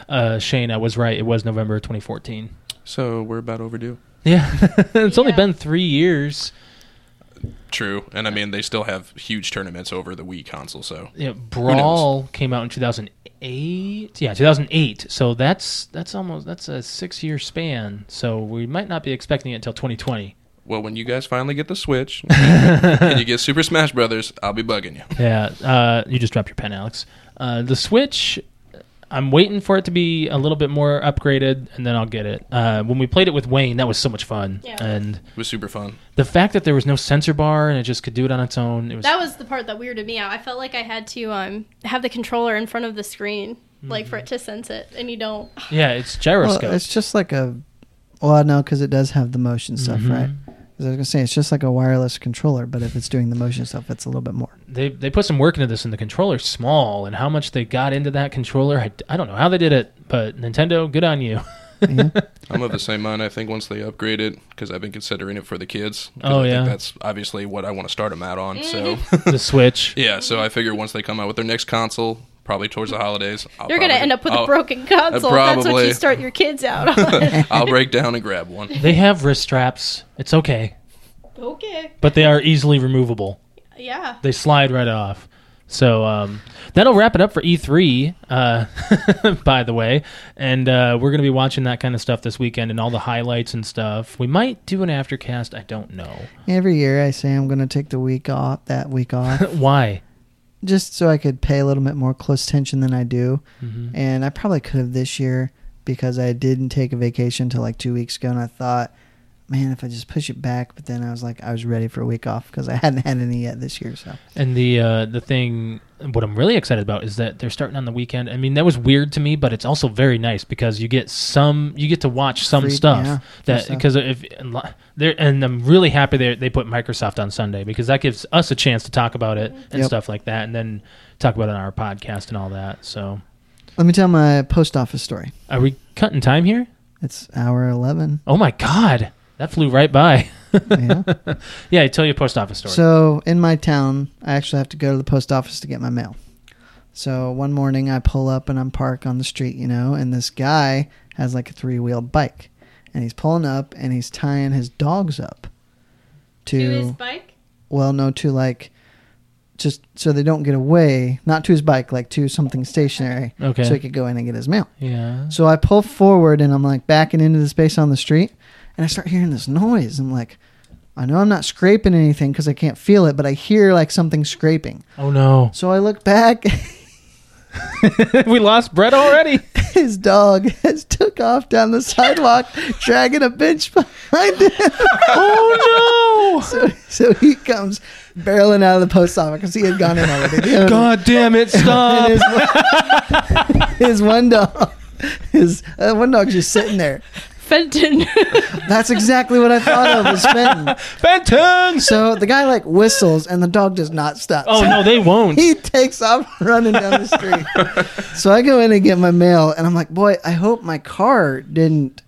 Speaker 2: But
Speaker 3: uh, Shane, I was right. It was November 2014.
Speaker 5: So we're about overdue.
Speaker 3: Yeah, it's only
Speaker 4: Yeah.
Speaker 3: been three years.
Speaker 5: True, and I mean they still have huge tournaments over the Wii console. So
Speaker 3: Yeah, Brawl came out in 2008. Yeah, 2008. So that's that's almost that's a six year span. So we might not be expecting it until 2020.
Speaker 5: well, when you guys finally get the Switch and you get Super Smash Brothers, I'll be bugging you.
Speaker 3: Yeah, uh, you just dropped your pen, Alex. Uh, the Switch, I'm waiting for it to be a little bit more upgraded, and then I'll get it. Uh, when we played it with Wayne, that was so much fun,
Speaker 4: Yeah.
Speaker 3: and
Speaker 5: It was super fun.
Speaker 3: the fact that there was no sensor bar and it just could do it on its own, it was.
Speaker 4: That was the part that weirded me out. I felt like I had to um have the controller in front of the screen, like for it
Speaker 5: Mm-hmm.
Speaker 4: to sense it, and you don't.
Speaker 3: yeah, it's
Speaker 2: well,
Speaker 3: gyroscope.
Speaker 2: it's just like a. Well, no, because it does have the motion stuff,
Speaker 3: Mhm.
Speaker 2: right? 'Cause I was gonna say it's just like a wireless controller, but if it's doing the motion stuff, it's a little bit more.
Speaker 3: they they put some work into this, and the controller's small, and how much they got into that controller, I, I don't know how they did it, but Nintendo, good on you.
Speaker 2: Yeah.
Speaker 5: I'm of the same mind. I think once they upgrade it, because I've been considering it for the kids. 'cause
Speaker 3: Oh,
Speaker 5: I
Speaker 3: yeah.
Speaker 5: think that's obviously what I want to start them out on. So
Speaker 4: Mm-hmm.
Speaker 3: the Switch.
Speaker 5: yeah, so I figure once they come out with their next console, probably towards the holidays, I'll
Speaker 4: You're gonna
Speaker 5: probably-
Speaker 4: end up with a
Speaker 5: I'll-
Speaker 4: broken console. That's what
Speaker 5: probably-
Speaker 4: you start your kids out on.
Speaker 5: I'll break down and grab one.
Speaker 3: They have wrist straps. It's okay,
Speaker 4: okay.
Speaker 3: but they are easily removable.
Speaker 4: Yeah.
Speaker 3: they slide right off. So um, that'll wrap it up for E3, uh, by the way. And uh, we're going to be watching that kind of stuff this weekend and all the highlights and stuff. We might do an aftercast. I don't know.
Speaker 2: Every year, I say I'm gonna take the week off, that week off,
Speaker 3: Why?
Speaker 2: just so I could pay a little bit more close attention than I do. And I probably could have this year because I didn't take a vacation until like two weeks ago. And I thought, man, if I just push it back, but then I was like, I was ready for a week off because I hadn't had any yet this year. So
Speaker 3: And the uh, the thing, what I'm really excited about is that they're starting on the weekend. I mean, that was weird to me, but it's also very nice because you get some, you get to watch some
Speaker 2: Free-
Speaker 3: stuff
Speaker 2: yeah,
Speaker 3: that
Speaker 2: free stuff.
Speaker 3: because if and, li- there, and I'm really happy they they put Microsoft on Sunday because that gives us a chance to talk about it and
Speaker 2: Yep.
Speaker 3: stuff like that, and then talk about it on our podcast and all that. So,
Speaker 2: let me tell my post office story.
Speaker 3: are we cutting time here?
Speaker 2: It's hour 11.
Speaker 3: Oh my god, that flew right by.
Speaker 2: Yeah.
Speaker 3: yeah, I tell you a post office story.
Speaker 2: So in my town, I actually have to go to the post office to get my mail. So one morning, I pull up and I'm parked on the street, you know, and this guy has like a three wheeled bike, and he's pulling up and he's tying his dogs up to,
Speaker 4: To his bike.
Speaker 2: well, no, to like just so they don't get away, not to his bike, like to something stationary,
Speaker 3: Okay.
Speaker 2: so he could go in and get his mail.
Speaker 3: yeah.
Speaker 2: So I pull forward and I'm like backing into the space on the street, and I start hearing this noise. I'm like, I know I'm not scraping anything because I can't feel it, but I hear like something scraping.
Speaker 3: Oh no,
Speaker 2: So I look back.
Speaker 3: we lost Brett already.
Speaker 2: His dog has took off down the sidewalk, dragging a bench behind him.
Speaker 3: oh no.
Speaker 2: So, so he comes barreling out of the post office because he had gone in already. The other-
Speaker 3: God damn it! Stop.
Speaker 2: and his, one- his one dog, his uh, one dog's just sitting there.
Speaker 4: Fenton.
Speaker 2: That's exactly what I thought of was Fenton.
Speaker 3: Fentons!
Speaker 2: So the guy like whistles and the dog does not stop.
Speaker 3: Oh no, they won't.
Speaker 2: He takes off running down the street. so I go in and get my mail and I'm like, boy, I hope my car didn't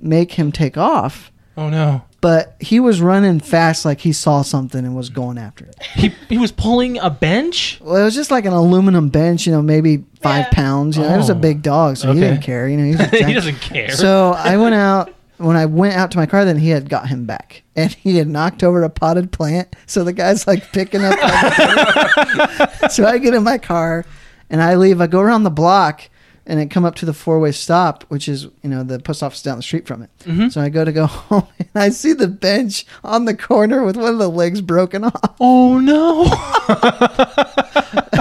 Speaker 2: make him take off.
Speaker 3: Oh no.
Speaker 2: But he was running fast like he saw something and was going after it.
Speaker 3: He he was pulling a bench?
Speaker 2: Well, it was just like an aluminum bench, you know, maybe five
Speaker 4: Yeah.
Speaker 2: pounds. You know, it was a
Speaker 3: Oh.
Speaker 2: big dog, so he
Speaker 3: Okay.
Speaker 2: didn't care. You know, he, was a
Speaker 3: he
Speaker 2: giant-
Speaker 3: doesn't care.
Speaker 2: So I went out. When I went out to my car, then he had got him back, and he had knocked over a potted plant. So the guy's like picking up. everything. so I get in my car, and I leave. I go around the block, and I come up to the four way stop, which is you know the post office down the street from it. So I go to go home, and I see the bench on the corner with one of the legs broken off,
Speaker 3: oh no.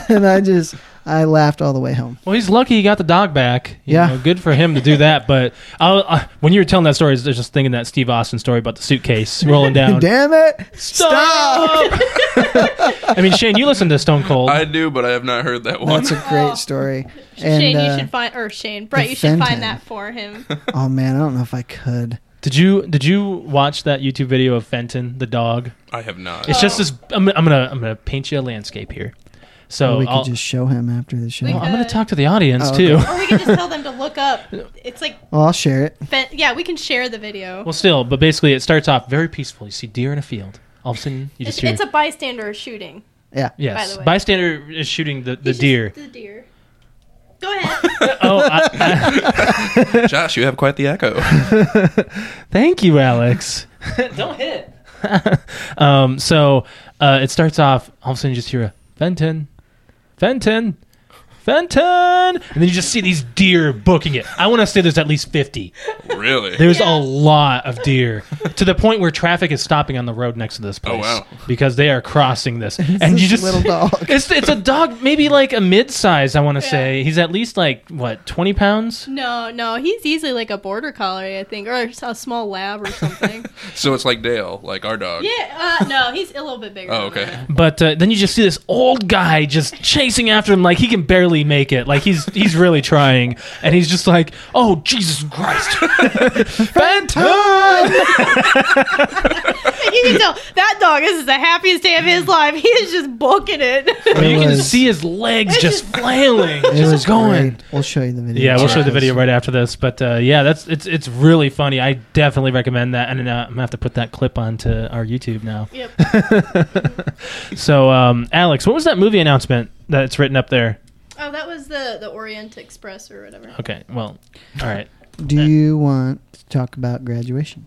Speaker 2: and I just I laughed all the way home.
Speaker 3: Well, he's lucky he got the dog back. You
Speaker 2: Yeah.
Speaker 3: know, good for him to do that. But I'll, I, when you were telling that story, I was just thinking that Steve Austin story about the suitcase rolling down.
Speaker 2: Damn it! Stop!
Speaker 3: I mean, Shane, you listened to Stone Cold.
Speaker 5: I do, but I have not heard that one.
Speaker 2: That's a great story. And,
Speaker 4: Shane,
Speaker 2: uh,
Speaker 4: you should find or Shane Brett. You should
Speaker 2: Fenton.
Speaker 4: find that for him.
Speaker 2: oh man, I don't know if I could.
Speaker 3: did you Did you watch that YouTube video of Fenton the dog?
Speaker 5: I have not.
Speaker 4: Oh.
Speaker 3: It's just this. I'm, I'm gonna I'm gonna paint you a landscape here.
Speaker 2: Or
Speaker 3: So
Speaker 2: we could
Speaker 3: I'll-
Speaker 2: just show him after the show.
Speaker 4: We
Speaker 3: well,
Speaker 2: Well,
Speaker 4: could-
Speaker 3: I'm going
Speaker 4: Uh,
Speaker 3: to talk to the audience
Speaker 2: Oh,
Speaker 3: too.
Speaker 4: or we can just tell them to look up. It's like,
Speaker 2: I'll share it.
Speaker 4: fe- yeah, we can share the video.
Speaker 3: Well, still, but basically, it starts off very peaceful. You see deer in a field. All of a sudden, you
Speaker 4: it's,
Speaker 3: just hear.
Speaker 4: it's a bystander shooting.
Speaker 2: Yeah.
Speaker 3: yes,
Speaker 4: by the way.
Speaker 3: bystander is shooting the, the
Speaker 4: It's just
Speaker 3: deer.
Speaker 4: The deer. Go ahead.
Speaker 3: oh, I, I-
Speaker 5: Josh, you have quite the echo.
Speaker 3: thank you, Alex. Don't hit. um, so uh, it starts off. All of a sudden, you just hear a Fenton, Fenton, Fenton, and then you just see these deer booking it. I want to say there's at least fifty.
Speaker 5: really?
Speaker 3: There's a lot of deer to the point where traffic is stopping on the road next to this place
Speaker 5: wow.
Speaker 3: because they are crossing this. and
Speaker 2: this
Speaker 3: you just
Speaker 2: little dog.
Speaker 3: It's it's a dog, maybe like a mid size. I want to
Speaker 4: Yeah.
Speaker 3: say he's at least like what twenty pounds.
Speaker 4: no, no, he's easily like a border collie, I think, or a small lab or something.
Speaker 5: So it's like Dale, like our dog.
Speaker 4: yeah, uh, no, he's a little bit bigger.
Speaker 5: Oh,
Speaker 4: than
Speaker 5: okay.
Speaker 4: that.
Speaker 3: But uh, then you just see this old guy just chasing after him, like he can barely make it. Like he's he's really trying, and he's just like, "Oh Jesus Christ, Phantom!"
Speaker 4: You can tell that dog. This is the happiest day of his life. He is just booking it.
Speaker 3: I mean, you can
Speaker 2: was-
Speaker 3: see his legs just flailing,
Speaker 2: It
Speaker 3: just
Speaker 2: was
Speaker 3: going.
Speaker 2: great. We'll show you the video.
Speaker 3: Yeah, we'll show
Speaker 2: Check
Speaker 3: the video
Speaker 2: this.
Speaker 3: right after this. But uh, yeah, that's it's it's really funny. I definitely recommend that, and uh, I'm gonna have to put that clip onto our YouTube now.
Speaker 4: yep.
Speaker 3: So, um, Alex, what was that movie announcement that's written up there?
Speaker 4: Oh, that was the the Orient Express or whatever.
Speaker 3: Okay, well, all right.
Speaker 2: Do you want to talk about graduation?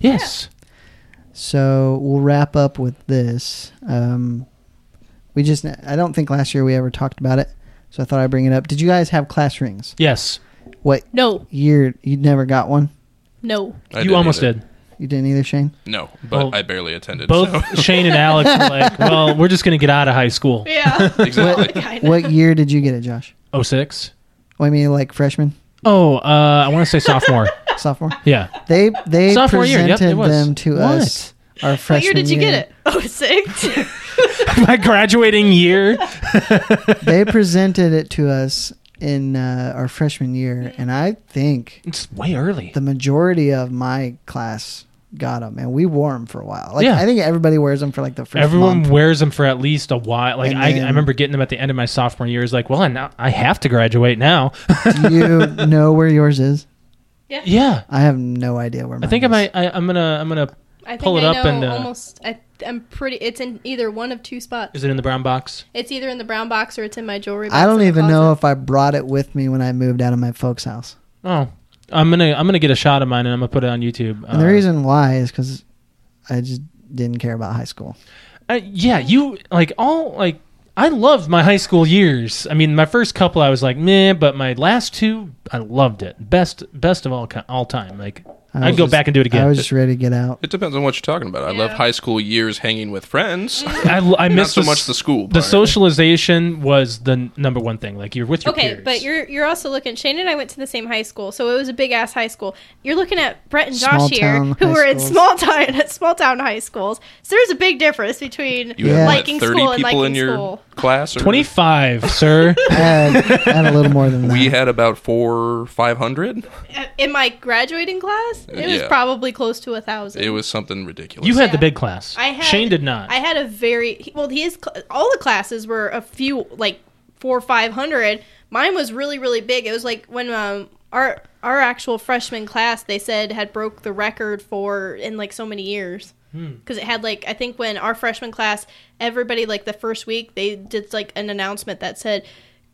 Speaker 3: Yes.
Speaker 2: So we'll wrap up with this. Um, we just, I don't think last year we ever talked about it. So I thought I'd bring it up. Did you guys have class rings?
Speaker 3: Yes.
Speaker 2: What
Speaker 4: No,
Speaker 2: year? You never got one?
Speaker 4: no.
Speaker 5: I
Speaker 3: you
Speaker 5: didn't
Speaker 3: almost
Speaker 5: either.
Speaker 3: did.
Speaker 2: You didn't either, Shane?
Speaker 5: No, but
Speaker 3: Well,
Speaker 5: I barely attended.
Speaker 3: Both
Speaker 5: so.
Speaker 3: Shane and Alex were like, well, we're just going to get out of high school. Oh,
Speaker 4: Yeah.
Speaker 5: exactly.
Speaker 4: Kinda.
Speaker 2: What year did you get it, Josh?
Speaker 3: 06?
Speaker 2: Well, I mean, like freshman,
Speaker 3: Oh, uh, I want to say sophomore.
Speaker 2: sophomore.
Speaker 3: Yeah.
Speaker 2: They they
Speaker 3: Sophomore year,
Speaker 2: presented
Speaker 3: yep, it was.
Speaker 2: them to
Speaker 3: What?
Speaker 2: us. Our freshman
Speaker 4: What year did you get it? Oh, six.
Speaker 3: My graduating year.
Speaker 2: they presented it to us in uh, our freshman year,
Speaker 4: Mm-hmm.
Speaker 2: and I think
Speaker 3: It's way early.
Speaker 2: the majority of my class got them, and we wore them for a while. Like
Speaker 3: Yeah.
Speaker 2: I think everybody wears them for like the first
Speaker 3: Everyone
Speaker 2: month.
Speaker 3: wears them for at least a while. Like,
Speaker 2: And
Speaker 3: I,
Speaker 2: then-
Speaker 3: I remember getting them at the end of my sophomore year. It's like, well, I, now, I have to graduate now.
Speaker 2: Do you know where yours is?
Speaker 3: yeah.
Speaker 2: I have no idea where. Mine
Speaker 3: I think I
Speaker 2: is.
Speaker 3: might, I, I'm going to, I'm going to,
Speaker 4: I think
Speaker 3: Pull it
Speaker 4: I
Speaker 3: up
Speaker 4: know
Speaker 3: and, uh,
Speaker 4: almost. I, I'm pretty. It's in either one of two spots.
Speaker 3: is it in the brown box?
Speaker 4: It's either in the brown box or it's in my jewelry. box
Speaker 2: I
Speaker 4: in
Speaker 2: don't
Speaker 4: the
Speaker 2: even
Speaker 4: closet.
Speaker 2: know if I brought it with me when I moved out of my folks' house.
Speaker 3: Oh, I'm going to, I'm going to get a shot of mine and I'm going to put it on YouTube. Uh,
Speaker 2: And the reason why is because I just didn't care about high school.
Speaker 3: Uh, yeah, you like all like I loved my high school years. I mean, my first couple I was like meh, but my last two I loved it. Best best of all ki- all time. Like
Speaker 2: I
Speaker 3: I'd
Speaker 2: was
Speaker 3: go
Speaker 2: just-
Speaker 3: back and do it again.
Speaker 2: I
Speaker 3: I,
Speaker 2: was just ready to get out.
Speaker 5: It depends on what you're talking about. I love
Speaker 4: Yeah. Mm.
Speaker 5: high school years hanging with friends.
Speaker 3: I
Speaker 5: Not
Speaker 3: missed
Speaker 5: so much the
Speaker 3: the,
Speaker 5: school.
Speaker 3: the
Speaker 5: part.
Speaker 3: socialization was the n- number one thing. Like you're with your
Speaker 4: Okay,
Speaker 3: peers.
Speaker 4: but you're you're also looking. Shane and I went to the same high school, so it was a big ass high school. You're looking at Brett and Josh
Speaker 2: Small
Speaker 4: here,
Speaker 2: town
Speaker 4: who
Speaker 2: high
Speaker 4: were in
Speaker 2: schools.
Speaker 4: small town at small town high schools. So there's a big difference between
Speaker 5: You
Speaker 2: Yeah.
Speaker 5: have
Speaker 4: liking
Speaker 5: what, 30
Speaker 4: school and
Speaker 5: people
Speaker 4: liking
Speaker 5: in your
Speaker 4: school.
Speaker 5: class? Or
Speaker 3: 25, sir.
Speaker 2: I had, I had a little more than that.
Speaker 5: We had about four, five hundred.
Speaker 4: Uh, In my graduating class, it was
Speaker 5: Yeah.
Speaker 4: probably close to a thousand.
Speaker 5: It was something ridiculous.
Speaker 3: You had the
Speaker 4: Yeah.
Speaker 3: big class.
Speaker 4: I had,
Speaker 3: Shane did not.
Speaker 4: I had a very he- well. His cl- all the classes were a few like four or five hundred. Mine was really really big. It was like when um our our actual freshman class they said had broke the record for in like so many years
Speaker 3: Hmm.
Speaker 4: because it had like I think when our freshman class everybody like the first week they did like an announcement that said.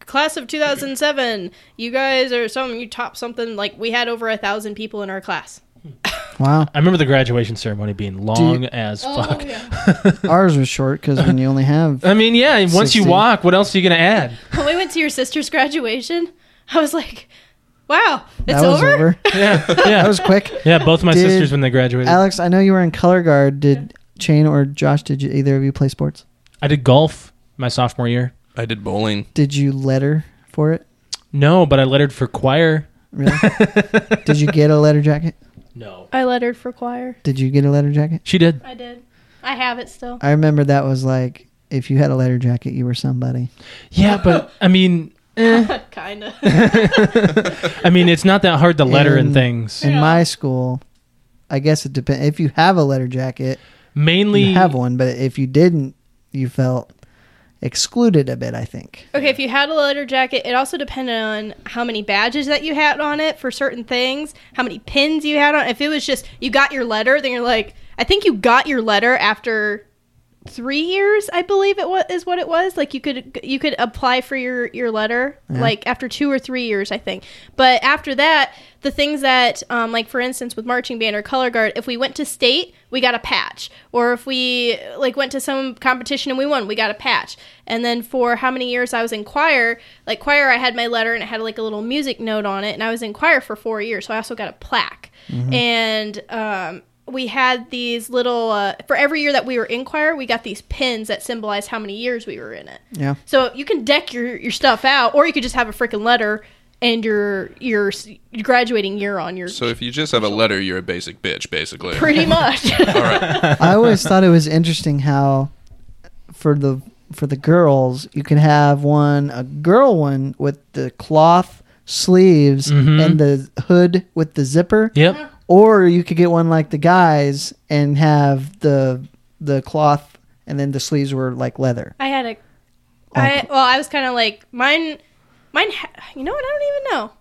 Speaker 4: Class of 2007, you guys are some, you top something. Like, we had over a thousand people in our class.
Speaker 2: wow,
Speaker 3: I remember the graduation ceremony being long as
Speaker 4: Oh.
Speaker 3: fuck.
Speaker 2: ours was short because when you only have
Speaker 3: I mean, yeah, once you
Speaker 2: 16.
Speaker 3: walk, what else are you going to add?
Speaker 4: when we went to your sister's graduation, I was like, "Wow, it's
Speaker 2: that was
Speaker 4: over?
Speaker 2: over.
Speaker 3: Yeah.
Speaker 2: That
Speaker 3: Yeah.
Speaker 2: was quick.
Speaker 3: yeah, both my
Speaker 2: Did
Speaker 3: sisters when they graduated.
Speaker 2: Alex, I know you were in color guard. Did Shane or Josh? Did you, either of you play sports?
Speaker 3: I did golf my sophomore year.
Speaker 5: I did bowling.
Speaker 2: Did you letter for it?
Speaker 3: No, but I lettered for choir.
Speaker 2: Really? did you get a letter jacket?
Speaker 3: No.
Speaker 4: I lettered for choir.
Speaker 2: Did you get a letter jacket?
Speaker 3: She did.
Speaker 4: I did. I have it still.
Speaker 2: I remember that was like if you had a letter jacket, you were somebody.
Speaker 3: Yeah, but I mean,
Speaker 2: Eh.
Speaker 4: kind of.
Speaker 3: I mean, it's not that hard to letter in
Speaker 2: And-
Speaker 3: things.
Speaker 2: In my school, I guess it depends. If you have a letter jacket,
Speaker 3: Mainly,
Speaker 2: you have one. But if you didn't, you felt excluded a bit. I think.
Speaker 4: Okay, if you had a leather jacket, it also depended on how many badges that you had on it for certain things, how many pins you had on. If it was just you got your letter, then you're like, I think you got your letter after three years, I believe it was is what it was. Like you could you could apply for your your letter like after two or three years, I think. But after that, the things that um, like for instance with marching band or color guard, if we went to state, we got a patch, or if we like went to some competition and we won, we got a patch. And then for how many years I was in choir, like choir, I had my letter and it had like a little music note on it, and I was in choir for four years, so I also got a plaque. And um, we had these little uh, for every year that we were in choir we got these pins that symbolized how many years we were in it
Speaker 2: Yeah.
Speaker 4: so you can deck your, your stuff out or you could just have a freaking letter and your your s- your graduating year on your
Speaker 5: So if you just have a letter, you're a basic bitch, basically.
Speaker 4: pretty much
Speaker 5: All right.
Speaker 2: I always thought it was interesting how for the for the girls you can have one a girl one with the cloth sleeves and the hood with the zipper.
Speaker 3: Yep.
Speaker 2: Or you could get one like the guys and have the the cloth and then the sleeves were like leather.
Speaker 4: i had a i well i was kind of like mine mine ha- you know what i don't even know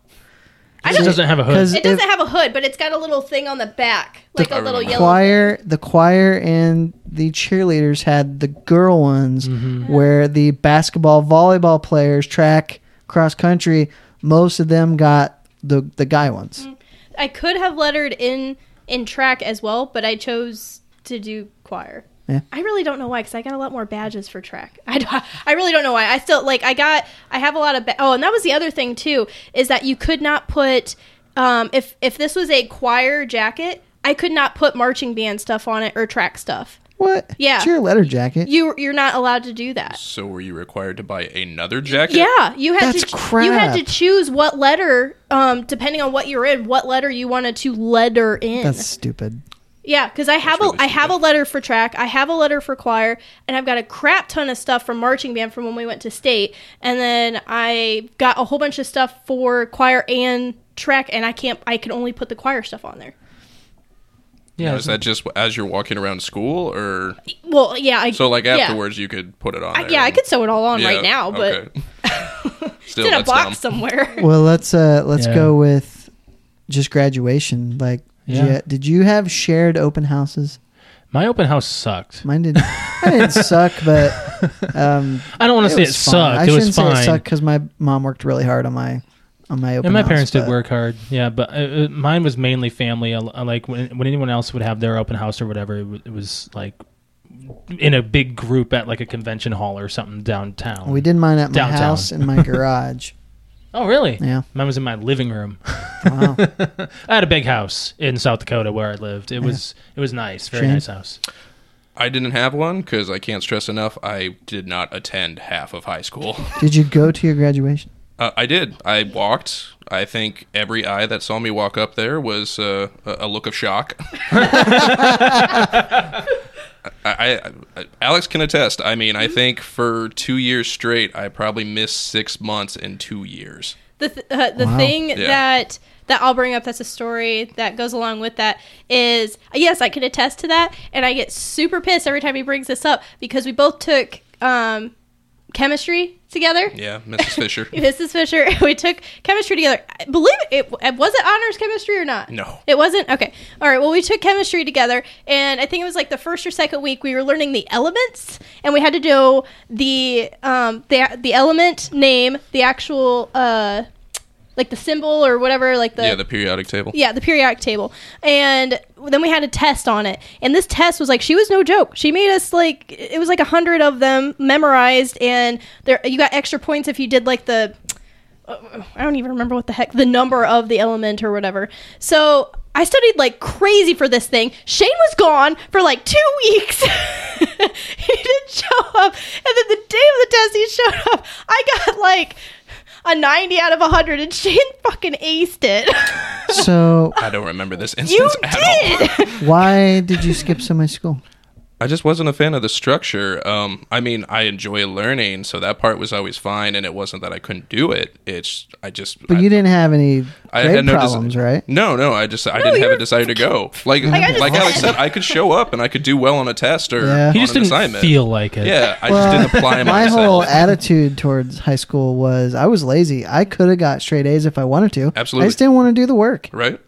Speaker 4: I
Speaker 3: It
Speaker 4: don't,
Speaker 3: doesn't have a hood.
Speaker 2: 'Cause
Speaker 4: it doesn't have a hood but it's got a little thing on the back like
Speaker 5: I
Speaker 4: a little
Speaker 5: remember.
Speaker 4: yellow
Speaker 2: choir the choir and the cheerleaders had the girl ones
Speaker 3: Mm-hmm.
Speaker 2: where the basketball volleyball players track cross country most of them got the the guy ones
Speaker 4: Mm. I could have lettered in in track as well, but I chose to do choir.
Speaker 2: Yeah.
Speaker 4: I really don't know why, because I got a lot more badges for track. I, don't- I really don't know why. I still like I got I have a lot of ba- oh, and that was the other thing too is that you could not put um, if if this was a choir jacket, I could not put marching band stuff on it or track stuff.
Speaker 2: what
Speaker 4: Yeah.
Speaker 2: it's your letter jacket
Speaker 4: You you're not allowed to do that.
Speaker 5: So were you required to buy another jacket?
Speaker 4: Yeah, you had to
Speaker 2: That's
Speaker 4: you had to
Speaker 2: crap.
Speaker 4: choose what letter um, depending on what you're in, what letter you wanted to letter in.
Speaker 2: that's stupid
Speaker 4: Yeah, because I have
Speaker 5: really
Speaker 4: a I have a letter for track, I have a letter for choir, and I've got a crap ton of stuff from marching band from when we went to state, and then I got a whole bunch of stuff for choir and track, and I can't I can only put the choir stuff on there.
Speaker 3: yeah.
Speaker 5: Now, is that just as you're walking around school, or
Speaker 4: Well, yeah, I,
Speaker 5: so like
Speaker 4: yeah.
Speaker 5: afterwards you could put it on?
Speaker 4: I,
Speaker 5: there
Speaker 4: yeah, I
Speaker 5: and-
Speaker 4: could sew it all on
Speaker 5: Yeah,
Speaker 4: right now, but
Speaker 5: okay. Still,
Speaker 4: it's in a
Speaker 5: that's dumb.
Speaker 4: box somewhere.
Speaker 2: well let's uh let's
Speaker 3: Yeah.
Speaker 2: go with just graduation like
Speaker 3: Yeah.
Speaker 2: yeah. did you have shared open houses
Speaker 3: My open house sucked.
Speaker 2: mine didn't I didn't suck but um
Speaker 3: I don't want to say it
Speaker 2: was fun.
Speaker 3: sucked.
Speaker 2: I
Speaker 3: it
Speaker 2: shouldn't
Speaker 3: was fine.
Speaker 2: say it sucked because my mom worked really hard on my on my open
Speaker 3: and my
Speaker 2: house,
Speaker 3: parents did
Speaker 2: but-
Speaker 3: work hard yeah but uh, uh, mine was mainly family I- I like when, when anyone else would have their open house or whatever it, w- it was like in a big group at like a convention hall or something downtown
Speaker 2: We did mine at my
Speaker 3: Downtown.
Speaker 2: house in my garage.
Speaker 3: oh really
Speaker 2: Yeah.
Speaker 3: mine was in my living room
Speaker 2: Wow.
Speaker 3: i had a big house in south dakota where i lived it was it was nice very
Speaker 2: Shane?
Speaker 3: nice house
Speaker 5: I didn't have one because I can't stress enough. I did not attend half of high school.
Speaker 2: Did you go to your graduation?
Speaker 5: Uh, I did. I walked. I think every eye that saw me walk up there was uh, a a look of shock. I, I, I, Alex can attest. I mean, I think for two years straight, I probably missed six months in two years.
Speaker 4: the th- uh, the thing
Speaker 5: Yeah.
Speaker 4: that that I'll bring up that's a story that goes along with that is yes I can attest to that and I get super pissed every time he brings this up because we both took um, chemistry together
Speaker 5: Yeah, Mrs. Fisher.
Speaker 4: Mrs. Fisher we took chemistry together I believe it, it was it honors chemistry or not
Speaker 5: No.
Speaker 4: it wasn't okay all right well we took chemistry together and I think it was like the first or second week we were learning the elements and we had to do the um, the the element name the actual uh, like the symbol or whatever, like the
Speaker 5: yeah, the periodic table.
Speaker 4: yeah, the periodic table. And then we had a test on it. And this test was like she was no joke. She made us like it was like a hundred of them memorized and there you got extra points if you did like the I don't even remember what the heck the number of the element or whatever. So I studied like crazy for this thing. Shane was gone for like two weeks. he didn't show up. And then the day of the test he showed up, I got like a 90 out of 100 and Shane fucking aced it.
Speaker 2: So
Speaker 5: I don't remember this
Speaker 4: You
Speaker 5: instance at all.
Speaker 4: did.
Speaker 2: why did you skip so much school?
Speaker 5: I just wasn't a fan of the structure. Um, I mean, I enjoy learning, so that part was always fine, and it wasn't that I couldn't do it. It's I just
Speaker 2: But
Speaker 5: I,
Speaker 2: you didn't have any grade
Speaker 5: I had no desi-
Speaker 2: problems, right?
Speaker 5: No, no, I just I didn't have
Speaker 4: you're-
Speaker 5: a desire to go. Like like,
Speaker 4: I just
Speaker 5: Alex
Speaker 4: said.
Speaker 5: said, I could show up and I could do well on a test or
Speaker 2: Yeah.
Speaker 5: on
Speaker 3: He just
Speaker 5: an
Speaker 3: didn't
Speaker 5: assignment.
Speaker 3: feel like it.
Speaker 5: yeah, I
Speaker 2: Well,
Speaker 5: just didn't apply
Speaker 2: my
Speaker 5: myself.
Speaker 2: whole attitude towards high school was I was lazy. I could have got straight A's if I wanted to. I
Speaker 5: Absolutely.
Speaker 2: just didn't want to do the work.
Speaker 5: right?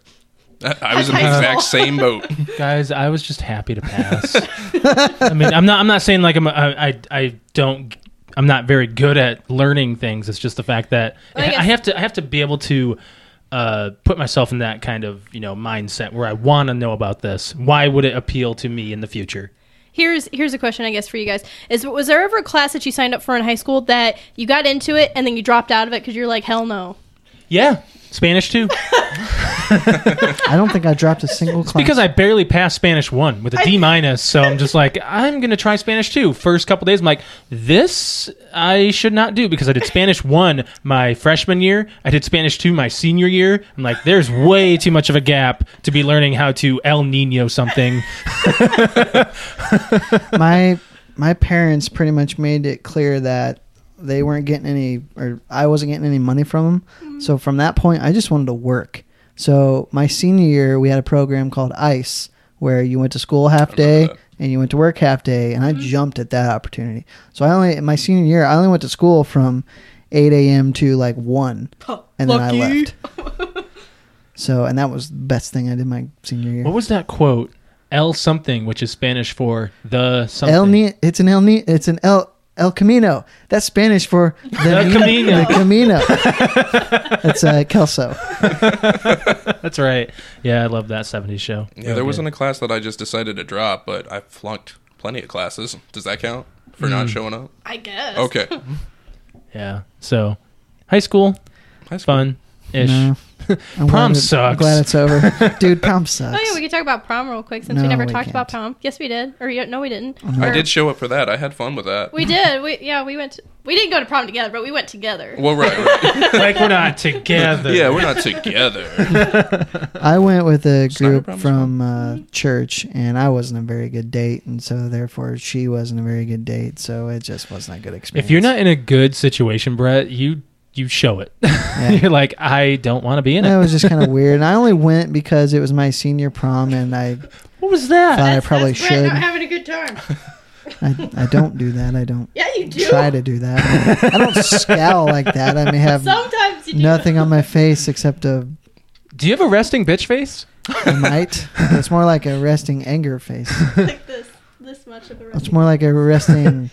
Speaker 5: I, I was in the
Speaker 4: High school.
Speaker 5: exact same boat.
Speaker 3: guys, I was just happy to pass. I mean, I'm not. I'm not saying like I'm. a- I I, I don't. I'm not very good at learning things. It's just the fact that
Speaker 4: I
Speaker 3: I,
Speaker 4: guess-
Speaker 3: have to. I have to be able to uh, put myself in that kind of you know mindset where I want to know about this. Why would it appeal to me in the future?
Speaker 4: Here's here's a question I guess for you guys is was there ever a class that you signed up for in high school that you got into it and then you dropped out of it because you're like hell no
Speaker 3: Yeah, Spanish too.
Speaker 2: I don't think I dropped a single class.
Speaker 3: because I barely passed Spanish one with a D minus, so I'm just like, I'm gonna try Spanish two. First couple days, I'm like, this I should not do because I did Spanish one my freshman year. I did Spanish two my senior year. I'm like, there's way too much of a gap to be learning how to El Nino something.
Speaker 2: my my parents pretty much made it clear that they weren't getting any or I wasn't getting any money from them. So from that point, I just wanted to work. So my senior year, we had a program called ICE where you went to school half day
Speaker 5: that.
Speaker 2: and you went to work half day, and I jumped at that opportunity. So I only my senior year, I only went to school from eight a.m. to like one, and then I
Speaker 4: lucky.
Speaker 2: left. So and that was the best thing I did my senior year.
Speaker 3: What was that quote? El something, which is Spanish for the something.
Speaker 2: El Ni- it's an El Ni- it's an El El Camino. That's Spanish for the, Ni-
Speaker 3: Camino.
Speaker 2: The Camino. That's uh, Kelso.
Speaker 3: That's right. Yeah, I love that '70s show.
Speaker 5: Yeah, there wasn't a class that I just decided to drop, but I flunked plenty of classes. Does that count for not showing up?
Speaker 4: I guess
Speaker 5: Okay.
Speaker 3: Yeah. So, high school,
Speaker 5: That's
Speaker 3: fun ish.
Speaker 2: No. I'm glad
Speaker 3: Prom
Speaker 2: it- I'm
Speaker 3: sucks.
Speaker 2: glad it's over, dude. Prom sucks.
Speaker 4: oh yeah we could talk about prom real quick since
Speaker 2: No,
Speaker 4: we never
Speaker 2: we
Speaker 4: talked about
Speaker 2: can't.
Speaker 4: prom yes we did or yeah, no we didn't
Speaker 5: I
Speaker 4: Or-
Speaker 5: did show up for that. I had fun with that.
Speaker 4: we did we yeah we went to, we didn't go to prom together but we went together
Speaker 5: well, right, right.
Speaker 3: like we're not together.
Speaker 5: yeah, we're not together.
Speaker 2: I went with a
Speaker 5: not a
Speaker 2: group
Speaker 5: prom, it's
Speaker 2: from uh, church, and I wasn't a very good date, and so therefore she wasn't a very good date. So it just wasn't a good experience.
Speaker 3: If you're not in a good situation, Brett, you you show it. you're like, I don't want to be in
Speaker 2: that
Speaker 3: it.
Speaker 2: was just kind of weird. And I only went because it was my senior prom, and I
Speaker 3: What was that?
Speaker 2: thought I probably
Speaker 4: That's Brett
Speaker 2: should.
Speaker 4: not having a good time
Speaker 2: I, I don't do that. I don't
Speaker 4: yeah you do
Speaker 2: try to do that. I don't scowl like that. I may have
Speaker 4: sometimes you do
Speaker 2: nothing on my face except a,
Speaker 3: Do you have a resting bitch face?
Speaker 2: a mite. It's more like a resting anger face.
Speaker 4: like this this much of a
Speaker 2: It's more like a resting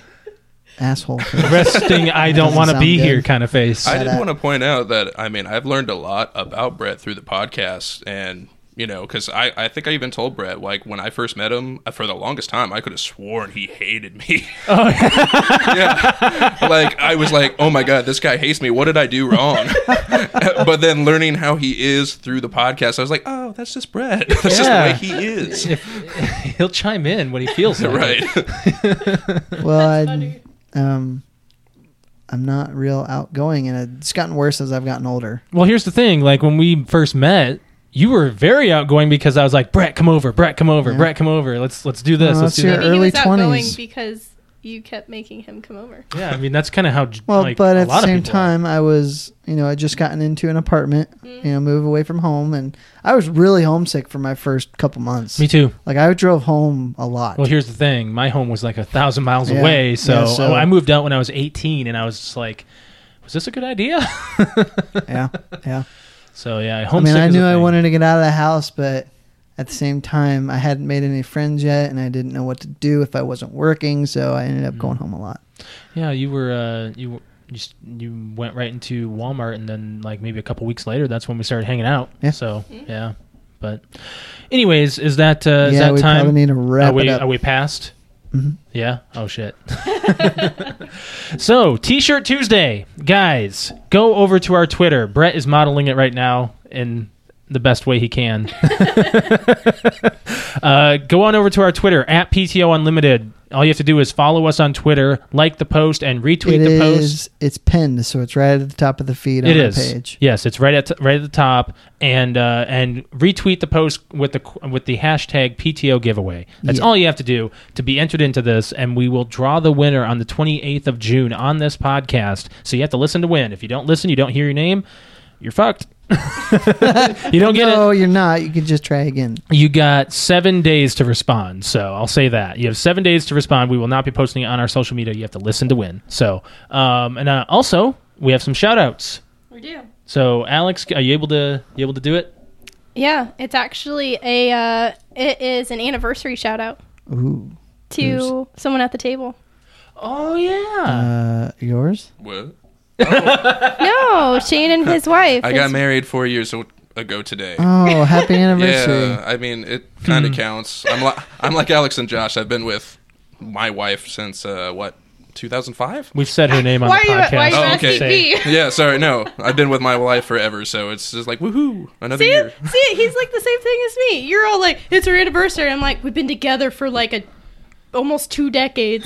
Speaker 2: asshole face.
Speaker 3: Resting, I don't
Speaker 2: Doesn't
Speaker 3: want to
Speaker 2: sound
Speaker 3: be
Speaker 2: good.
Speaker 3: here kind of face.
Speaker 5: I
Speaker 2: Shout
Speaker 5: did
Speaker 2: out.
Speaker 5: want to point out that I mean I've learned a lot about Brett through the podcast, and you know because I I think I even told Brett like when I first met him uh, for the longest time I could have sworn he hated me. yeah, like I was like, oh my god, this guy hates me. What did I do wrong? but then learning how he is through the podcast, I was like, oh, that's just Brett. That's
Speaker 3: Yeah.
Speaker 5: just the way he is.
Speaker 3: He'll chime in when he feels it.
Speaker 5: Right.
Speaker 2: Well, I, um, I'm not real outgoing, and it's gotten worse as I've gotten older.
Speaker 3: Well, here's the thing. Like when we first met, you were very outgoing because I was like, Brett, come over. Brett, come over.
Speaker 2: Yeah.
Speaker 3: Brett, come over. Let's let's do this.
Speaker 2: No,
Speaker 3: let's do
Speaker 2: that's
Speaker 3: that.
Speaker 2: your
Speaker 4: Maybe
Speaker 2: early
Speaker 4: he was outgoing
Speaker 2: 20s.
Speaker 4: because you kept making him come over.
Speaker 3: Yeah, I mean that's kind of how. j-
Speaker 2: Well,
Speaker 3: like,
Speaker 2: but
Speaker 3: a
Speaker 2: at the
Speaker 3: lot of
Speaker 2: same
Speaker 3: people are.
Speaker 2: time, I was, you know, I just gotten into an apartment,
Speaker 4: Mm.
Speaker 2: you know, move away from home, and I was really homesick for my first couple months.
Speaker 3: me too.
Speaker 2: Like I drove home a lot.
Speaker 3: Well, here's the thing. My home was like a thousand miles
Speaker 2: Yeah.
Speaker 3: away,
Speaker 2: Yeah,
Speaker 3: so,
Speaker 2: so-
Speaker 3: I moved out when I was 18, and I was just like, "Was this a good idea?"
Speaker 2: yeah, yeah.
Speaker 3: so yeah,
Speaker 2: I
Speaker 3: homesick.
Speaker 2: mean, I
Speaker 3: is a
Speaker 2: knew I
Speaker 3: thing.
Speaker 2: wanted to get out of the house, but at the same time, I hadn't made any friends yet, and I didn't know what to do if I wasn't working. So I ended
Speaker 3: Hmm.
Speaker 2: up going home a lot.
Speaker 3: Yeah, you were uh, you were- you s- you went right into Walmart, and then like maybe a couple weeks later, that's when we started hanging out.
Speaker 2: Yeah.
Speaker 3: So yeah, but anyways, is that uh, is
Speaker 2: yeah,
Speaker 3: that
Speaker 2: we
Speaker 3: time?
Speaker 2: probably need to wrap
Speaker 3: are we
Speaker 2: it up. Mm-hmm.
Speaker 3: are we past? Yeah. Oh shit. so T-shirt Tuesday, guys, go over to our Twitter. Brett is modeling it right now in the best way he can. uh, go on over to our Twitter at PTO Unlimited. All you have to do is follow us on Twitter, like the post, and retweet
Speaker 2: It
Speaker 3: the post.
Speaker 2: is- It's pinned, so it's right at the top of the feed on
Speaker 3: It
Speaker 2: the
Speaker 3: is.
Speaker 2: page.
Speaker 3: Yes, it's right at right at the top, and uh, and retweet the post with the with the hashtag PTO giveaway. That's
Speaker 2: Yeah.
Speaker 3: all you have to do to be entered into this, and we will draw the winner on the 28th of June on this podcast. So you have to listen to win. If you don't listen, you don't hear your name, you're fucked. you don't get
Speaker 2: no,
Speaker 3: it.
Speaker 2: you're not. You can just try again.
Speaker 3: You got seven days to respond. So I'll say that you have seven days to respond. We will not be posting it on our social media. You have to listen to win. So um, and uh, also we have some shout outs.
Speaker 4: We do.
Speaker 3: So, Alex, are you able to you able to do it?
Speaker 4: Yeah, it's actually a uh, it is an anniversary shout out
Speaker 2: Ooh.
Speaker 4: to someone at the table.
Speaker 3: Oh yeah.
Speaker 2: Uh, yours?
Speaker 5: What?
Speaker 4: No, Shane and his wife.
Speaker 5: I got
Speaker 4: His-
Speaker 5: married four years o- ago today.
Speaker 2: Oh, happy anniversary.
Speaker 5: Yeah, I mean it kind of
Speaker 4: Hmm.
Speaker 5: counts. I'm li- I'm like Alex and Josh. I've been with my wife since uh, what 2005.
Speaker 3: We've said her name on
Speaker 4: Why
Speaker 3: the
Speaker 4: are you-
Speaker 3: podcast.
Speaker 4: why are you
Speaker 5: Oh,
Speaker 4: asking
Speaker 5: okay.
Speaker 4: me?
Speaker 5: Yeah, sorry, no, I've been with my wife forever, so it's just like woohoo, another
Speaker 4: See,
Speaker 5: year.
Speaker 4: see, he's like the same thing as me. You're all like, it's our anniversary. I'm like, we've been together for like a almost two decades.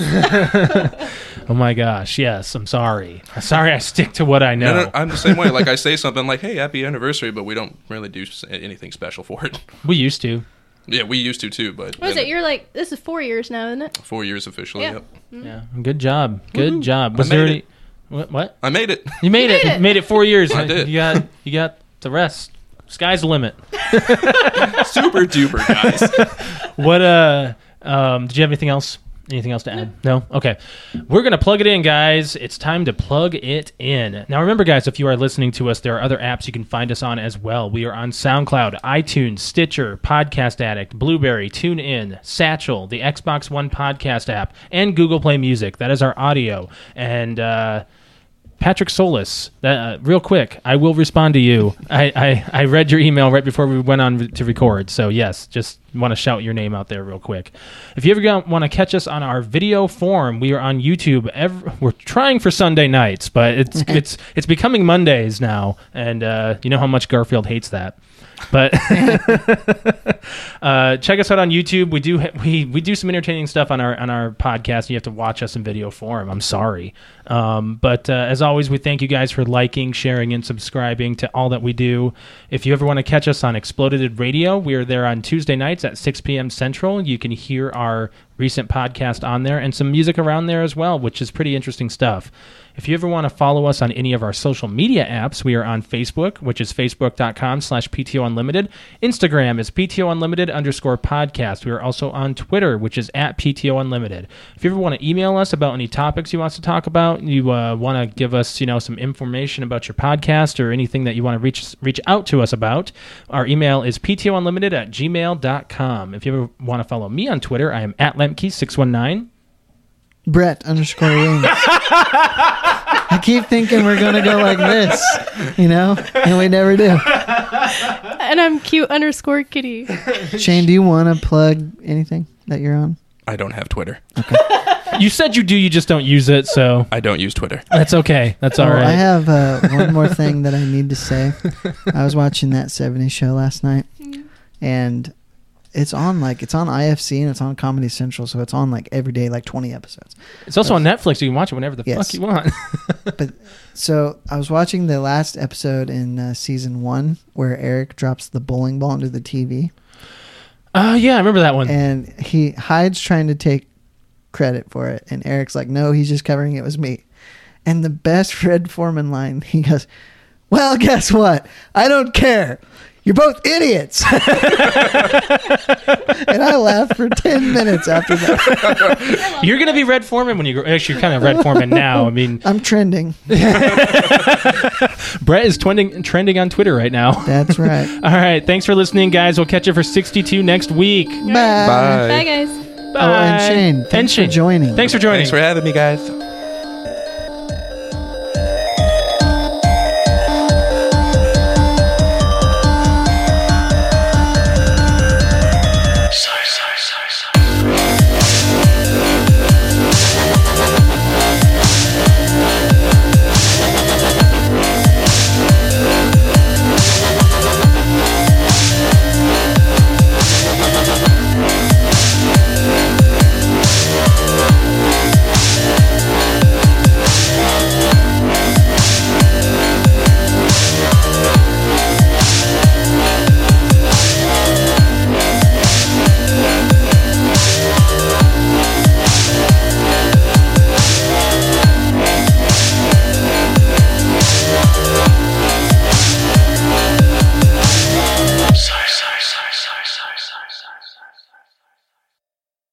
Speaker 3: Oh my gosh, yes, I'm sorry. Sorry I stick to what I know.
Speaker 5: No, no, I'm the same way. Like I say something like, "Hey, happy anniversary," but we don't really do s- anything special for it.
Speaker 3: we used to.
Speaker 5: Yeah, we used to too, but
Speaker 4: What is
Speaker 5: then
Speaker 4: it? You're like, this is four years now, isn't it?
Speaker 5: four years officially.
Speaker 4: Yeah.
Speaker 5: Yep.
Speaker 3: Yeah. Good job. Good job. Was
Speaker 5: I made
Speaker 3: there
Speaker 5: it.
Speaker 3: any what, what?
Speaker 5: I made it.
Speaker 3: You made it.
Speaker 4: Mm-hmm. made
Speaker 3: You
Speaker 4: it.
Speaker 3: made it 4 years.
Speaker 5: I did.
Speaker 3: You got you got the rest. Sky's the limit.
Speaker 5: Super duper, guys.
Speaker 3: What uh um did you have anything else? Anything else to add? No? Okay. We're going to plug it in, guys. It's time to plug it in. Now, remember, guys, if you are listening to us, there are other apps you can find us on as well. We are on SoundCloud, iTunes, Stitcher, Podcast Addict, Blueberry, TuneIn, Satchel, the Xbox One podcast app, and Google Play Music. That is our audio. And, uh, Patrick Solis, uh, real quick, I will respond to you. I, I, I read your email right before we went on re- to record. So, yes, just want to shout your name out there real quick. If you ever want to catch us on our video form, we are on YouTube. Every, we're trying for Sunday nights, but it's, it's, it's becoming Mondays now. And uh, you know how much Garfield hates that. But uh, check us out on YouTube. We do ha- we we do some entertaining stuff on our on our podcast. You have to watch us in video form. I'm sorry, um, but uh, as always, we thank you guys for liking, sharing, and subscribing to all that we do. If you ever want to catch us on Exploded Radio, we are there on Tuesday nights at 6 p.m. Central. You can hear our recent podcast on there and some music around there as well, which is pretty interesting stuff. If you ever want to follow us on any of our social media apps, we are on Facebook, which is facebook.com slash PTO Unlimited. Instagram is PTO Unlimited underscore podcast. We are also on Twitter, which is at PTO Unlimited. If you ever want to email us about any topics you want us to talk about, you uh, want to give us, you know, some information about your podcast or anything that you want to reach reach out to us about, our email is PTO Unlimited at gmail.com. If you ever want to follow me on Twitter, I am at Lemke619.
Speaker 2: Brett underscore wings. I keep thinking we're gonna go like this, you know, and we never do.
Speaker 4: And I'm cute underscore kitty.
Speaker 2: Shane, do you want to plug anything that you're on?
Speaker 5: I don't have Twitter.
Speaker 3: You said you do, you just don't use it, so
Speaker 5: I don't use Twitter.
Speaker 4: Uh,
Speaker 3: that's okay. That's all
Speaker 2: Oh, I
Speaker 3: right.
Speaker 2: have uh, one more thing that I need to say. I was watching that 70s show last night, and it's on like it's on IFC and it's on Comedy Central, so it's on like every day, like 20 episodes.
Speaker 3: It's also on Netflix. You can watch it whenever the
Speaker 2: Yes.
Speaker 3: fuck you want.
Speaker 2: So I was watching the last episode in uh, season one where Eric drops the bowling ball into the TV,
Speaker 3: Oh, yeah, I remember that one.
Speaker 2: and he hides trying to take credit for it, and Eric's like, "No, he's just covering it was me." And the best Fred Foreman line, he goes, "Well, guess what? I don't care. You're both idiots." and I laughed for ten minutes after that.
Speaker 3: You're going to be Red Foreman when you grow Actually, you're kind of Red Foreman now. I mean,
Speaker 2: I'm trending.
Speaker 3: Brett is trending, trending on Twitter right now.
Speaker 2: That's right.
Speaker 3: All right. Thanks for listening, guys. We'll catch you for 62 next week.
Speaker 2: Bye.
Speaker 4: Bye guys.
Speaker 3: Bye.
Speaker 2: Oh, and Shane, thanks for joining.
Speaker 3: Thanks for joining.
Speaker 5: Thanks for having me, guys.